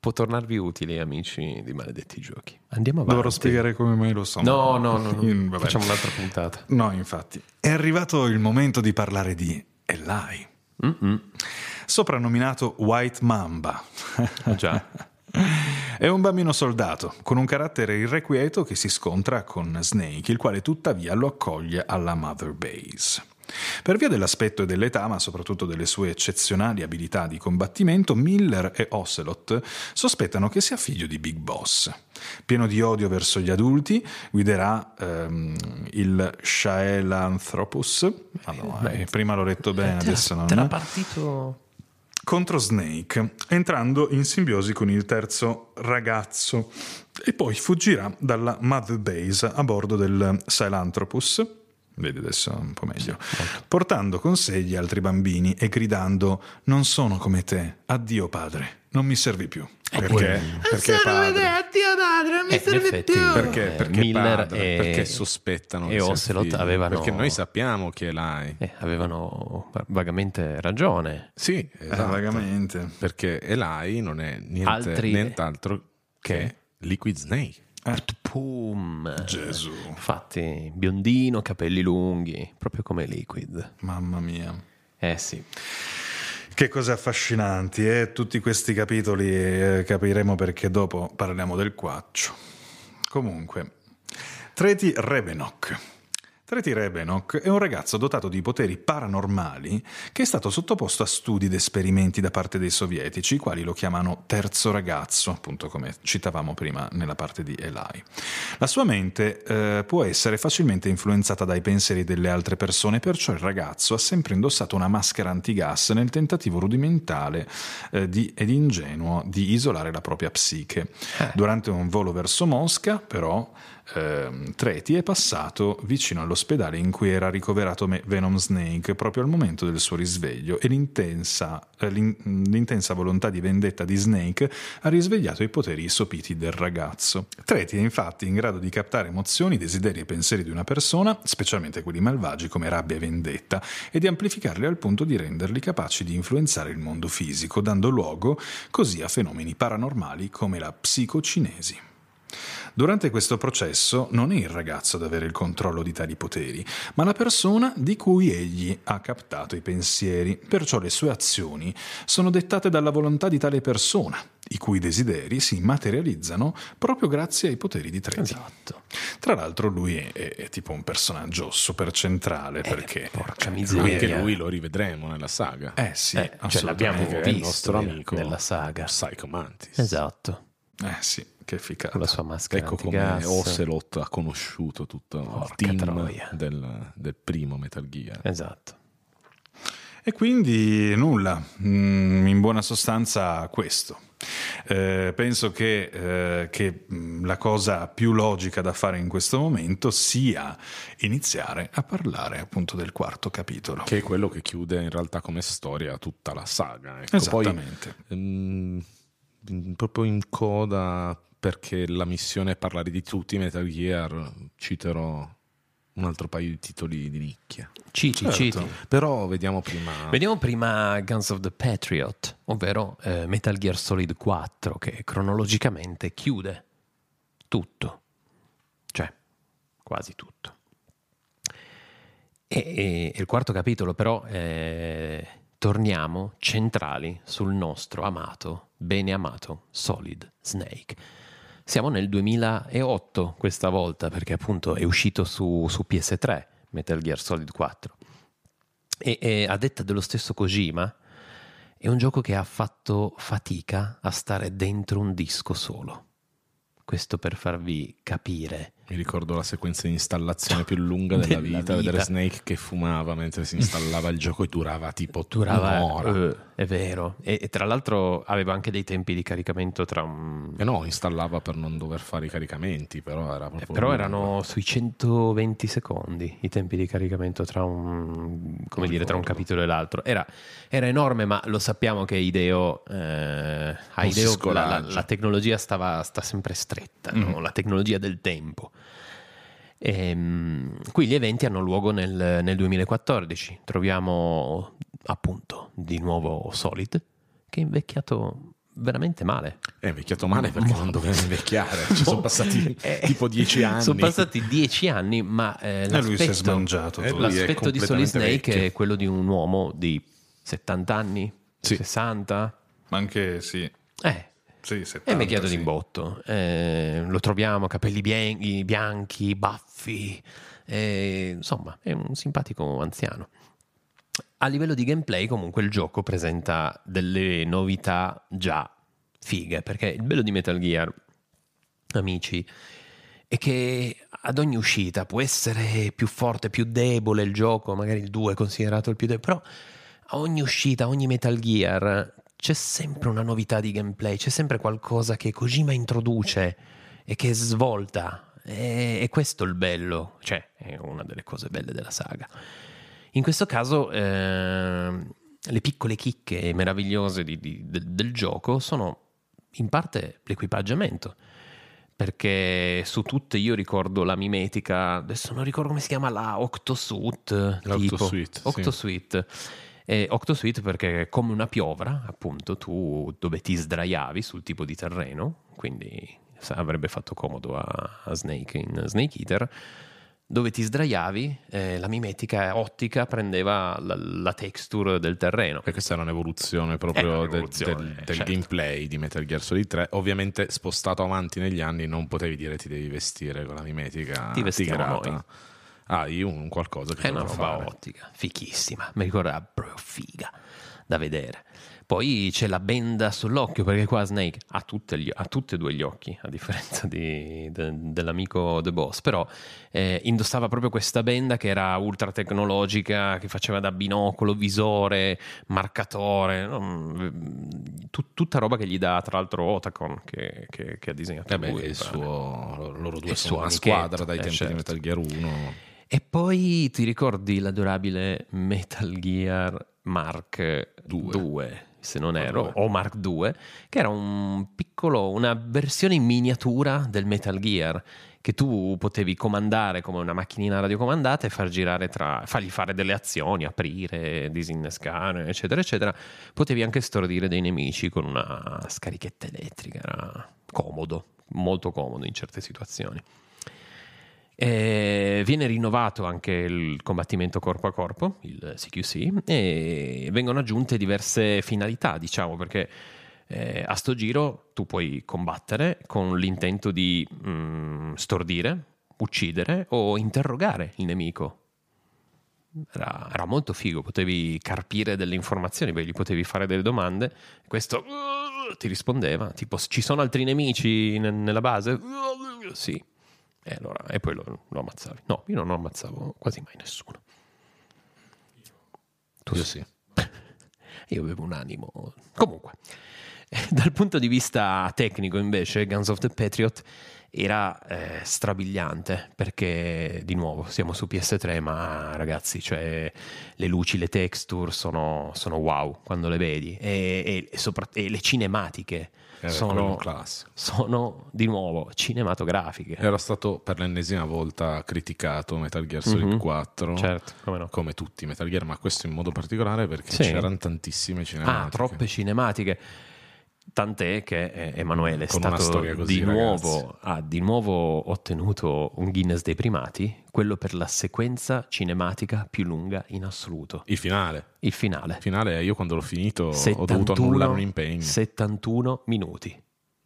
S7: Può tornarvi utili, amici di maledetti giochi. Andiamo avanti.
S9: Dovrò spiegare come mai lo so.
S7: No,
S9: ma-
S7: no, no. no.
S9: *laughs* in- vabbè.
S7: Facciamo un'altra puntata.
S9: No, infatti. È arrivato il momento di parlare di Eli. Soprannominato White Mamba.
S7: Già.
S9: È un bambino soldato, con un carattere irrequieto che si scontra con Snake, il quale tuttavia lo accoglie alla Mother Base. Per via dell'aspetto e dell'età, ma soprattutto delle sue eccezionali abilità di combattimento, Miller e Ocelot sospettano che sia figlio di Big Boss. Pieno di odio verso gli adulti, guiderà ehm, il Shaelanthropus. Madonna, eh, prima l'ho detto
S7: *laughs*
S9: bene, adesso non
S7: Era partito...
S9: contro Snake, entrando in simbiosi con il terzo ragazzo e poi fuggirà dalla Mother Base a bordo del Silanthropus. Vedi adesso un po' meglio. Portando con sé gli altri bambini e gridando: Non sono come te, addio padre, non mi servi più. Perché? Perché padre?
S7: Eh, in effetti,
S8: Perché?
S7: eh,
S8: Perché
S7: Miller
S8: padre,
S7: e-
S8: perché sospettano
S7: e
S8: che sia
S7: Ocelot
S8: figlio,
S7: avevano-
S8: Perché noi sappiamo che è Eli.
S7: eh, avevano vagamente ragione. Eh,
S8: Sì, esatto.
S9: Eh, vagamente.
S8: Perché Eli non è niente,
S7: Altri-
S8: nient'altro che Liquid Snake.
S7: Ah. Pum.
S9: Gesù,
S7: Infatti, biondino, capelli lunghi, proprio come Liquid.
S9: mamma mia.
S7: Eh sì.
S9: Che cose affascinanti, eh? Tutti questi capitoli eh, capiremo perché dopo parliamo del quaccio. Comunque, Treti Rebenok. Treti Rebenok è un ragazzo dotato di poteri paranormali che è stato sottoposto a studi ed esperimenti da parte dei sovietici, i quali lo chiamano terzo ragazzo, appunto come citavamo prima nella parte di Eli. La sua mente eh, può essere facilmente influenzata dai pensieri delle altre persone, perciò il ragazzo ha sempre indossato una maschera antigas nel tentativo rudimentale eh, di- ed ingenuo di isolare la propria psiche. Durante un volo verso Mosca, però, ehm, Treti è passato vicino all'ospedale in cui era ricoverato Me- Venom Snake proprio al momento del suo risveglio e l'intensa, eh, l'in- l'intensa volontà di vendetta di Snake ha risvegliato i poteri sopiti del ragazzo. Treti è infatti in grado di captare emozioni, desideri e pensieri di una persona, specialmente quelli malvagi come rabbia e vendetta, e di amplificarli al punto di renderli capaci di influenzare il mondo fisico, dando luogo così a fenomeni paranormali come la psicocinesi. Durante questo processo non è il ragazzo ad avere il controllo di tali poteri, ma la persona di cui egli ha captato i pensieri, perciò le sue azioni sono dettate dalla volontà di tale persona, i cui desideri si materializzano proprio grazie ai poteri di Treti.
S7: Esatto.
S9: Tra l'altro lui è, è- è tipo un personaggio super centrale perché...
S7: Eh, Porca
S8: Anche
S7: miseria.
S8: lui lo rivedremo nella saga.
S9: Eh sì,
S7: Eh, cioè l'abbiamo
S9: assolutamente.
S8: Perché è il
S7: visto
S8: nostro
S7: nel-
S8: amico
S7: nella saga.
S8: Psycho Mantis.
S7: Esatto.
S9: Eh sì, che ficata.
S7: Con la sua maschera
S8: Ecco come
S7: antigas.
S8: Ocelot ha conosciuto tutto
S7: Porca
S8: il
S7: troia.
S8: team del, del primo Metal Gear.
S7: Esatto.
S9: E quindi nulla, Mm, in buona sostanza questo. Eh, penso che, eh, che, mm, la cosa più logica da fare in questo momento sia iniziare a parlare appunto del quarto capitolo.
S8: Che è quello che chiude in realtà come storia tutta la saga. Ecco, poi,
S9: Esattamente.
S8: ehm, in- proprio in coda perché la missione è parlare di tutti i Metal Gear, citerò un altro paio di titoli di nicchia.
S7: Citi, citi.
S9: Certo.
S8: Però vediamo prima...
S7: Vediamo prima Guns of the Patriot, ovvero eh, Metal Gear Solid 4, che cronologicamente chiude tutto, cioè quasi tutto. E, e- e il quarto capitolo, però, eh, torniamo centrali sul nostro amato, bene amato Solid Snake. Siamo nel 2008 questa volta, perché appunto è uscito su, su PS3 Metal Gear Solid 4. E, e a detta dello stesso Kojima, è un gioco che ha fatto fatica a stare dentro un disco solo. Questo per farvi capire
S8: Mi ricordo la sequenza di installazione più lunga della,
S7: Della
S8: vita,
S7: vita.
S8: vedere Snake che fumava mentre si installava il gioco e durava tipo
S7: Durava,
S8: un'ora.
S7: eh, è vero. E, e tra l'altro aveva anche dei tempi di caricamento tra un... Eh,
S8: E Eh no, installava per non dover fare i caricamenti, però era proprio...
S7: Però erano sui 120 secondi i tempi di caricamento tra un, come dire, tra un capitolo e l'altro. Era, era enorme, ma lo sappiamo che Ideo, eh, a
S8: Non si
S7: Ideo la, la-
S8: scoraggia.
S7: la tecnologia stava, sta sempre stretta, no? la tecnologia del tempo. Ehm, qui gli eventi hanno luogo nel, nel 2014. Troviamo appunto di nuovo Solid, che è invecchiato veramente male.
S8: È Eh, invecchiato male perché non doveva invecchiare. Ci sono passati
S7: *laughs* Eh,
S8: tipo dieci anni.
S7: Sono passati dieci anni, ma eh,
S9: E lui si è
S7: l'aspetto-
S9: smangiato,
S7: eh,
S9: lui è
S7: L'aspetto di Solid
S9: completamente
S7: Snake
S9: vecchio.
S7: è quello di un uomo di 70 anni, 60.
S9: Ma anche sì.
S7: Eh,
S9: Sì,
S7: è
S9: 70,
S7: invecchiato
S9: sì.
S7: di botto. Eh, lo troviamo, capelli bien- bianchi, baffi. eh, insomma, è un simpatico anziano. A livello di gameplay, comunque, il gioco presenta delle novità già fighe. Perché il bello di Metal Gear, amici, è che ad ogni uscita può essere più forte, più debole il gioco, magari il 2 è considerato il più debole, però a ogni uscita, a ogni Metal Gear c'è sempre una novità di gameplay, c'è sempre qualcosa che Kojima introduce e che svolta. E, e questo è il bello, cioè è una delle cose belle della saga. In questo caso ehm, le piccole chicche meravigliose di- di- del- del gioco sono in parte l'equipaggiamento perché su tutte io ricordo la mimetica, adesso non ricordo come si chiama, la Octosuit.
S8: La
S7: tipo.
S8: Octosuit, sì.
S7: Octosuit. Eh, Octosuit perché come una piovra, appunto, tu dove ti sdraiavi sul tipo di terreno, quindi sa- avrebbe fatto comodo a, a Snake in Snake Eater, dove ti sdraiavi eh, la mimetica ottica prendeva la, la texture del terreno.
S8: Perché questa era un'evoluzione proprio
S7: Era
S8: del,
S7: un'evoluzione,
S8: del- del
S7: certo.
S8: gameplay di Metal Gear Solid 3. Ovviamente spostato avanti negli anni non potevi dire ti devi vestire con la mimetica
S7: Ti vestiamo
S8: tigrata.
S7: noi. Eh,
S8: Hai un qualcosa che
S7: È una
S8: dovrò
S7: roba
S8: fare.
S7: ottica, fichissima, mi ricorda proprio figa da vedere. Poi c'è la benda sull'occhio, perché qua Snake ha, tutte gli- ha tutti e due gli occhi, a differenza di- de- dell'amico The Boss, però eh, indossava proprio questa benda che era ultra tecnologica, che faceva da binocolo, visore, marcatore, no? Tut- tutta roba che gli dà tra l'altro Otacon che, che- che ha disegnato
S8: Eh beh,
S7: lui,
S8: il
S7: mi pare.
S8: suo- loro due
S7: Il suo
S8: sono una
S7: amichetto,
S8: squadra dai
S7: eh,
S8: tempi
S7: certo.
S8: di Metal Gear 1.
S7: E poi ti ricordi l'adorabile Metal Gear Mark 2, se non erro, o Mark 2, che era un piccolo, una versione in miniatura del Metal Gear che tu potevi comandare come una macchinina radiocomandata e far girare tra, fargli fare delle azioni, aprire, disinnescare, eccetera, eccetera. Potevi anche stordire dei nemici con una scarichetta elettrica, era comodo, molto comodo in certe situazioni. Eh, viene rinnovato anche il combattimento corpo a corpo, il CQC, e vengono aggiunte diverse finalità, diciamo, perché eh, a sto giro tu puoi combattere con l'intento di mm, stordire, uccidere o interrogare il nemico. Era, era molto figo, potevi carpire delle informazioni, poi gli potevi fare delle domande, questo uh, ti rispondeva, tipo ci sono altri nemici ne- nella base? Uh, sì. E, allora, e poi lo, lo ammazzavi. No, io non ammazzavo quasi mai nessuno. Tu
S8: Io sì.
S7: Io avevo un animo. Comunque, eh, *laughs* dal punto di vista tecnico, invece, Guns of the Patriot era eh, strabiliante perché di nuovo siamo su PS3 ma ragazzi cioè le luci le texture sono, sono wow quando le vedi e, e- e sopra- e le cinematiche
S8: Era Eh, quello
S7: sono,
S8: classico.
S7: sono di nuovo cinematografiche
S8: Era stato per l'ennesima volta criticato Metal Gear Solid
S7: Mhm.
S8: 4.
S7: Certo, come no.
S8: Come tutti i Metal Gear, ma questo in modo particolare perché
S7: Sì.
S8: c'erano tantissime cinematiche.
S7: Ah, troppe cinematiche. Tant'è che eh, Emanuele è
S8: Con una
S7: stato
S8: storia così,
S7: di nuovo, ha di nuovo ottenuto un Guinness dei primati, quello per la sequenza cinematica più lunga in assoluto.
S8: Il finale.
S7: Il finale.
S8: Il finale, io quando l'ho finito ho
S7: 71
S8: dovuto annullare un impegno.
S7: 71 minuti.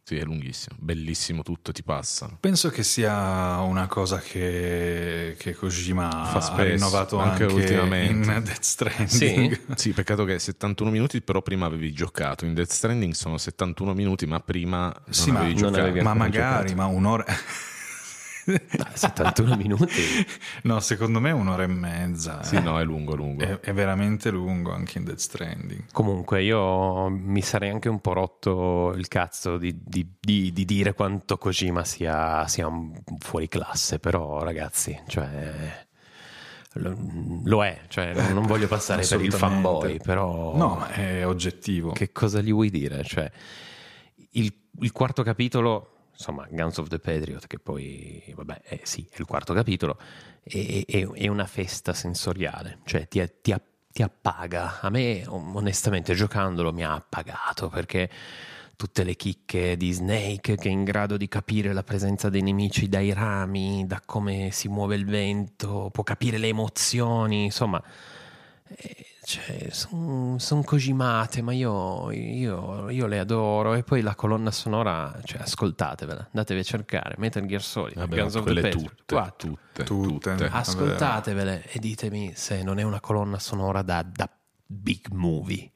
S8: Sì, è lunghissimo, bellissimo tutto, ti passa.
S9: Penso che sia una cosa che, che Kojima
S8: Fa
S9: Ah, ha
S8: spesso,
S9: rinnovato anche,
S8: anche ultimamente.
S9: in Death Stranding.
S8: Sì, peccato che 71 minuti, però prima avevi giocato. In Death Stranding sono 71 minuti, ma prima non
S9: Sì, ma,
S8: avevi giocato.
S9: *laughs* ma magari, ma un'ora.
S7: 71 Ah, minuti.
S9: *laughs* No, secondo me è un'ora e mezza. eh.
S7: Sì, no,
S8: è lungo, lungo.
S9: È, è veramente lungo anche in Death Stranding.
S7: Comunque, io mi sarei anche un po' rotto il cazzo di, di- di- di dire quanto Kojima sia, sia un fuori classe, però, ragazzi, cioè. Lo, lo è, cioè, non non voglio passare per il
S9: Assolutamente.
S7: fanboy, però.
S9: No, ma è oggettivo.
S7: Che cosa gli vuoi dire? Cioè, il, il quarto capitolo, insomma, Guns of the Patriot, che poi, vabbè, eh, sì, è il quarto capitolo, è, è- è una festa sensoriale, cioè ti, ti app- ti appaga. A me, on- onestamente, giocandolo mi ha appagato perché tutte le chicche di Snake che è in grado di capire la presenza dei nemici dai rami, da come si muove il vento, può capire le emozioni, insomma, cioè, sono cogimate, ma io, io- io le adoro. E poi la colonna sonora, cioè, ascoltatevela, andatevi a cercare Metal Gear Solid,
S8: Vabbè,
S7: Guns of the
S8: quelle
S7: Patriot,
S8: tutte,
S7: quattro.
S8: tutte,
S9: tutte.
S7: Ascoltatevele e ditemi se non è una colonna sonora da, da big movie.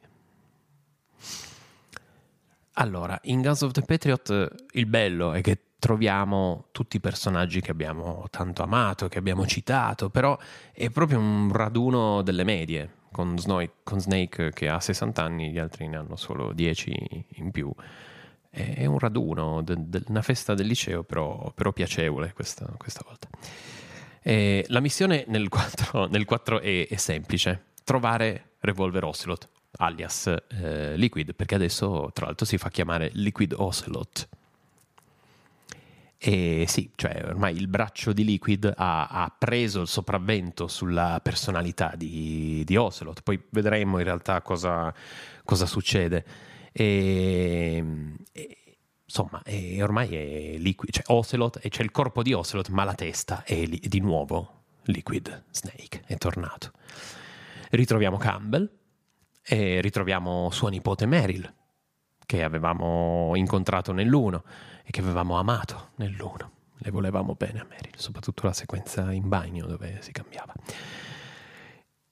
S7: Allora, in Guns of the Patriot eh, il bello è che troviamo tutti i personaggi che abbiamo tanto amato, che abbiamo citato, però è proprio un raduno delle medie, con, Snoi- con Snake che ha 60 anni, gli altri ne hanno solo 10 in più. È è un raduno, de- de- una festa del liceo, però, però piacevole questa, questa volta. Eh, la missione nel 4, *laughs* nel 4 è, è semplice: trovare Revolver Ocelot, alias eh, Liquid, perché adesso tra l'altro si fa chiamare Liquid Ocelot. E sì, cioè ormai il braccio di Liquid ha, ha preso il sopravvento sulla personalità di, di Ocelot. Poi vedremo in realtà cosa, cosa succede. E, e- insomma, e ormai è Liquid, cioè Ocelot, e c'è il corpo di Ocelot, ma la testa è li- di nuovo Liquid Snake, è tornato. Ritroviamo Campbell e ritroviamo sua nipote Meryl, che avevamo incontrato nell'uno e che avevamo amato nell'uno. Le volevamo bene a Meryl, soprattutto la sequenza in bagno dove si cambiava.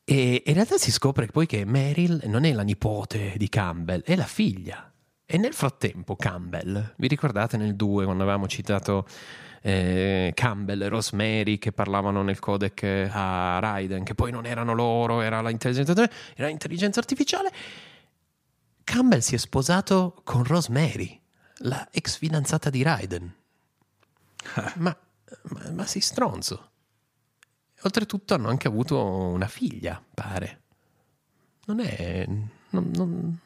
S7: E in realtà si scopre poi che Meryl non è la nipote di Campbell, è la figlia. E nel frattempo Campbell, vi ricordate nel 2 quando avevamo citato eh, Campbell e Rosemary che parlavano nel codec eh, a Raiden, che poi non erano loro, era l'intelligenza, era l'intelligenza artificiale, Campbell si è sposato con Rosemary, la ex fidanzata di Raiden. *laughs* Ma, ma, ma sei stronzo. Oltretutto hanno anche avuto una figlia, pare. Non è... Non, non-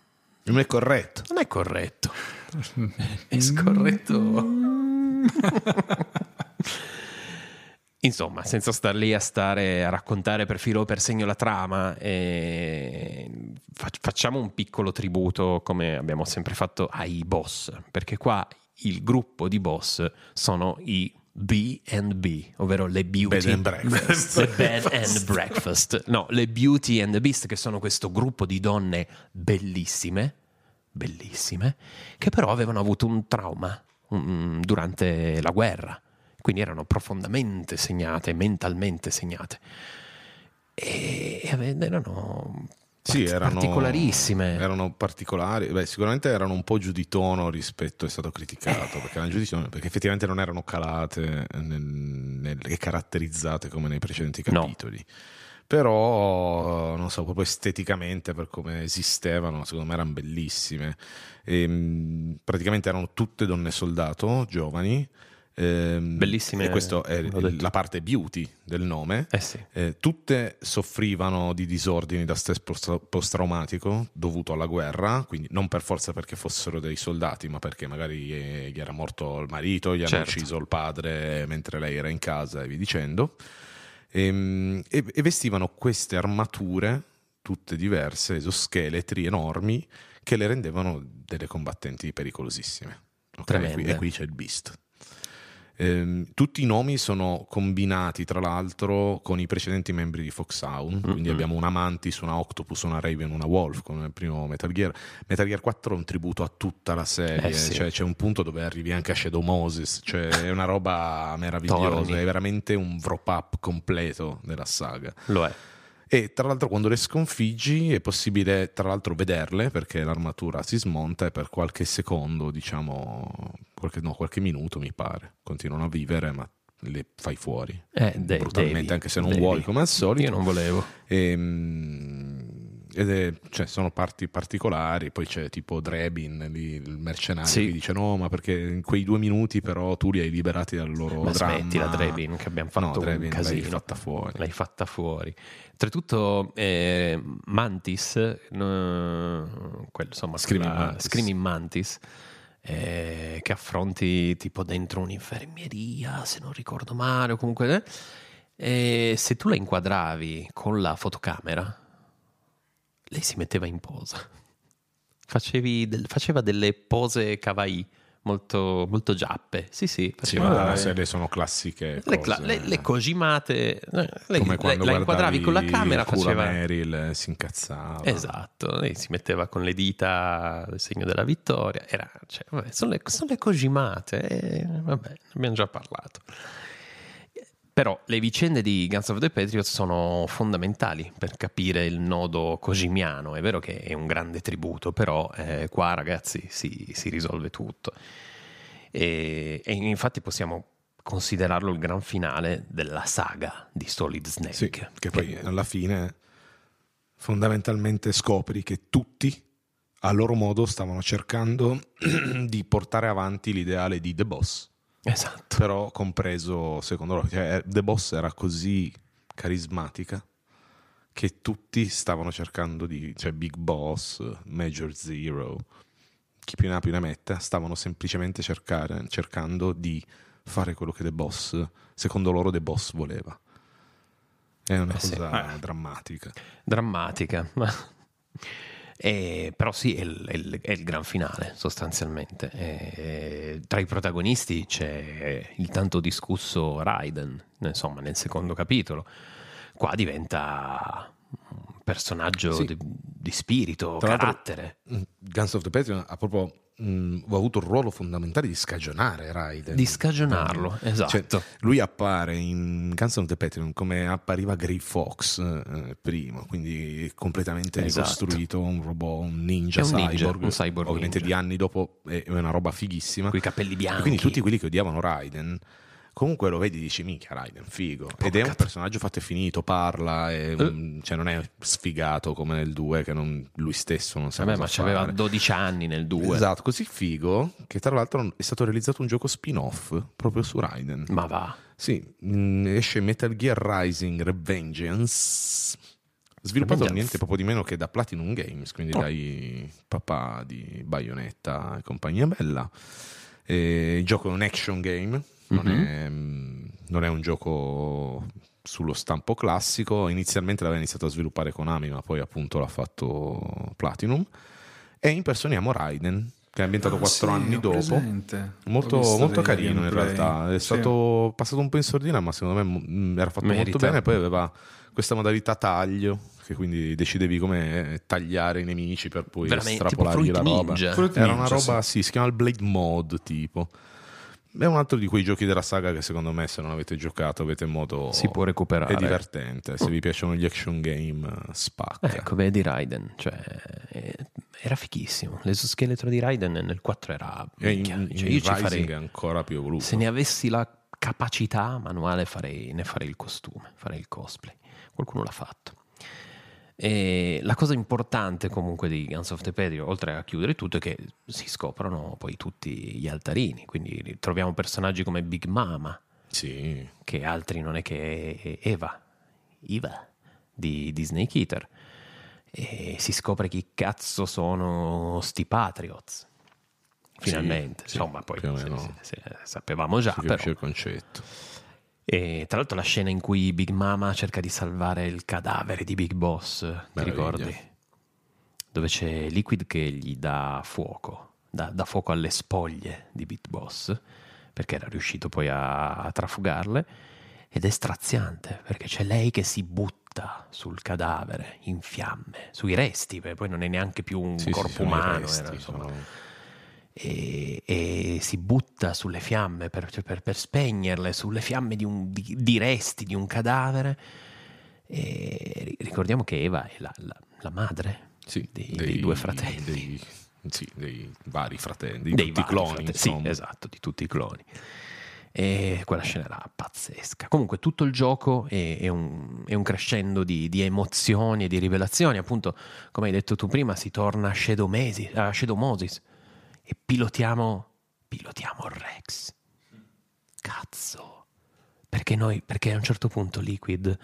S8: Non è corretto.
S7: non è corretto. *laughs* è scorretto. Insomma, senza star lì a stare a raccontare per filo o per segno la trama, eh, fa- facciamo un piccolo tributo come abbiamo sempre fatto ai boss, perché qua il gruppo di boss sono i B&B, ovvero le beauty
S8: Bed
S7: *laughs*
S8: and breakfast.
S7: le bed and breakfast. No, le beauty and the beast che sono questo gruppo di donne bellissime, bellissime, che però avevano avuto un trauma mm, durante la guerra, quindi erano profondamente segnate, mentalmente segnate. E ave- erano
S8: Sì,
S7: part-
S8: erano
S7: particolarissime.
S8: Erano particolari. Beh, sicuramente erano un po' giù di tono rispetto è stato criticato perché, erano giù di tono, perché effettivamente non erano calate nel- nel- e caratterizzate come nei precedenti capitoli. Però, non so, proprio esteticamente per come esistevano, secondo me erano bellissime. Ehm, praticamente erano tutte donne soldato, giovani. Ehm,
S7: Bellissime,
S8: E questa è
S7: l'ho
S8: il- la parte beauty del nome. Eh, tutte soffrivano di disordini da stress post- post-traumatico dovuto alla guerra, quindi non per forza perché fossero dei soldati, ma perché magari eh, gli era morto il marito, gli hanno
S7: Certo.
S8: ucciso il padre mentre lei era in casa e vi dicendo. Ehm, E, e vestivano queste armature, tutte diverse, esoscheletri enormi, che le rendevano delle combattenti pericolosissime. Ok?
S7: Tremende.
S8: Qui- E qui c'è il Beast. Ehm, tutti i nomi sono combinati, tra l'altro, con i precedenti membri di Foxhound. Quindi
S7: Mhm.
S8: abbiamo una Mantis, una Octopus, una Raven, una Wolf, come nel primo Metal Gear. Metal Gear 4 è un tributo a tutta la serie.
S7: Eh sì.
S8: cioè, c'è un punto dove arrivi anche a Shadow Moses. Cioè, è
S7: *laughs*
S8: una roba meravigliosa.
S7: Torni.
S8: È veramente un wrap up completo della saga.
S7: Lo è.
S8: E tra l'altro quando le sconfiggi è possibile tra l'altro vederle perché l'armatura si smonta e per qualche secondo, diciamo, qualche, no, qualche minuto mi pare, continuano a vivere ma le fai fuori
S7: Eh, de-
S8: brutalmente,
S7: devi,
S8: anche se non
S7: devi.
S8: vuoi come al solito.
S7: Io non volevo.
S8: Ehm, ed è- cioè, sono parti particolari, poi c'è tipo Drebin, lì, il mercenario,
S7: Sì.
S8: che dice no, ma perché in quei due minuti però tu li hai liberati dal loro
S7: Ma
S8: dramma.
S7: smettila Drebin che abbiamo fatto
S8: No, Drebin,
S7: un
S8: l'hai
S7: casino.
S8: fatta fuori.
S7: L'hai fatta fuori. Oltretutto eh, Mantis, eh, quel- insomma,
S8: Screaming
S7: quella-
S8: Mantis.
S7: Screaming Mantis, eh, che affronti tipo dentro un'infermieria, se non ricordo male, o comunque... eh, eh, se tu la inquadravi con la fotocamera, lei si metteva in posa. Facevi del- faceva delle pose kawaii molto, molto giappe. Sì, sì.
S8: Sì,
S7: faceva-
S8: ma se le sono classiche
S7: le,
S8: cose.
S7: cla- le, le cogimate, eh, lei-
S8: come quando
S7: la inquadravi
S8: guardavi
S7: con la camera,
S8: il culo a
S7: faceva...
S8: Meryl eh, si incazzava.
S7: Esatto, lei si metteva con le dita il segno della vittoria. Era, cioè, vabbè, sono, le, sono le cogimate, eh, vabbè, ne abbiamo già parlato. Però le vicende di Guns of the Patriots sono fondamentali per capire il nodo cosimiano. È vero che è un grande tributo, però eh, qua ragazzi si, si risolve tutto. E, e infatti possiamo considerarlo il gran finale della saga di Solid Snake.
S8: Sì, che poi alla fine fondamentalmente scopri che tutti a loro modo stavano cercando *clears throat* di portare avanti l'ideale di The Boss.
S7: Esatto.
S8: Però compreso, secondo loro, cioè, The Boss era così carismatica che tutti stavano cercando di, cioè Big Boss, Major Zero, chi più ne ha più ne metta, stavano semplicemente cercare- cercando di fare quello che The Boss, secondo loro The Boss voleva. È una
S7: Eh sì.
S8: cosa
S7: Eh.
S8: drammatica.
S7: drammatica. *laughs* ma- Eh, però sì, è il, è il- è il gran finale sostanzialmente. Eh, tra i protagonisti c'è il tanto discusso Raiden, insomma, nel secondo capitolo. Qua diventa un personaggio
S8: Sì.
S7: di, di spirito,
S8: Tra l'altro,
S7: Oh, carattere.
S8: mh, Guns of the Patriot ha proprio mh, ha avuto il ruolo fondamentale di scagionare Raiden.
S7: Di scagionarlo,
S8: Cioè,
S7: esatto.
S8: lui appare in Guns of the Patriot come appariva Gray Fox eh, prima, quindi è completamente
S7: Esatto.
S8: ricostruito, un robot, un ninja
S7: È un ninja,
S8: cyborg,
S7: un cyborg
S8: ovviamente
S7: ninja.
S8: di anni dopo è è una roba fighissima.
S7: Con i capelli bianchi.
S8: Quindi tutti quelli che odiavano Raiden Comunque lo vedi e dici, minchia Raiden, figo. Ed è un personaggio fatto e finito, parla, è un-
S7: Eh.
S8: cioè non è sfigato come nel 2 che non- lui stesso non sa
S7: Vabbè,
S8: cosa
S7: ma c'aveva
S8: fare.
S7: 12 anni nel 2.
S8: Esatto, così figo che tra l'altro è stato realizzato un gioco spin-off proprio su Raiden.
S7: Ma va.
S8: Sì, mm, esce Metal Gear Rising Revengeance, sviluppato
S7: Revengeance.
S8: niente proprio di meno che da Platinum Games, quindi
S7: Oh.
S8: dai papà di Bayonetta e compagnia bella. Eh, il gioco è un action game, non,
S7: Mhm.
S8: è, mm, non è un gioco sullo stampo classico. Inizialmente l'aveva iniziato a sviluppare Konami, ma poi appunto l'ha fatto Platinum. E impersoniamo Raiden, che è ambientato
S9: Ah,
S8: quattro
S9: sì,
S8: anni
S9: ho
S8: dopo.
S9: presente.
S8: Molto,
S9: Ho visto
S8: molto
S9: dei
S8: carino in
S9: gameplay.
S8: realtà. È
S9: Sì.
S8: stato passato un po' in sordina, ma secondo me mm, era fatto
S7: Merita.
S8: molto bene. Poi aveva questa modalità taglio, che quindi decidevi come eh, tagliare i nemici per poi
S7: Veramente, tipo
S8: strapolargli
S7: Fruit
S8: la roba.
S7: Ninja.
S9: Fruit
S8: Era
S9: Ninja,
S8: una roba,
S9: sì.
S8: sì, si chiama il Blade Mode tipo. È un altro di quei giochi della saga che secondo me se non avete giocato avete modo...
S7: Si può recuperare.
S8: È divertente, se vi piacciono gli action game eh, spacca.
S7: Ecco, vedi Raiden, cioè, eh, era fichissimo. L'esoscheletro di Raiden nel 4 era...
S8: E in,
S7: minchia,
S8: in
S7: cioè, io ci
S8: Rising
S7: farei...
S8: è ancora più evoluto.
S7: Se ne avessi la capacità manuale farei, ne farei il costume, farei il cosplay. Qualcuno l'ha fatto. E la cosa importante comunque di Guns of the Patriot, oltre a chiudere tutto, è che si scoprono poi tutti gli altarini. Quindi troviamo personaggi come Big Mama,
S8: Sì.
S7: che altri non è che Eva, Eva di, di Snake Eater. E si scopre chi cazzo sono sti Patriots. Finalmente,
S8: Sì, sì,
S7: insomma, poi
S8: più o
S7: se-
S8: meno.
S7: se- se- sapevamo già.
S8: si
S7: Però.
S8: capisce il concetto.
S7: E tra l'altro la scena in cui Big Mama cerca di salvare il cadavere di Big Boss, ti
S8: Meraviglia.
S7: ricordi? Dove c'è Liquid che gli dà fuoco, dà, dà fuoco alle spoglie di Big Boss, perché era riuscito poi a, a trafugarle, ed è straziante, perché c'è lei che si butta sul cadavere, in fiamme, sui resti, perché poi non è neanche più un
S8: Sì, sì,
S7: corpo
S8: sono i
S7: umano,
S8: resti,
S7: era, insomma,
S8: sono-
S7: e, e si butta sulle fiamme per, cioè per- per spegnerle, sulle fiamme di, un- di- di resti di un cadavere. E ri- ricordiamo che Eva è la, la- la madre
S8: Sì,
S7: dei, dei due fratelli,
S8: dei- sì, dei vari fratelli, di
S7: dei
S8: tutti i
S7: vari
S8: cloni.
S7: fratelli. Sì,
S8: insomma.
S7: esatto, di tutti i cloni. E quella scena era pazzesca. Comunque tutto il gioco è, è un, è un crescendo di, di emozioni e di rivelazioni. Appunto, come hai detto tu prima, si torna a Shadow, Mesi- a Shadow Moses e pilotiamo, pilotiamo Rex. Cazzo. Perché noi, perché a un certo punto Liquid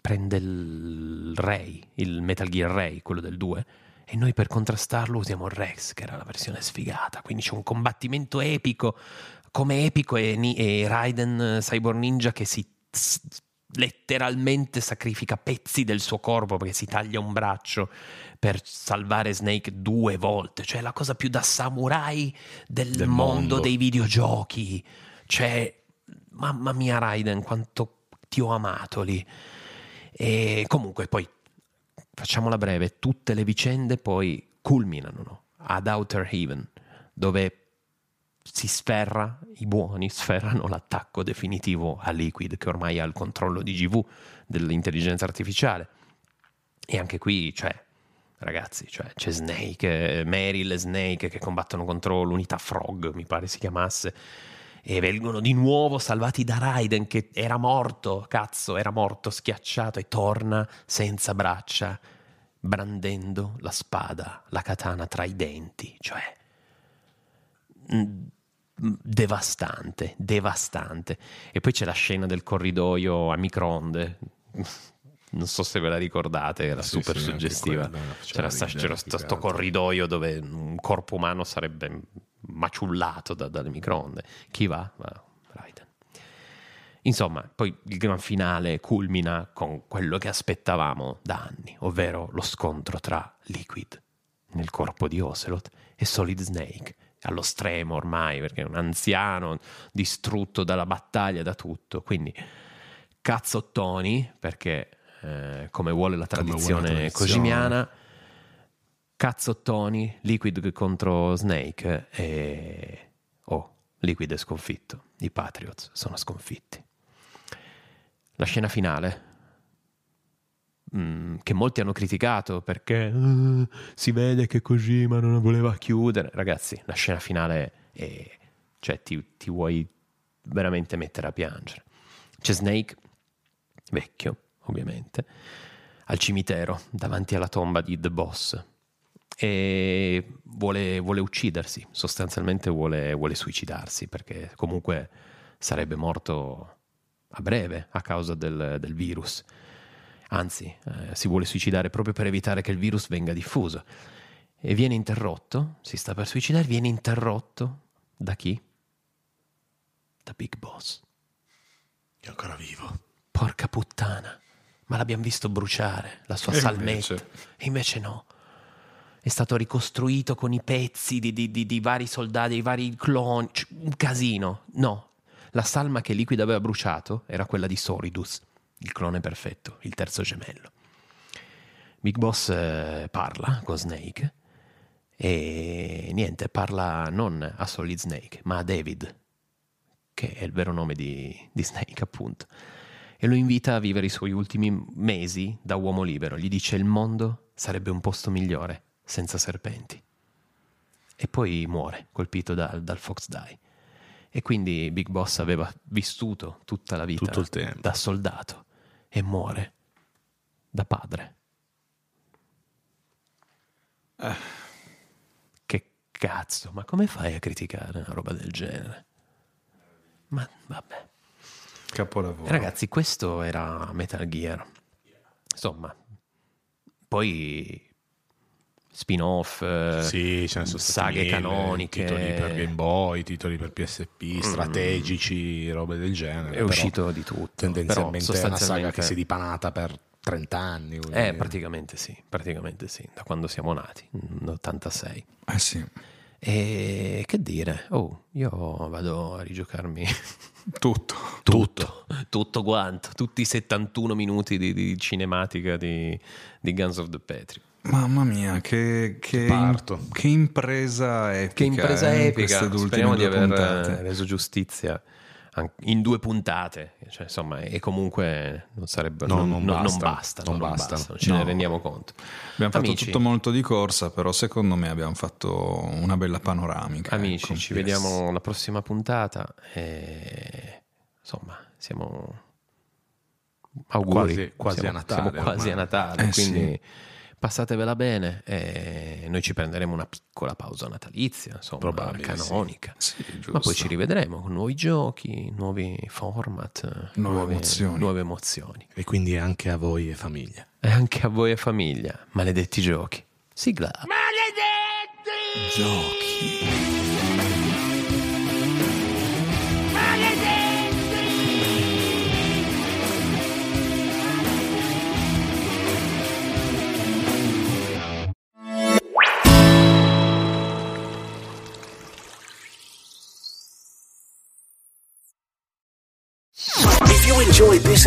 S7: prende il Ray, il Metal Gear Ray, quello del 2, e noi per contrastarlo usiamo il Rex, che era la versione sfigata, quindi c'è un combattimento epico, come epico è, Ni- è Raiden eh, Cyber Ninja che si s- letteralmente sacrifica pezzi del suo corpo perché si taglia un braccio per salvare Snake due volte, cioè la cosa più da samurai del,
S8: Del
S7: mondo,
S8: mondo.
S7: dei videogiochi. Cioè, mamma mia Raiden, quanto ti ho amato lì. E comunque poi facciamola breve, tutte le vicende poi culminano no? ad Outer Haven, dove si sferra, i buoni sferrano l'attacco definitivo a Liquid che ormai ha il controllo di GV dell'intelligenza artificiale. E anche qui, cioè, ragazzi, cioè, c'è Snake, eh, Meryl e Snake che combattono contro l'unità Frog, mi pare si chiamasse, e vengono di nuovo salvati da Raiden che era morto, cazzo, era morto, schiacciato e torna senza braccia, brandendo la spada, la katana tra i denti, cioè mm, mm, devastante, devastante. E poi c'è la scena del corridoio a microonde. *laughs* Non so se ve la ricordate, era
S8: Sì,
S7: super
S8: sì, anche
S7: suggestiva.
S8: quella faceva
S7: C'era sta-
S8: ridere
S7: c'era
S8: più
S7: sto,
S8: che
S7: sto
S8: altro.
S7: corridoio dove un corpo umano sarebbe maciullato da- dalle microonde. Chi va? Va, Raiden. Insomma, poi il gran finale culmina con quello che aspettavamo da anni, ovvero lo scontro tra Liquid nel corpo di Ocelot e Solid Snake, allo stremo ormai, perché è un anziano distrutto dalla battaglia, da tutto. Quindi cazzottoni, perché eh, come vuole la
S8: Come vuole la
S7: tradizione,
S8: tradizione.
S7: cosimiana, cazzottoni, Liquid contro Snake eh, e... Oh, Liquid è sconfitto, i Patriots sono sconfitti. La scena finale, mm, che molti hanno criticato perché "Ah, si vede che Kojima non voleva chiudere. Ragazzi, la scena finale è... cioè ti, ti vuoi veramente mettere a piangere. C'è Snake, vecchio ovviamente, al cimitero davanti alla tomba di The Boss e vuole, vuole uccidersi, sostanzialmente vuole, vuole suicidarsi perché comunque sarebbe morto a breve a causa del, del virus. Anzi, eh, si vuole suicidare proprio per evitare che il virus venga diffuso. E viene interrotto, si sta per suicidare, viene interrotto da chi? Da Big Boss. È ancora vivo. Porca puttana, ma l'abbiamo visto bruciare, la sua
S8: E
S7: salmetta.
S8: invece?
S7: E invece no. È stato ricostruito con i pezzi di, di- di- di vari soldati, dei vari cloni. c- un casino. No. La salma che Liquid aveva bruciato era quella di Soridus, il clone perfetto, il terzo gemello. Big Boss eh, parla con Snake e niente, parla non a Solid Snake, ma a David, che è il vero nome di, di Snake, appunto. E lo invita a vivere i suoi ultimi mesi da uomo libero. Gli dice: Il mondo sarebbe un posto migliore senza serpenti. E poi muore, colpito dal, dal Fox Die. E quindi Big Boss aveva vissuto tutta la vita
S8: Tutto il tempo.
S7: da soldato e muore da padre.
S8: Eh.
S7: Che cazzo, ma come fai a criticare una roba del genere? Ma vabbè.
S9: Capolavoro.
S7: Ragazzi, questo era Metal Gear. Insomma, poi spin-off, eh,
S8: Sì, ce ne sono stati
S7: saghe
S8: mille,
S7: canoniche.
S8: Titoli per Game Boy, titoli per PSP, strategici, robe del genere.
S7: Mm. È
S8: però
S7: uscito di tutto,
S8: Tendenzialmente
S7: però
S8: è una saga che
S7: sostanzialmente-
S8: si è dipanata per 30 anni. voglio
S7: Eh,
S8: dire.
S7: praticamente sì, praticamente sì, da quando siamo nati, nell'86.
S9: Ah sì.
S7: E che dire? Oh, io vado a
S8: *laughs*
S7: rigiocarmi
S9: tutto,
S7: tutto, tutto quanto, tutti i 71 minuti di, di cinematica di, di Guns of the Patriot.
S9: Mamma mia, che, che,
S7: Parto.
S9: che impresa epica.
S7: Che impresa
S9: eh,
S7: epica,
S9: queste ultime
S7: speriamo
S9: due
S7: di aver eh,
S9: puntate.
S7: reso giustizia an- in due puntate, Cioè, insomma, e comunque non sarebbe
S9: No, non
S7: non, no, non
S9: bastano.
S7: bastano,
S9: Non
S7: non
S9: bastano.
S7: bastano, ce ne
S9: No.
S7: rendiamo conto.
S9: Abbiamo fatto
S7: Amici.
S9: tutto molto di corsa, però secondo me abbiamo fatto una bella panoramica.
S7: Amici,
S9: ecco.
S7: ci vediamo alla prossima puntata. E, eh, insomma, siamo auguri.
S8: Quasi- quasi
S7: Siamo-
S8: a Natale
S7: siamo quasi a
S8: ormai.
S7: Natale,
S8: Eh,
S7: quindi passatevela bene. E noi ci prenderemo una piccola pausa natalizia, insomma,
S9: Probabile, sì.
S7: canonica.
S9: giusto.
S7: Ma poi ci rivedremo con nuovi giochi, nuovi format,
S8: Nuove emozioni.
S7: nuove emozioni.
S8: E quindi anche a voi e famiglia.
S7: E anche a voi e famiglia, maledetti giochi. Sigla.
S8: Giochi.
S11: If you enjoyed this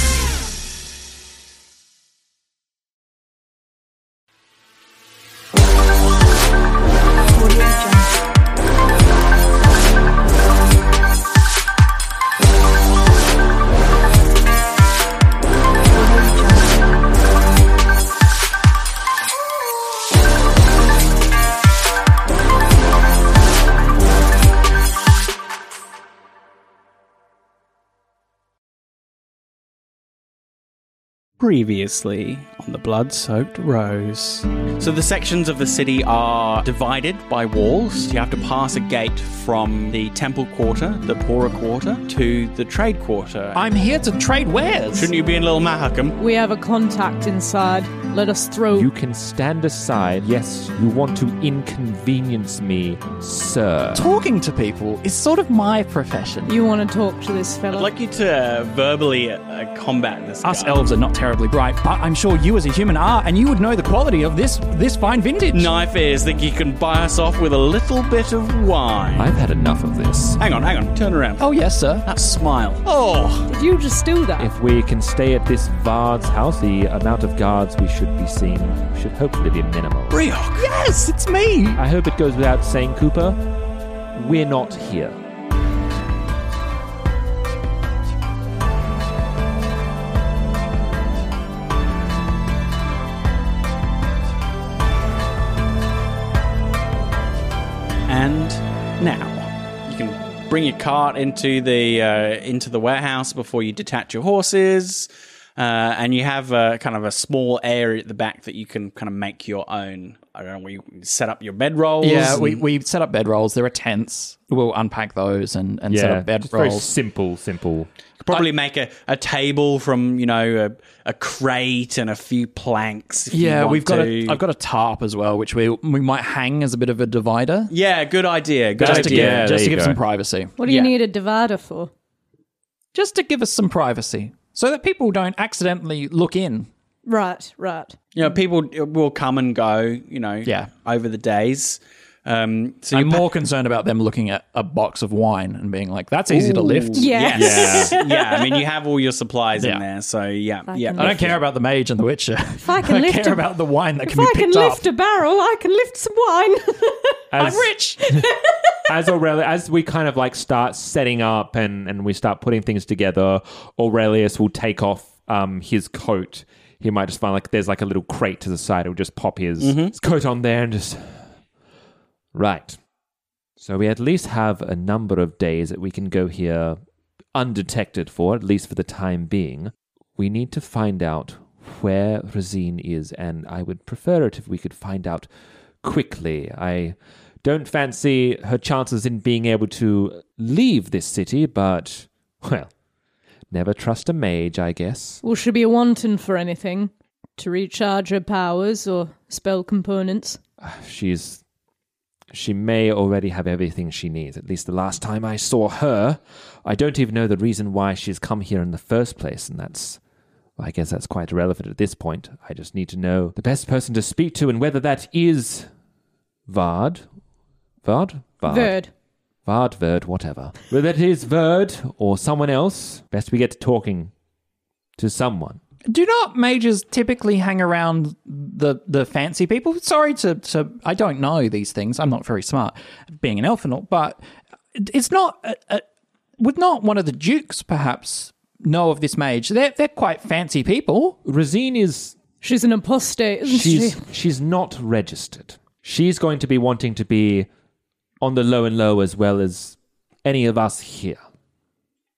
S12: Previously on the blood soaked rose. So the sections of the city are divided by walls. You have to pass a gate from the temple quarter, the poorer quarter, to the trade quarter.
S10: I'm here to trade wares.
S12: Shouldn't you be in Little Mahakam?
S13: We have a contact inside. Let us through.
S14: You can stand aside. Yes, you want to inconvenience me, sir.
S10: Talking to people is sort of my profession.
S13: You want to talk to this fella?
S12: I'd like you to verbally uh, combat this.
S10: Us elves are not terribly bright, but I'm sure you as a human are, and you would know the quality of this this fine vintage.
S12: Knife is that you can buy us off with a little bit of wine. I've had enough of this. Hang on, hang on, turn around.
S10: Oh yes, sir.
S12: That smile.
S13: Oh! Did you just do that?
S14: If we can stay at this bard's house, the amount of guards we should be seeing should hopefully be minimal.
S10: Brioch. Yes, it's me.
S14: I hope it goes without saying, Cooper, we're not here.
S12: And now you can bring your cart into the uh, into the warehouse before you detach your horses, uh, and you have a, kind of a small area at the back that you can kind of make your own. I don't know. We set up your bedrolls.
S10: Yeah, we,
S12: and-
S10: we set up bed rolls. There are tents. We'll unpack those and, and set up bed
S14: it's very
S10: rolls.
S14: simple, simple.
S12: Could probably make a, a table from you know a, a crate and a few planks. If you
S10: Yeah,
S12: want
S10: we've got
S12: to.
S10: a, I've got a tarp as well, which we we might hang as a bit of a divider.
S12: yeah, good idea. Good
S10: just to
S12: idea.
S10: give, just to give some privacy.
S13: What do you need a divider for?
S10: Just to give us some privacy, so that people don't accidentally look in.
S13: Right, right.
S12: you know, people will come and go, you know,
S10: Yeah.
S12: over the days. Um, so
S10: I'm
S12: you-
S10: more concerned about them looking at a box of wine and being like, "That's easy to
S12: Ooh.
S10: lift."
S12: Yes. Yeah. *laughs* yeah. I mean, you have all your supplies in there. So, yeah.
S13: I
S12: yeah.
S10: I don't care about the mage and the Witcher. *laughs* If
S13: I can lift
S10: care
S13: a-
S10: about the wine that
S13: If
S10: can be
S13: I can
S10: picked up.
S13: lift a barrel, I can lift some wine. *laughs*
S14: As-
S13: rich.
S14: as Aurelius, as we kind of like start setting up and, and we start putting things together, Aurelius will take off um, his coat. He might just find like there's like a little crate to the side. He'll just pop his,
S12: Mhm.
S14: his coat on there and just right. So we at least have a number of days that we can go here undetected for, at least for the time being. We need to find out where Razine is, and I would prefer it if we could find out quickly. I don't fancy her chances in being able to leave this city, but, well, never trust a mage, I guess.
S13: Will she be wanting for anything? To recharge her powers or spell components?
S14: She's. She may already have everything she needs. At least the last time I saw her, I don't even know the reason why she's come here in the first place, and that's. well, I guess that's quite irrelevant at this point. I just need to know the best person to speak to and whether that is. Vard? Vard? Vard.
S13: Verd.
S14: Vard, Verd, whatever. Whether it is Verd or someone else, best we get to talking to someone.
S10: Do not mages typically hang around the the fancy people. Sorry to to I don't know these things. I'm not very smart, being an elf and all. But it's not. A, a, would not one of the dukes perhaps know of this mage? They're they're quite fancy people.
S14: Razine is
S13: She's an apostate, isn't
S14: she's
S13: she?
S14: she's not registered. She's going to be wanting to be on the low and low as well as any of us here.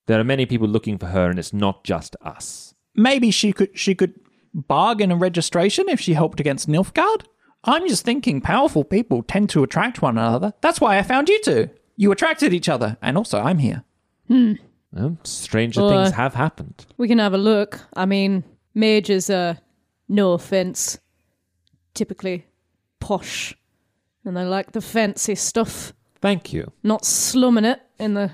S14: There are many people looking for her, and it's not just us.
S10: Maybe she could she could bargain a registration if she helped against Nilfgaard. I'm just thinking powerful people tend to attract one another. That's why I found you two. You attracted each other, and also I'm here.
S13: Hmm.
S14: Well, stranger
S13: Well,
S14: things
S13: uh,
S14: have happened.
S13: We can have a look. I mean, mages are, no offense, typically posh, and they like the fancy stuff.
S14: Thank you.
S13: Not slumming it in the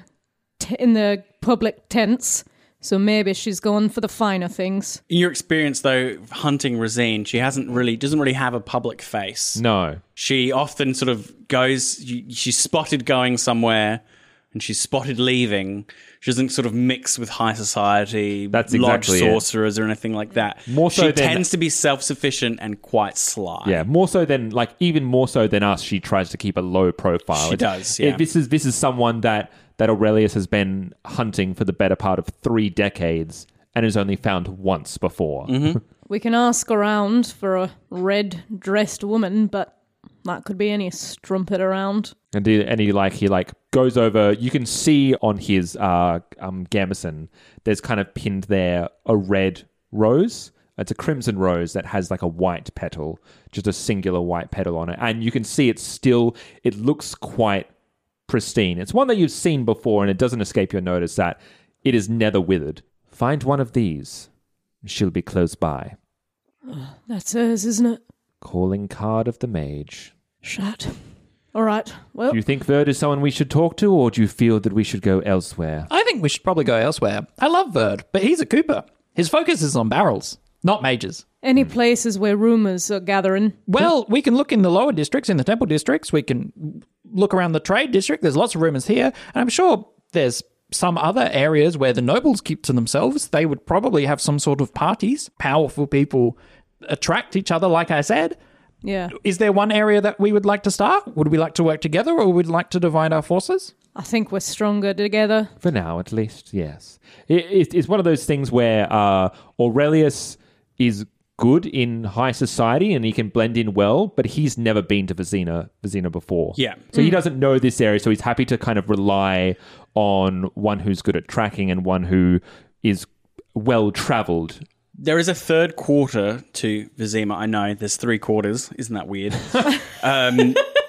S13: t- in the public tents. So maybe she's going for the finer things.
S12: In your experience, though, hunting Razine, she hasn't really doesn't really have a public face.
S14: No.
S12: She often sort of goes. you- She's spotted going somewhere, and she's spotted leaving. She doesn't sort of mix with high society,
S14: That's
S12: lodge
S14: exactly it.
S12: sorcerers or anything like that.
S14: More so
S12: she
S14: than-
S12: tends to be self sufficient and quite sly.
S14: Yeah, more so than like even more so than us, she tries to keep a low profile.
S12: She
S14: It-
S12: does,
S14: it-
S12: yeah.
S14: this is this is someone that that Aurelius has been hunting for the better part of three decades and has only found once before.
S12: Mm-hmm.
S13: We can ask around for a red dressed woman, but that could be any strumpet around.
S14: And he, and he like he like goes over. You can see on his uh um gamison, there's kind of pinned there a red rose. It's a crimson rose that has like a white petal, just a singular white petal on it. And you can see it's still. It looks quite pristine. It's one that you've seen before, and it doesn't escape your notice that it is nether withered. Find one of these. She'll be close by.
S13: Ugh, That's hers, isn't it?
S14: Calling card of the mage.
S13: Shut. All right. Well,
S14: Do you think Verd is someone we should talk to, or do you feel that we should go elsewhere?
S10: I think we should probably go elsewhere. I love Verd, but he's a Cooper. His focus is on barrels, not mages.
S13: any places where rumors are gathering.
S10: Well, we can look in the lower districts, in the temple districts. We can look around the trade district. There's lots of rumors here. And I'm sure there's some other areas where the nobles keep to themselves. They would probably have some sort of parties. Powerful people attract each other, like I said.
S13: Yeah.
S10: Is there one area that we would like to start? Would we like to work together or would we like to divide our forces?
S13: I think we're stronger together.
S14: For now, at least, yes. It, it, it's one of those things where uh, Aurelius is good in high society and he can blend in well, but he's never been to Vizina, Vizina before.
S12: Yeah.
S14: So he doesn't know this area, so he's happy to kind of rely on one who's good at tracking and one who is well traveled.
S12: There is a third quarter to Vizima. I know there's three quarters. Isn't that weird? um,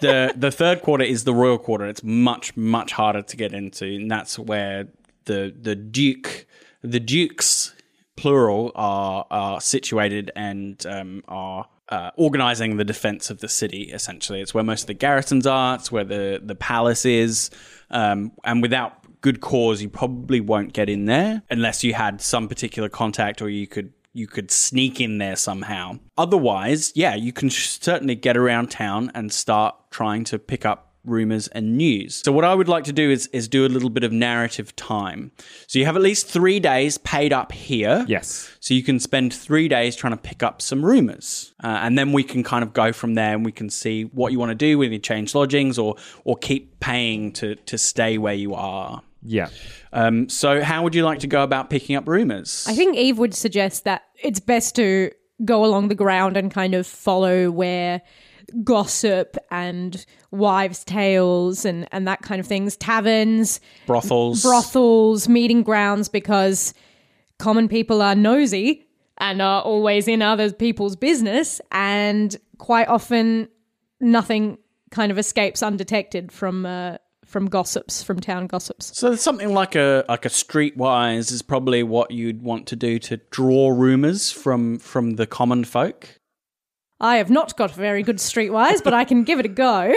S12: the the third quarter is the royal quarter. It's much much harder to get into, and that's where the the duke the dukes plural are are situated and um, are. Uh, organizing the defense of the city, essentially, it's where most of the garrisons are. It's where the the palace is, um, and without good cause, you probably won't get in there unless you had some particular contact or you could you could sneak in there somehow. Otherwise, yeah, you can sh- certainly get around town and start trying to pick up rumors and news. So what I would like to do is is do a little bit of narrative time. So you have at least 3 days paid up here.
S14: Yes.
S12: So you can spend 3 days trying to pick up some rumors. Uh, and then we can kind of go from there and we can see what you want to do whether you change lodgings or or keep paying to to stay where you are.
S14: Yeah.
S12: Um, so how would you like to go about picking up rumors?
S13: I think Eve would suggest that it's best to go along the ground and kind of follow where gossip and wives' tales and, and that kind of things, taverns,
S12: Brothels.
S13: brothels, meeting grounds, because common people are nosy and are always in other people's business, and quite often nothing kind of escapes undetected from uh, from gossips, from town gossips.
S12: So something like a like a streetwise is probably what you'd want to do to draw rumors from from the common folk.
S13: I have not got very good streetwise, but I can give it a go. *laughs*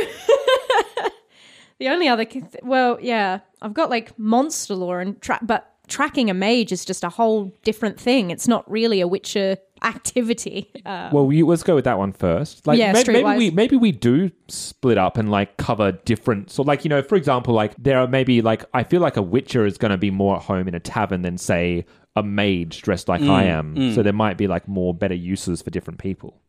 S13: the only other, ki- well, yeah, I've got like monster lore and tra- but tracking a mage is just a whole different thing. It's not really a Witcher activity. Um,
S14: Well, we, let's go with that one first. Like,
S13: Yeah,
S14: may- maybe,
S13: streetwise.
S14: we maybe we do split up and like cover different. So, like you know, for example, like there are maybe like I feel like a witcher is going to be more at home in a tavern than say a mage dressed like I
S12: Mm,
S14: am.
S12: mm.
S14: So there might be like more better uses for different people.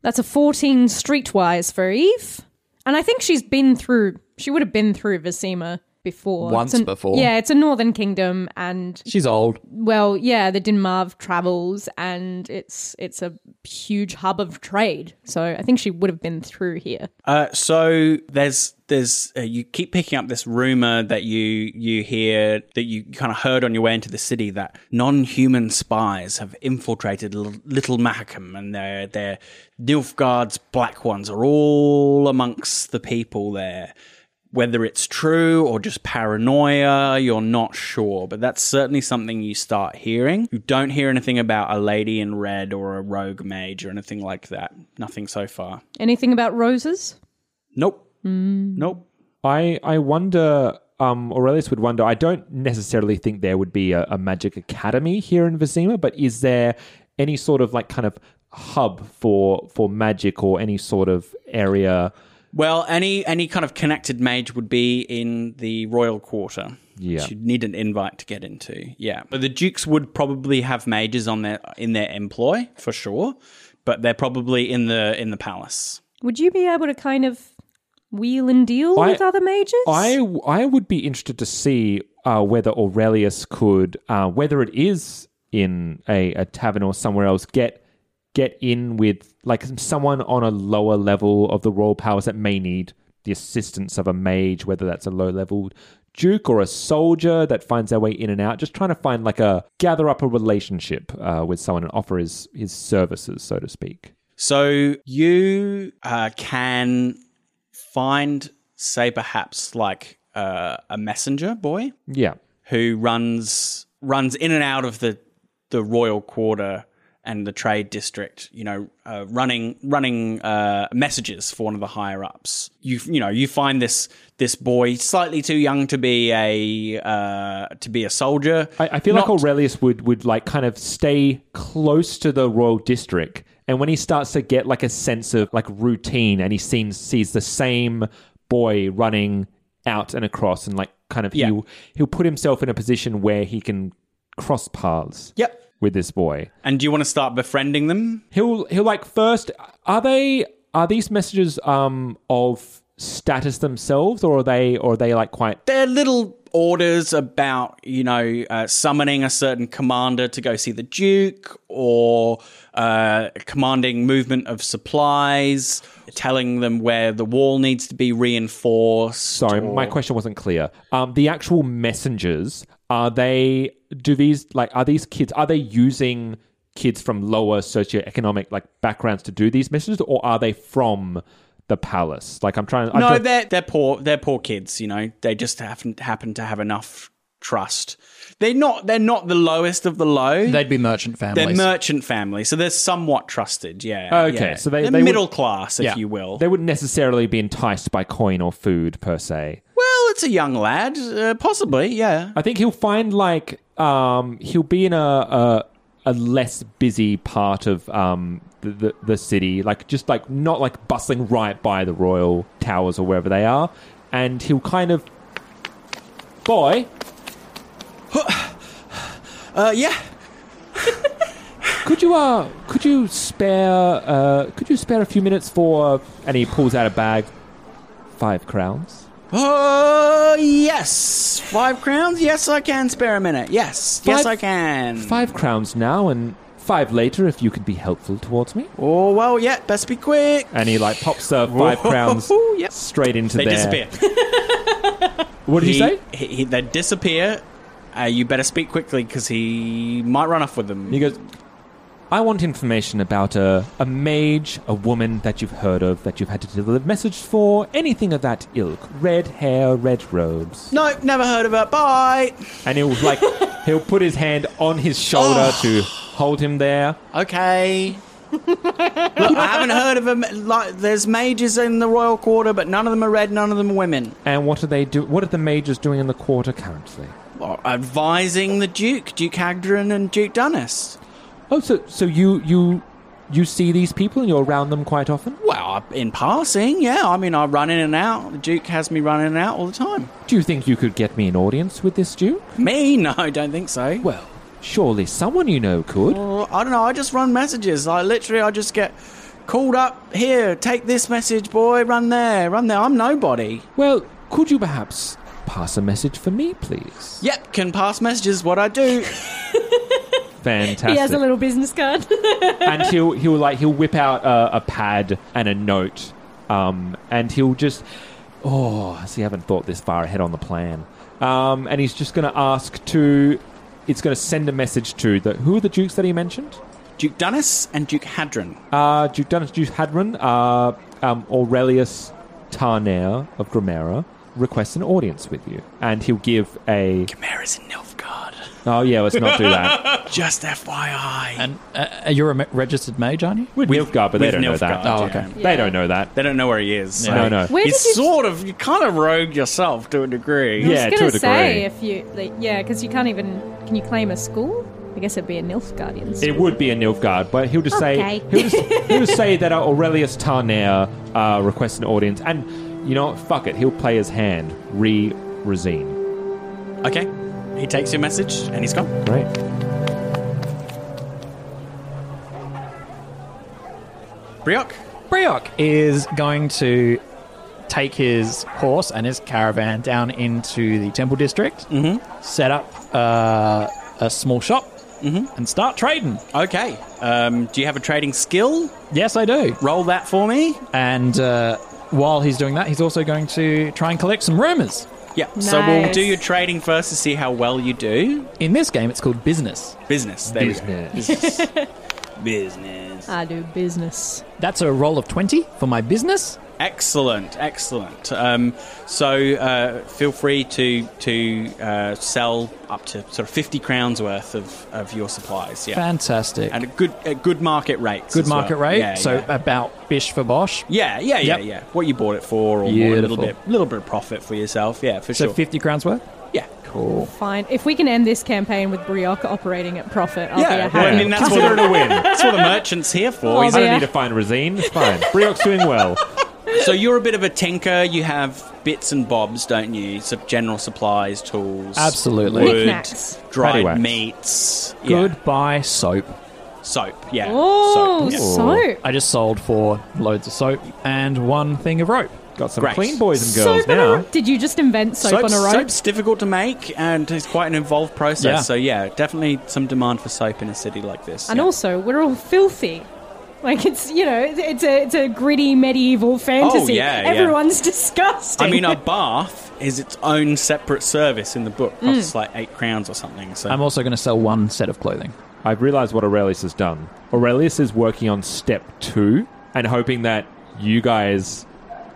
S13: That's a 14 streetwise for Eve. And I think she's been through, she would have been through Visima before.
S10: Once
S13: It's a-
S10: before.
S13: Yeah, it's a northern kingdom and
S10: She's old.
S13: well, yeah, the Dinmarv travels and it's it's a huge hub of trade. So I think she would have been through here.
S12: Uh, so there's there's uh, you keep picking up this rumor that you you hear that you kind of heard on your way into the city that non-human spies have infiltrated L- Little Mahakam and their their Nilfgaard's black ones are all amongst the people there. Whether it's true or just paranoia, you're not sure, but that's certainly something you start hearing. You don't hear anything about a lady in red or a rogue mage or anything like that. Nothing so far.
S13: Anything about roses?
S12: Nope.
S13: Mm.
S12: Nope.
S14: I I wonder. Um, Aurelius would wonder. I don't necessarily think there would be a, a magic academy here in Vizima, but is there any sort of like kind of hub for for magic or any sort of area?
S12: Well, any any kind of connected mage would be in the royal quarter.
S14: Yeah.
S12: You'd need an invite to get into. Yeah. But the dukes would probably have mages on their in their employ for sure, but they're probably in the in the palace.
S13: Would you be able to kind of wheel and deal
S14: I-
S13: with other mages?
S14: I I would be interested to see uh, whether Aurelius could, uh, whether it is in a, a tavern or somewhere else, get get in with like someone on a lower level of the royal powers that may need the assistance of a mage, whether that's a low level duke or a soldier that finds their way in and out. Just trying to find like a gather up a relationship uh, with someone and offer his his services, so to speak.
S12: So you uh, can find, say, perhaps like uh, a messenger boy.
S14: Yeah.
S12: who runs runs in and out of the the royal quarter and the trade district. You know, uh, running running uh, messages for one of the higher ups. You you know you find this this boy slightly too young to be a uh, to be a soldier.
S14: I, I feel like Aurelius would would like kind of stay close to the royal district, and when he starts to get like a sense of like routine, and he sees sees the same boy running out and across, and like kind of he he'll put himself in a position where he can cross paths.
S12: Yep.
S14: With this boy,
S12: and do you want to start befriending them?
S14: he'll he'll like first are they are these messages um of status themselves or are they or are they like quite
S12: They're little orders about you know uh, summoning a certain commander to go see the duke or uh, commanding movement of supplies telling them where the wall needs to be reinforced
S14: Sorry, my question wasn't clear. Um, the actual messengers are they? Do these like are these kids? Are they using kids from lower socioeconomic like backgrounds to do these messages, or are they from the palace? Like I'm trying. I'm
S12: no
S14: trying-
S12: they're, they're poor they're poor kids you know they just happen, happen to have enough trust they're not they're not the lowest of the low
S10: They'd be merchant
S12: they're
S10: families.
S12: merchant family so they're somewhat trusted yeah
S14: okay.
S12: yeah.
S14: So they,
S12: They're
S14: they would-
S12: middle class if
S14: Yeah.
S12: you will
S14: They wouldn't necessarily be enticed by coin or food per se.
S12: well it's a young lad uh, possibly yeah
S14: I think he'll find like um, he'll be in a, a a less busy part of um, the, the the city, like just like not like bustling right by the royal towers or wherever they are, and he'll kind of boy
S12: *gasps* Uh, yeah.
S14: could you uh could you spare uh could you spare a few minutes for and he pulls out a bag five crowns
S12: Oh, yes. Five crowns? Yes, I can spare a minute. Yes. yes,
S14: Five-
S12: I can.
S14: five crowns now and five later if you could be helpful towards me
S12: Oh, well, yeah. Best be quick.
S14: and he like pops the five
S12: *laughs*
S14: crowns straight into
S12: They
S14: there
S12: disappear.
S14: What did you say?
S12: He, he, they disappear. Uh, you better speak quickly because he might run off with them.
S14: He goes, I want information about a, a mage, a woman that you've heard of, that you've had to deliver messages for, anything of that ilk. Red hair, red robes.
S12: No, never heard of her. Bye.
S14: And he'll
S12: *laughs*
S14: like he'll put his hand on his shoulder
S12: Oh.
S14: to hold him there.
S12: Okay. *laughs* Look, I haven't heard of them. Like, there's mages in the royal quarter, but none of them are red, none of them are women.
S14: And what are they do what are the mages doing in the quarter currently?
S12: Well, advising the Duke, Duke Hagdran and Duke Dunnis.
S14: Oh, so so you you you see these people and you're around them quite often?
S12: Well, I- in passing, yeah. I mean, I run in and out. The Duke has me running in and out all the time.
S14: Do you think you could get me an audience with this Duke?
S12: Me? No, I don't think so.
S14: Well, surely someone you know could.
S12: Oh, I don't know. I just run messages. I literally, I just get called up here, take this message, boy, run there, run there. I'm nobody.
S14: Well, could you perhaps pass a message for me, please?
S12: Yep, can pass messages, what I do.
S14: Fantastic.
S13: He has a little business *laughs* card.
S14: and he'll he'll like he'll whip out a, a pad and a note, um, and he'll just oh, see, I haven't thought this far ahead on the plan. Um, and he's just going to ask to, it's going to send a message to the who are the dukes that he mentioned?
S12: Duke Dunnis and Duke Hadron.
S14: Uh, Duke Dunnis, Duke Hadron, uh, um, Aurelius Tarnair of Grimera requests an audience with you, and he'll give a.
S12: Grimera's in Nilfgaard.
S14: Oh yeah, let's not do that.
S12: *laughs* Just FYI.
S10: And uh, *laughs* you're a ma- registered mage, aren't you?
S14: With Nilfgaard, but they
S10: with
S14: don't know that.
S10: Nilfgaard, Oh, okay. yeah.
S14: They don't know that.
S12: They don't know where he is.
S14: No, no.
S13: Where
S12: you
S13: did you-
S12: sort of, you kind of rogue yourself to a degree.
S13: I was gonna say if you, like, yeah, because you can't even. Can you claim a school? I guess it'd be a Nilf Guardian.
S14: It would be a Nilfgaard, but he'll just
S13: Okay. *laughs*
S14: say he'll just, he'll just say that uh, Aurelius Tarnair uh, requests an audience, and you know what? Fuck it, he'll play his hand. Re Razine.
S12: Okay. He takes your message and he's gone.
S14: Great.
S12: Brioc.
S10: Brioc is going to take his horse and his caravan down into the temple district,
S12: Mm-hmm.
S10: set up uh, a small shop, and start trading.
S12: Mm-hmm. Okay. Um, do you have a trading skill?
S10: Yes, I do.
S12: Roll that for me.
S10: And uh, while he's doing that, he's also going to try and collect some rumors.
S12: Yeah. So we'll
S10: Nice.
S12: do your trading first to see how well you do.
S10: In this game, it's called business.
S12: Business. There
S10: Business.
S12: we go. *laughs* Business.
S13: I do business.
S10: That's a roll of 20 for my business.
S12: Excellent, excellent. Um, so uh, feel free to to uh, sell up to sort of fifty crowns worth of, of your supplies. Yeah,
S10: Fantastic.
S12: and a good a good market rate.
S10: Good market rate.
S12: Yeah,
S10: so
S12: yeah.
S10: about bish for bosh.
S12: yeah, yeah, yeah,
S10: Yep.
S12: yeah. What you bought it for, or what a little
S10: Beautiful.
S12: bit, little bit of profit for yourself. Yeah, for
S10: so
S12: sure.
S10: 50 crowns worth?
S12: Yeah.
S10: Cool.
S13: Fine. If we can end this campaign with Brioc operating at profit, I'll be a
S12: yeah, well,
S13: happy.
S12: I mean that's what,
S14: Consider it a win.
S12: that's what a merchant's here
S13: Oh,
S12: for.
S14: I
S12: He's-
S14: don't need to find Razine. It's fine. Brioc's doing well.
S12: So you're a bit of a tinker. You have bits and bobs, don't you? Some general supplies, tools,
S10: Absolutely.
S12: wood,
S10: Knickknacks.
S12: dried
S10: Paddywhacks.
S12: meats, yeah.
S10: Goodbye, soap.
S12: soap. Yeah.
S13: Oh,
S12: soap. yeah.
S13: soap.
S10: I just sold four loads of soap and one thing of rope.
S14: Got some
S12: Great.
S14: clean boys and girls
S13: Soap on a
S14: now.
S13: rope. Did you just invent soap
S12: Soap's-
S13: on a rope?
S12: Soap's difficult to make, and it's quite an involved process.
S10: Yeah.
S12: So yeah, definitely some demand for soap in a city like this.
S13: And
S12: yeah.
S13: also, we're all filthy. Like it's you know it's- it's a it's a gritty medieval fantasy.
S12: Oh, yeah, yeah.
S13: Everyone's disgusting.
S12: I mean, a bath is its own separate service in the book.
S13: Mm.
S12: Costs like eight crowns or something. So
S10: I'm also going to sell one set of clothing.
S14: I've realized what Aurelius has done. Aurelius is working on step two and hoping that you guys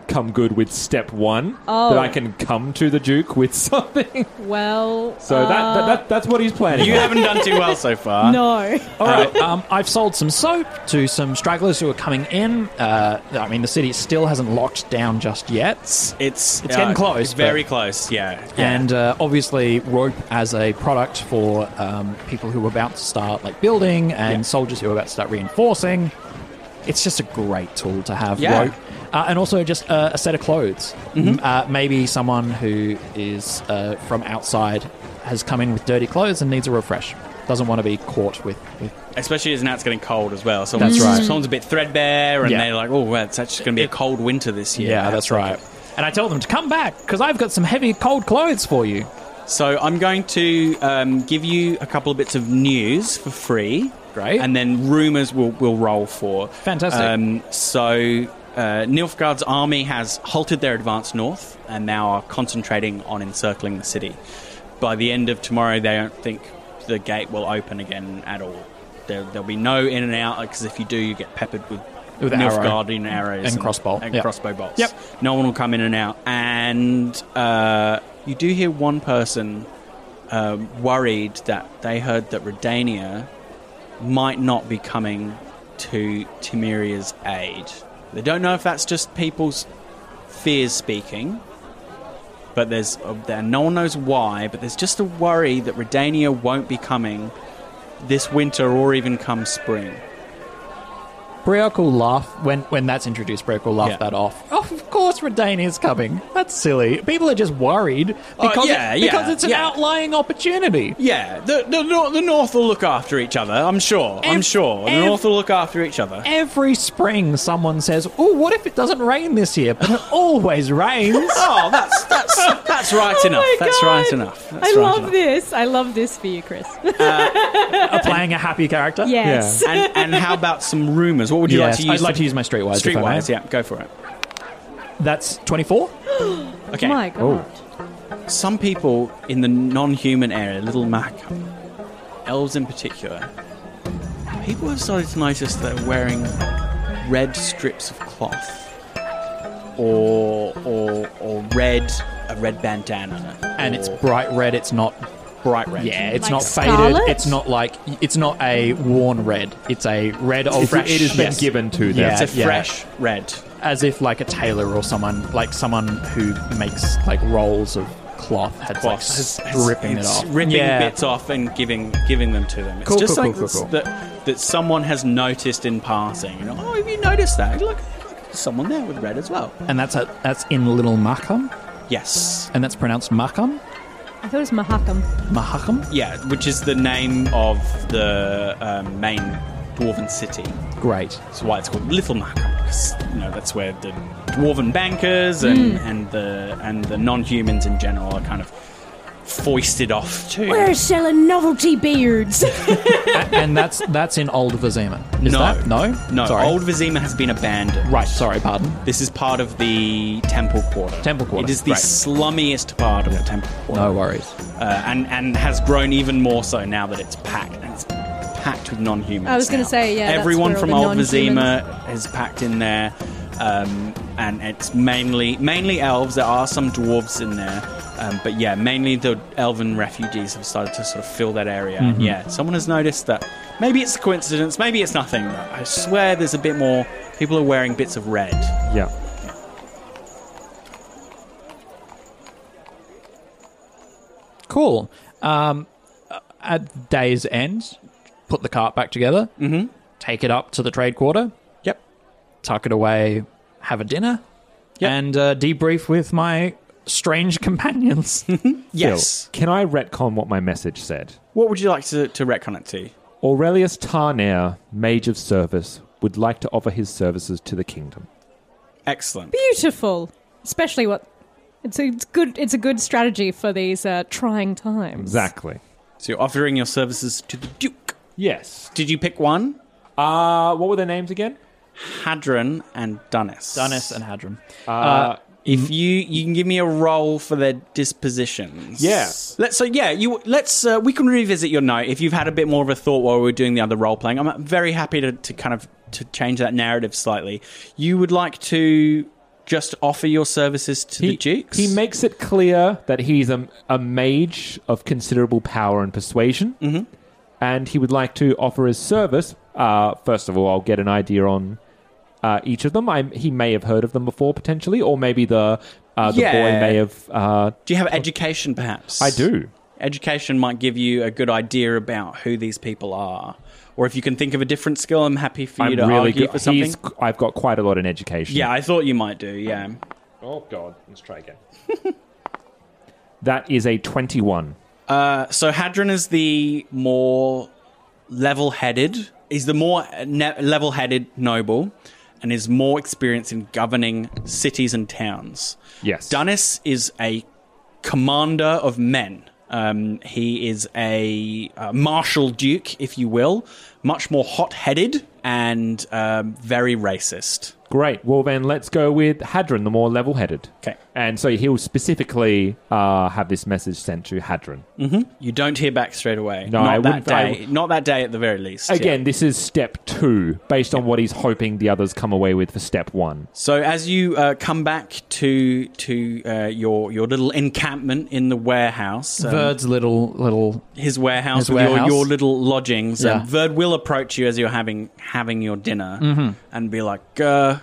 S14: come good with step one.
S13: Oh.
S14: That I can come to the Duke with *laughs*
S12: uh,
S14: something.
S13: *laughs* well, uh,
S14: So that, that, that that's what he's planning.
S12: you
S14: on.
S12: haven't done too well so far.
S13: no.
S10: All right. Um, I've sold some soap to some stragglers who are coming in. Uh, I mean, the city still hasn't locked down just yet. It's
S12: It's
S10: it's getting
S12: uh,
S10: close.
S12: it's very
S10: but-
S12: close. Yeah.
S10: And uh, obviously, rope as a product for um, people who are about to start like building and soldiers who are about to start reinforcing. It's just a great tool to have
S12: Yeah. Mm-hmm.
S10: rope, uh, and also just uh, a set of clothes. M- Uh, maybe someone who is uh, from outside has come in with dirty clothes and needs a refresh. Doesn't want to be caught with. with
S12: Especially as now it's getting cold as well. So
S10: That's
S12: once
S10: right.
S12: Someone's a bit threadbare, and
S10: Yeah.
S12: they're like, "Oh, well, it's actually going to be a cold winter this year."
S10: yeah, that's right. And I tell them to come back because I've got some heavy cold clothes for you.
S12: So I'm going to um, give you a couple of bits of news for free.
S10: Great.
S12: And then rumours will, will roll for.
S10: Fantastic.
S12: Um, so uh, Nilfgaard's army has halted their advance north and now are concentrating on encircling the city. By the end of tomorrow, they don't think the gate will open again at all. There, there'll be no in and out because if you do, you get peppered with,
S10: With arrow.
S12: Nilfgaardian arrows
S10: And crossbow.
S12: and
S10: Yep.
S12: crossbow bolts.
S10: Yep.
S12: No one will come in and out. And uh, you do hear one person um, worried that they heard that Redania might not be coming to Timiria's aid. They don't know if that's just people's fears speaking, but there's uh, there, no one knows why. But there's just a worry that Redania won't be coming this winter or even come spring.
S10: Brioc will laugh when when that's introduced. Brioc will laugh
S12: Yeah.
S10: that off. Oh, course Redane is coming. That's silly. People are just worried
S12: Oh,
S10: because,
S12: yeah,
S10: it-
S12: yeah,
S10: because it's an
S12: yeah.
S10: outlying opportunity.
S12: Yeah, the, the, nor the North will look after each other, I'm sure. I'm
S10: Ev-
S12: sure. The
S10: ev-
S12: North will look after each other.
S10: Every spring, someone says, "Oh, what if it doesn't rain this year?"
S12: *laughs*
S10: But it always rains.
S12: oh, that's that's
S13: *laughs*
S12: that's right
S10: Oh
S12: enough.
S10: my
S12: That's
S10: God.
S12: right enough. That's
S13: I
S12: right
S13: love
S12: enough.
S13: this. I love this for you, Chris.
S10: playing a happy character.
S13: Yes.
S12: *laughs*
S13: Yeah.
S12: And, and how about some rumors? What would you
S10: Yes,
S12: like to use?
S10: I'd like to use my streetwise, if I may.
S12: Streetwise, yeah, go for it.
S10: That's twenty-four.
S12: Okay.
S13: My God.
S10: Oh.
S12: Some people in the non-human area, Little Mac, elves in particular, people have started to notice they're wearing red strips of cloth, or or or red a red bandana,
S10: and it's
S12: or-
S10: bright red. It's not
S12: bright red.
S10: Yeah, it's
S12: Like
S10: not
S12: scarlet?
S10: faded. It's not like it's not a worn red. It's a red
S14: It's-
S10: old.
S14: it has been
S10: yes.
S14: given to them.
S10: Yeah,
S14: It's a
S10: yeah.
S14: fresh
S12: red,
S10: as if like a tailor or someone like someone who makes like rolls of cloth had like
S12: It's- it's-
S10: ripping it
S12: it's
S10: off,
S12: ripping
S10: yeah.
S12: bits off and giving giving them to them. It's
S10: Cool,
S12: just
S10: cool,
S12: like
S10: cool, cool,
S12: this- that that someone has noticed in passing. You know, oh, have you noticed that? Look, look, someone there with red as well.
S10: And that's a, that's in Little Markham.
S12: Yes,
S10: and that's pronounced Markham.
S13: I thought it was Mahakam.
S10: Mahakam.
S12: Yeah, which is the name of the um, main dwarven city.
S10: Great.
S12: That's why it's called Little Macron, because you know that's where the dwarven bankers and,
S13: Mm.
S12: and the and the non-humans in general are kind of foisted off to.
S13: We're selling novelty
S12: *laughs*
S13: beards. *laughs*
S10: and that's that's in Old Vizima. Is
S12: no,
S10: that no
S12: no.
S10: Sorry.
S12: Old Vizima has been abandoned.
S10: Right. Sorry. Pardon.
S12: This is part of the Temple Quarter.
S10: Temple Quarter,
S12: It is the
S10: right.
S12: slummiest part of the Temple Quarter.
S10: No worries.
S12: Uh, and and has grown even more so now that it's packed. And it's packed with non-humans.
S13: I was gonna
S12: now.
S13: say, yeah, that's
S12: Everyone
S13: where all
S12: from
S13: the
S12: Old
S13: non-humans-
S12: Vizima is packed in there, um, and it's mainly mainly elves. There are some dwarves in there. Um, but yeah, mainly the elven refugees have started to sort of fill that area. And
S10: Mhm.
S12: yeah, someone has noticed that maybe it's a coincidence, maybe it's nothing. but I swear there's a bit more. People are wearing bits of red.
S14: Yeah.
S10: Cool. Um, at day's end, put the cart back together,
S12: mm-hmm.
S10: take it up to the trade quarter.
S12: Yep.
S10: Tuck it away, have a dinner, and uh, debrief with my strange *laughs* companions.
S12: *laughs* Yes.
S14: Phil, can I retcon what my message said?
S12: What would you like to, to retcon it to?
S14: Aurelius Tarnair, mage of service, would like to offer his services to the kingdom.
S12: Excellent.
S13: Beautiful. Especially what it's a it's good it's a good strategy for these uh, trying times.
S14: Exactly.
S12: So you're offering your services to the Duke.
S14: Yes.
S12: Did you pick one?
S14: Uh, what were their names again?
S12: Hadron and Dunnis.
S10: Dunnis and Hadron.
S12: Uh, if you you can give me a roll for their dispositions.
S14: Yeah.
S12: Let's so yeah, you let's uh, we can revisit your note if you've had a bit more of a thought while we are doing the other role playing. I'm uh, very happy to, to kind of to change that narrative slightly. You would like to just offer your services to the Dukes?
S14: He makes it clear that he's a, a mage of considerable power and persuasion,
S12: Mm-hmm.
S14: and he would like to offer his service. Uh, first of all, I'll get an idea on uh, each of them. I, he may have heard of them before, potentially, or maybe the uh, the
S12: Yeah.
S14: boy may have. Uh,
S12: Do you have education, perhaps?
S14: I do.
S12: Education might give you a good idea about who these people are, or if you can think of a different skill, I'm happy for you
S14: I'm
S12: to
S14: really
S12: argue
S14: good.
S12: for something.
S14: He's, I've got quite a lot in education.
S12: Yeah, I thought you might do. Yeah.
S14: Oh God, let's try again. That is a twenty-one.
S12: Uh, so Hadron is the more level-headed. Is the more ne- level-headed noble, and is more experienced in governing cities and towns.
S14: Yes.
S12: Dunnis is a commander of men. Um, he is a uh, martial duke, if you will, much more hot-headed and um, very racist.
S14: Great. Well, then let's go with Hadron, the more level headed.
S12: Okay.
S14: And so he'll specifically uh, have this message sent to Hadron.
S10: Mm-hmm.
S12: hmm You don't hear back straight away.
S14: No,
S12: not
S14: I
S12: that
S14: wouldn't- I
S12: day. not that day, at the very least. yeah.
S14: Again, this is step two, based on what he's hoping the others come away with for step one.
S12: So as you uh, come back to to uh, your your little encampment in the warehouse, um,
S10: Verd's little little
S12: his warehouse,
S10: his
S12: with
S10: warehouse.
S12: Your, your little lodgings, um,
S10: Yeah.
S12: Verd will approach you as you're having having your dinner
S10: Mhm.
S12: and be like, uh,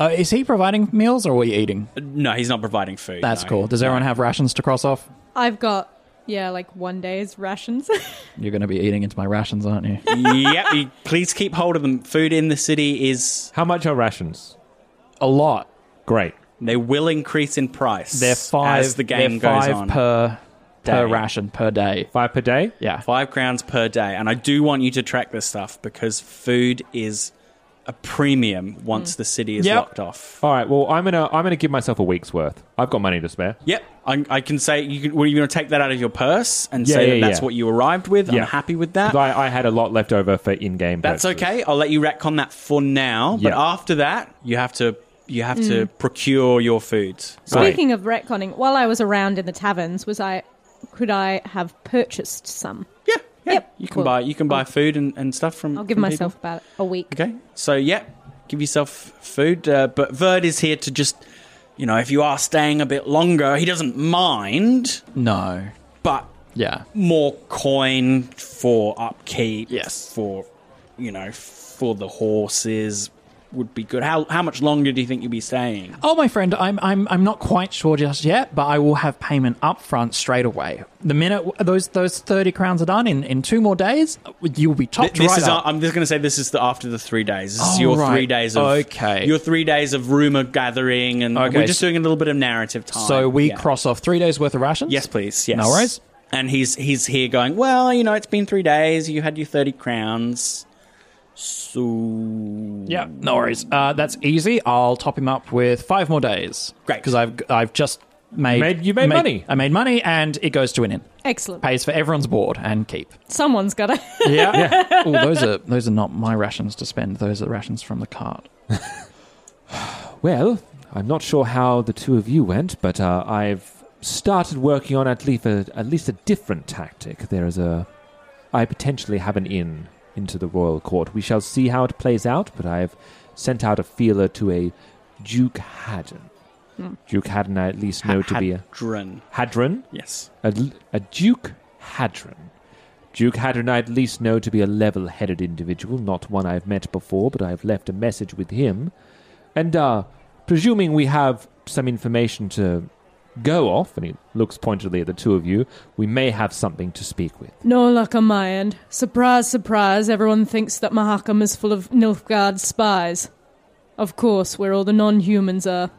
S10: Uh, is he providing meals or are we eating?
S12: "No, he's not providing food."
S10: That's
S12: no.
S10: cool. Does everyone have rations to cross off?
S13: I've got yeah, like one day's rations. *laughs*
S10: You're going to be eating into my rations, aren't you?
S12: yep. You, please keep hold of them. Food in the city is
S14: How much are rations?
S10: A lot.
S14: Great.
S12: They will increase in price.
S10: They're five
S12: as the game
S10: they're
S12: goes
S10: five
S12: on.
S10: per per
S12: Day.
S10: ration per day.
S14: Five per day.
S10: Yeah,
S12: five crowns per day. And I do want you to track this stuff because food is a premium
S13: Mm.
S12: once the city is
S14: Yep.
S12: locked off.
S14: All right. Well, I'm gonna I'm gonna give myself a week's worth. I've got money to spare.
S12: Yep, I, I can say you can. Were you going to take that out of your purse and
S14: Yeah,
S12: say
S14: yeah,
S12: that that's
S14: yeah.
S12: what you arrived with?
S14: Yeah.
S12: I'm happy with that.
S14: I, I had a lot left over for in-game.
S12: That's
S14: purchases.
S12: okay. I'll let you retcon that for now. But
S14: Yeah.
S12: after that, you have to you have to
S13: Mm.
S12: procure your food.
S13: Speaking of retconning, while I was around in the taverns, was I could I have purchased some?
S12: Yeah, you can buy you can buy food and, and stuff from.
S13: I'll give
S12: from
S13: myself
S12: people.
S13: about a week.
S12: Okay, so yeah, give yourself food. Uh, but Verd is here to just you know if you are staying a bit longer, he doesn't mind.
S10: No.
S12: But
S10: Yeah.
S12: more coin for upkeep. Yes. For you know, for the horses would be good. How how much longer do you think you'll be staying?
S10: Oh, my friend, I'm, I'm, I'm not quite sure just yet, but I will have payment up front straight away. The minute w- those those 30 crowns are done in, in two more days, you'll be
S12: Th-
S10: topped
S12: This
S10: right
S12: is
S10: up.
S12: I'm just going to say this is the after the three days. This is
S10: Oh,
S12: your three
S10: right.
S12: days of
S10: Okay.
S12: Your three days of rumor gathering, and
S10: Okay.
S12: we're just doing a little bit of narrative time.
S10: so we
S12: Yeah.
S10: cross off three days worth of rations?
S12: Yes, please. Yes.
S10: No worries.
S12: And he's he's here going. Well, you know, it's been three days. You had your thirty crowns. So
S10: Yeah, no worries. Uh, that's easy. I'll top him up with five more days. Great. Because I've, I've just made,
S14: Made- you made money.
S10: I made money and it goes to an inn.
S13: Excellent.
S10: Pays for everyone's board and keep.
S13: Someone's got to.
S10: yeah. Oh, those are those are not my rations to spend. Those are rations from the cart.
S14: *laughs* Well, I'm not sure how the two of you went, but uh, I've started working on at least a, at least a different tactic. There is a, I potentially have an in into the royal court. We shall see how it plays out. But I've sent out a feeler to a Duke Haddon.
S12: Hmm.
S14: Duke Haddon, I at least know to be a
S12: Hadron.
S14: Hadron.
S12: Yes.
S14: A, l- a Duke Hadron. Duke Hadron, I at least know to be a level headed individual, not one I've met before, but I've left a message with him. And, uh, presuming we have some information to go off, and he looks pointedly at the two of you, we may have something to speak with.
S13: *laughs* No luck on my end. Surprise, surprise, everyone thinks that Mahakam is full of Nilfgaard spies. Of course, where all the non humans are.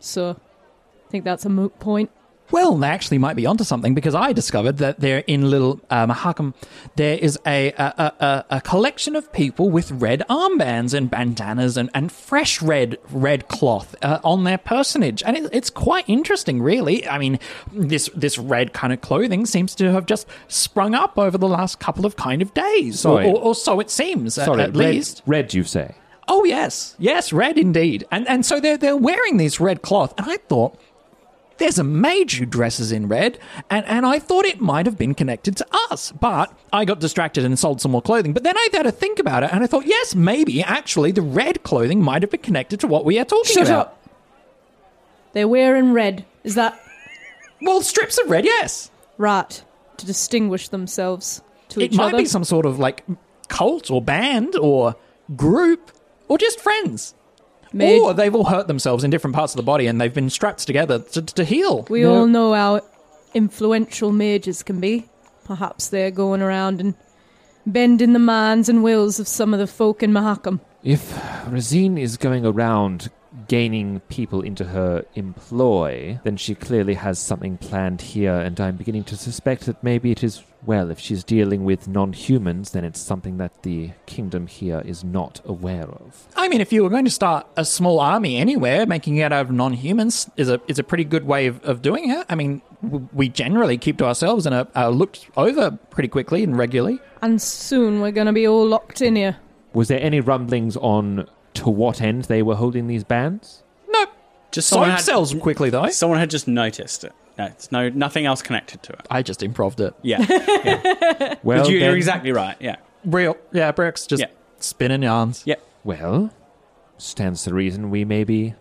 S13: So, I think that's a moot point.
S10: Well, they actually might be onto something because I discovered that there in Little uh, Mahakam there is a a, a a a collection of people with red armbands and bandanas and, and fresh red red cloth uh, on their personage, and it, it's quite interesting, really. I mean, this this red kind of clothing seems to have just sprung up over the last couple of kind of days, or,
S14: Sorry.
S10: or, or so it seems. at-
S14: Sorry, red,
S10: at least
S14: red, you say?
S10: Oh yes, yes, red indeed. And and so they're they're wearing these red cloth, and I thought there's a mage who dresses in red, and, and I thought it might have been connected to us, but I got distracted and sold some more clothing. But then I had to think about it, and I thought, yes, maybe actually the red clothing might have been connected to what we are talking
S13: Shut
S10: about.
S13: up! They're wearing red. Is that.
S10: Well, strips of red, yes.
S13: Right. To distinguish themselves to
S10: it
S13: each
S10: might
S13: other.
S10: be some sort of like cult or band or group or just friends.
S13: Mage-
S10: Or they've all hurt themselves in different parts of the body and they've been strapped together to, to heal.
S13: We all know how influential mages can be. Perhaps they're going around and bending the minds and wills of some of the folk in Mahakam.
S14: If Razine is going around gaining people into her employ, then she clearly has something planned here, and I'm beginning to suspect that maybe it is well, if she's dealing with non humans, then it's something that the kingdom here is not aware of.
S10: I mean, if you were going to start a small army anywhere, making it out of non-humans is a is a pretty good way of, of doing it. I mean, w- we generally keep to ourselves and are, are looked over pretty quickly and regularly.
S13: And soon we're going to be all locked in here.
S14: Was there any rumblings on to what end they were holding these bands?
S12: Just
S10: Soap sells quickly though.
S12: Someone had just noticed it. No, it's no nothing else connected to it.
S10: I just improved it. *laughs*
S12: Yeah. yeah.
S14: Well,
S12: But you,
S14: then-
S12: are exactly right. Yeah.
S10: Real, yeah, bricks just spinning yarns.
S12: Yeah.
S14: Well, stands to reason we maybe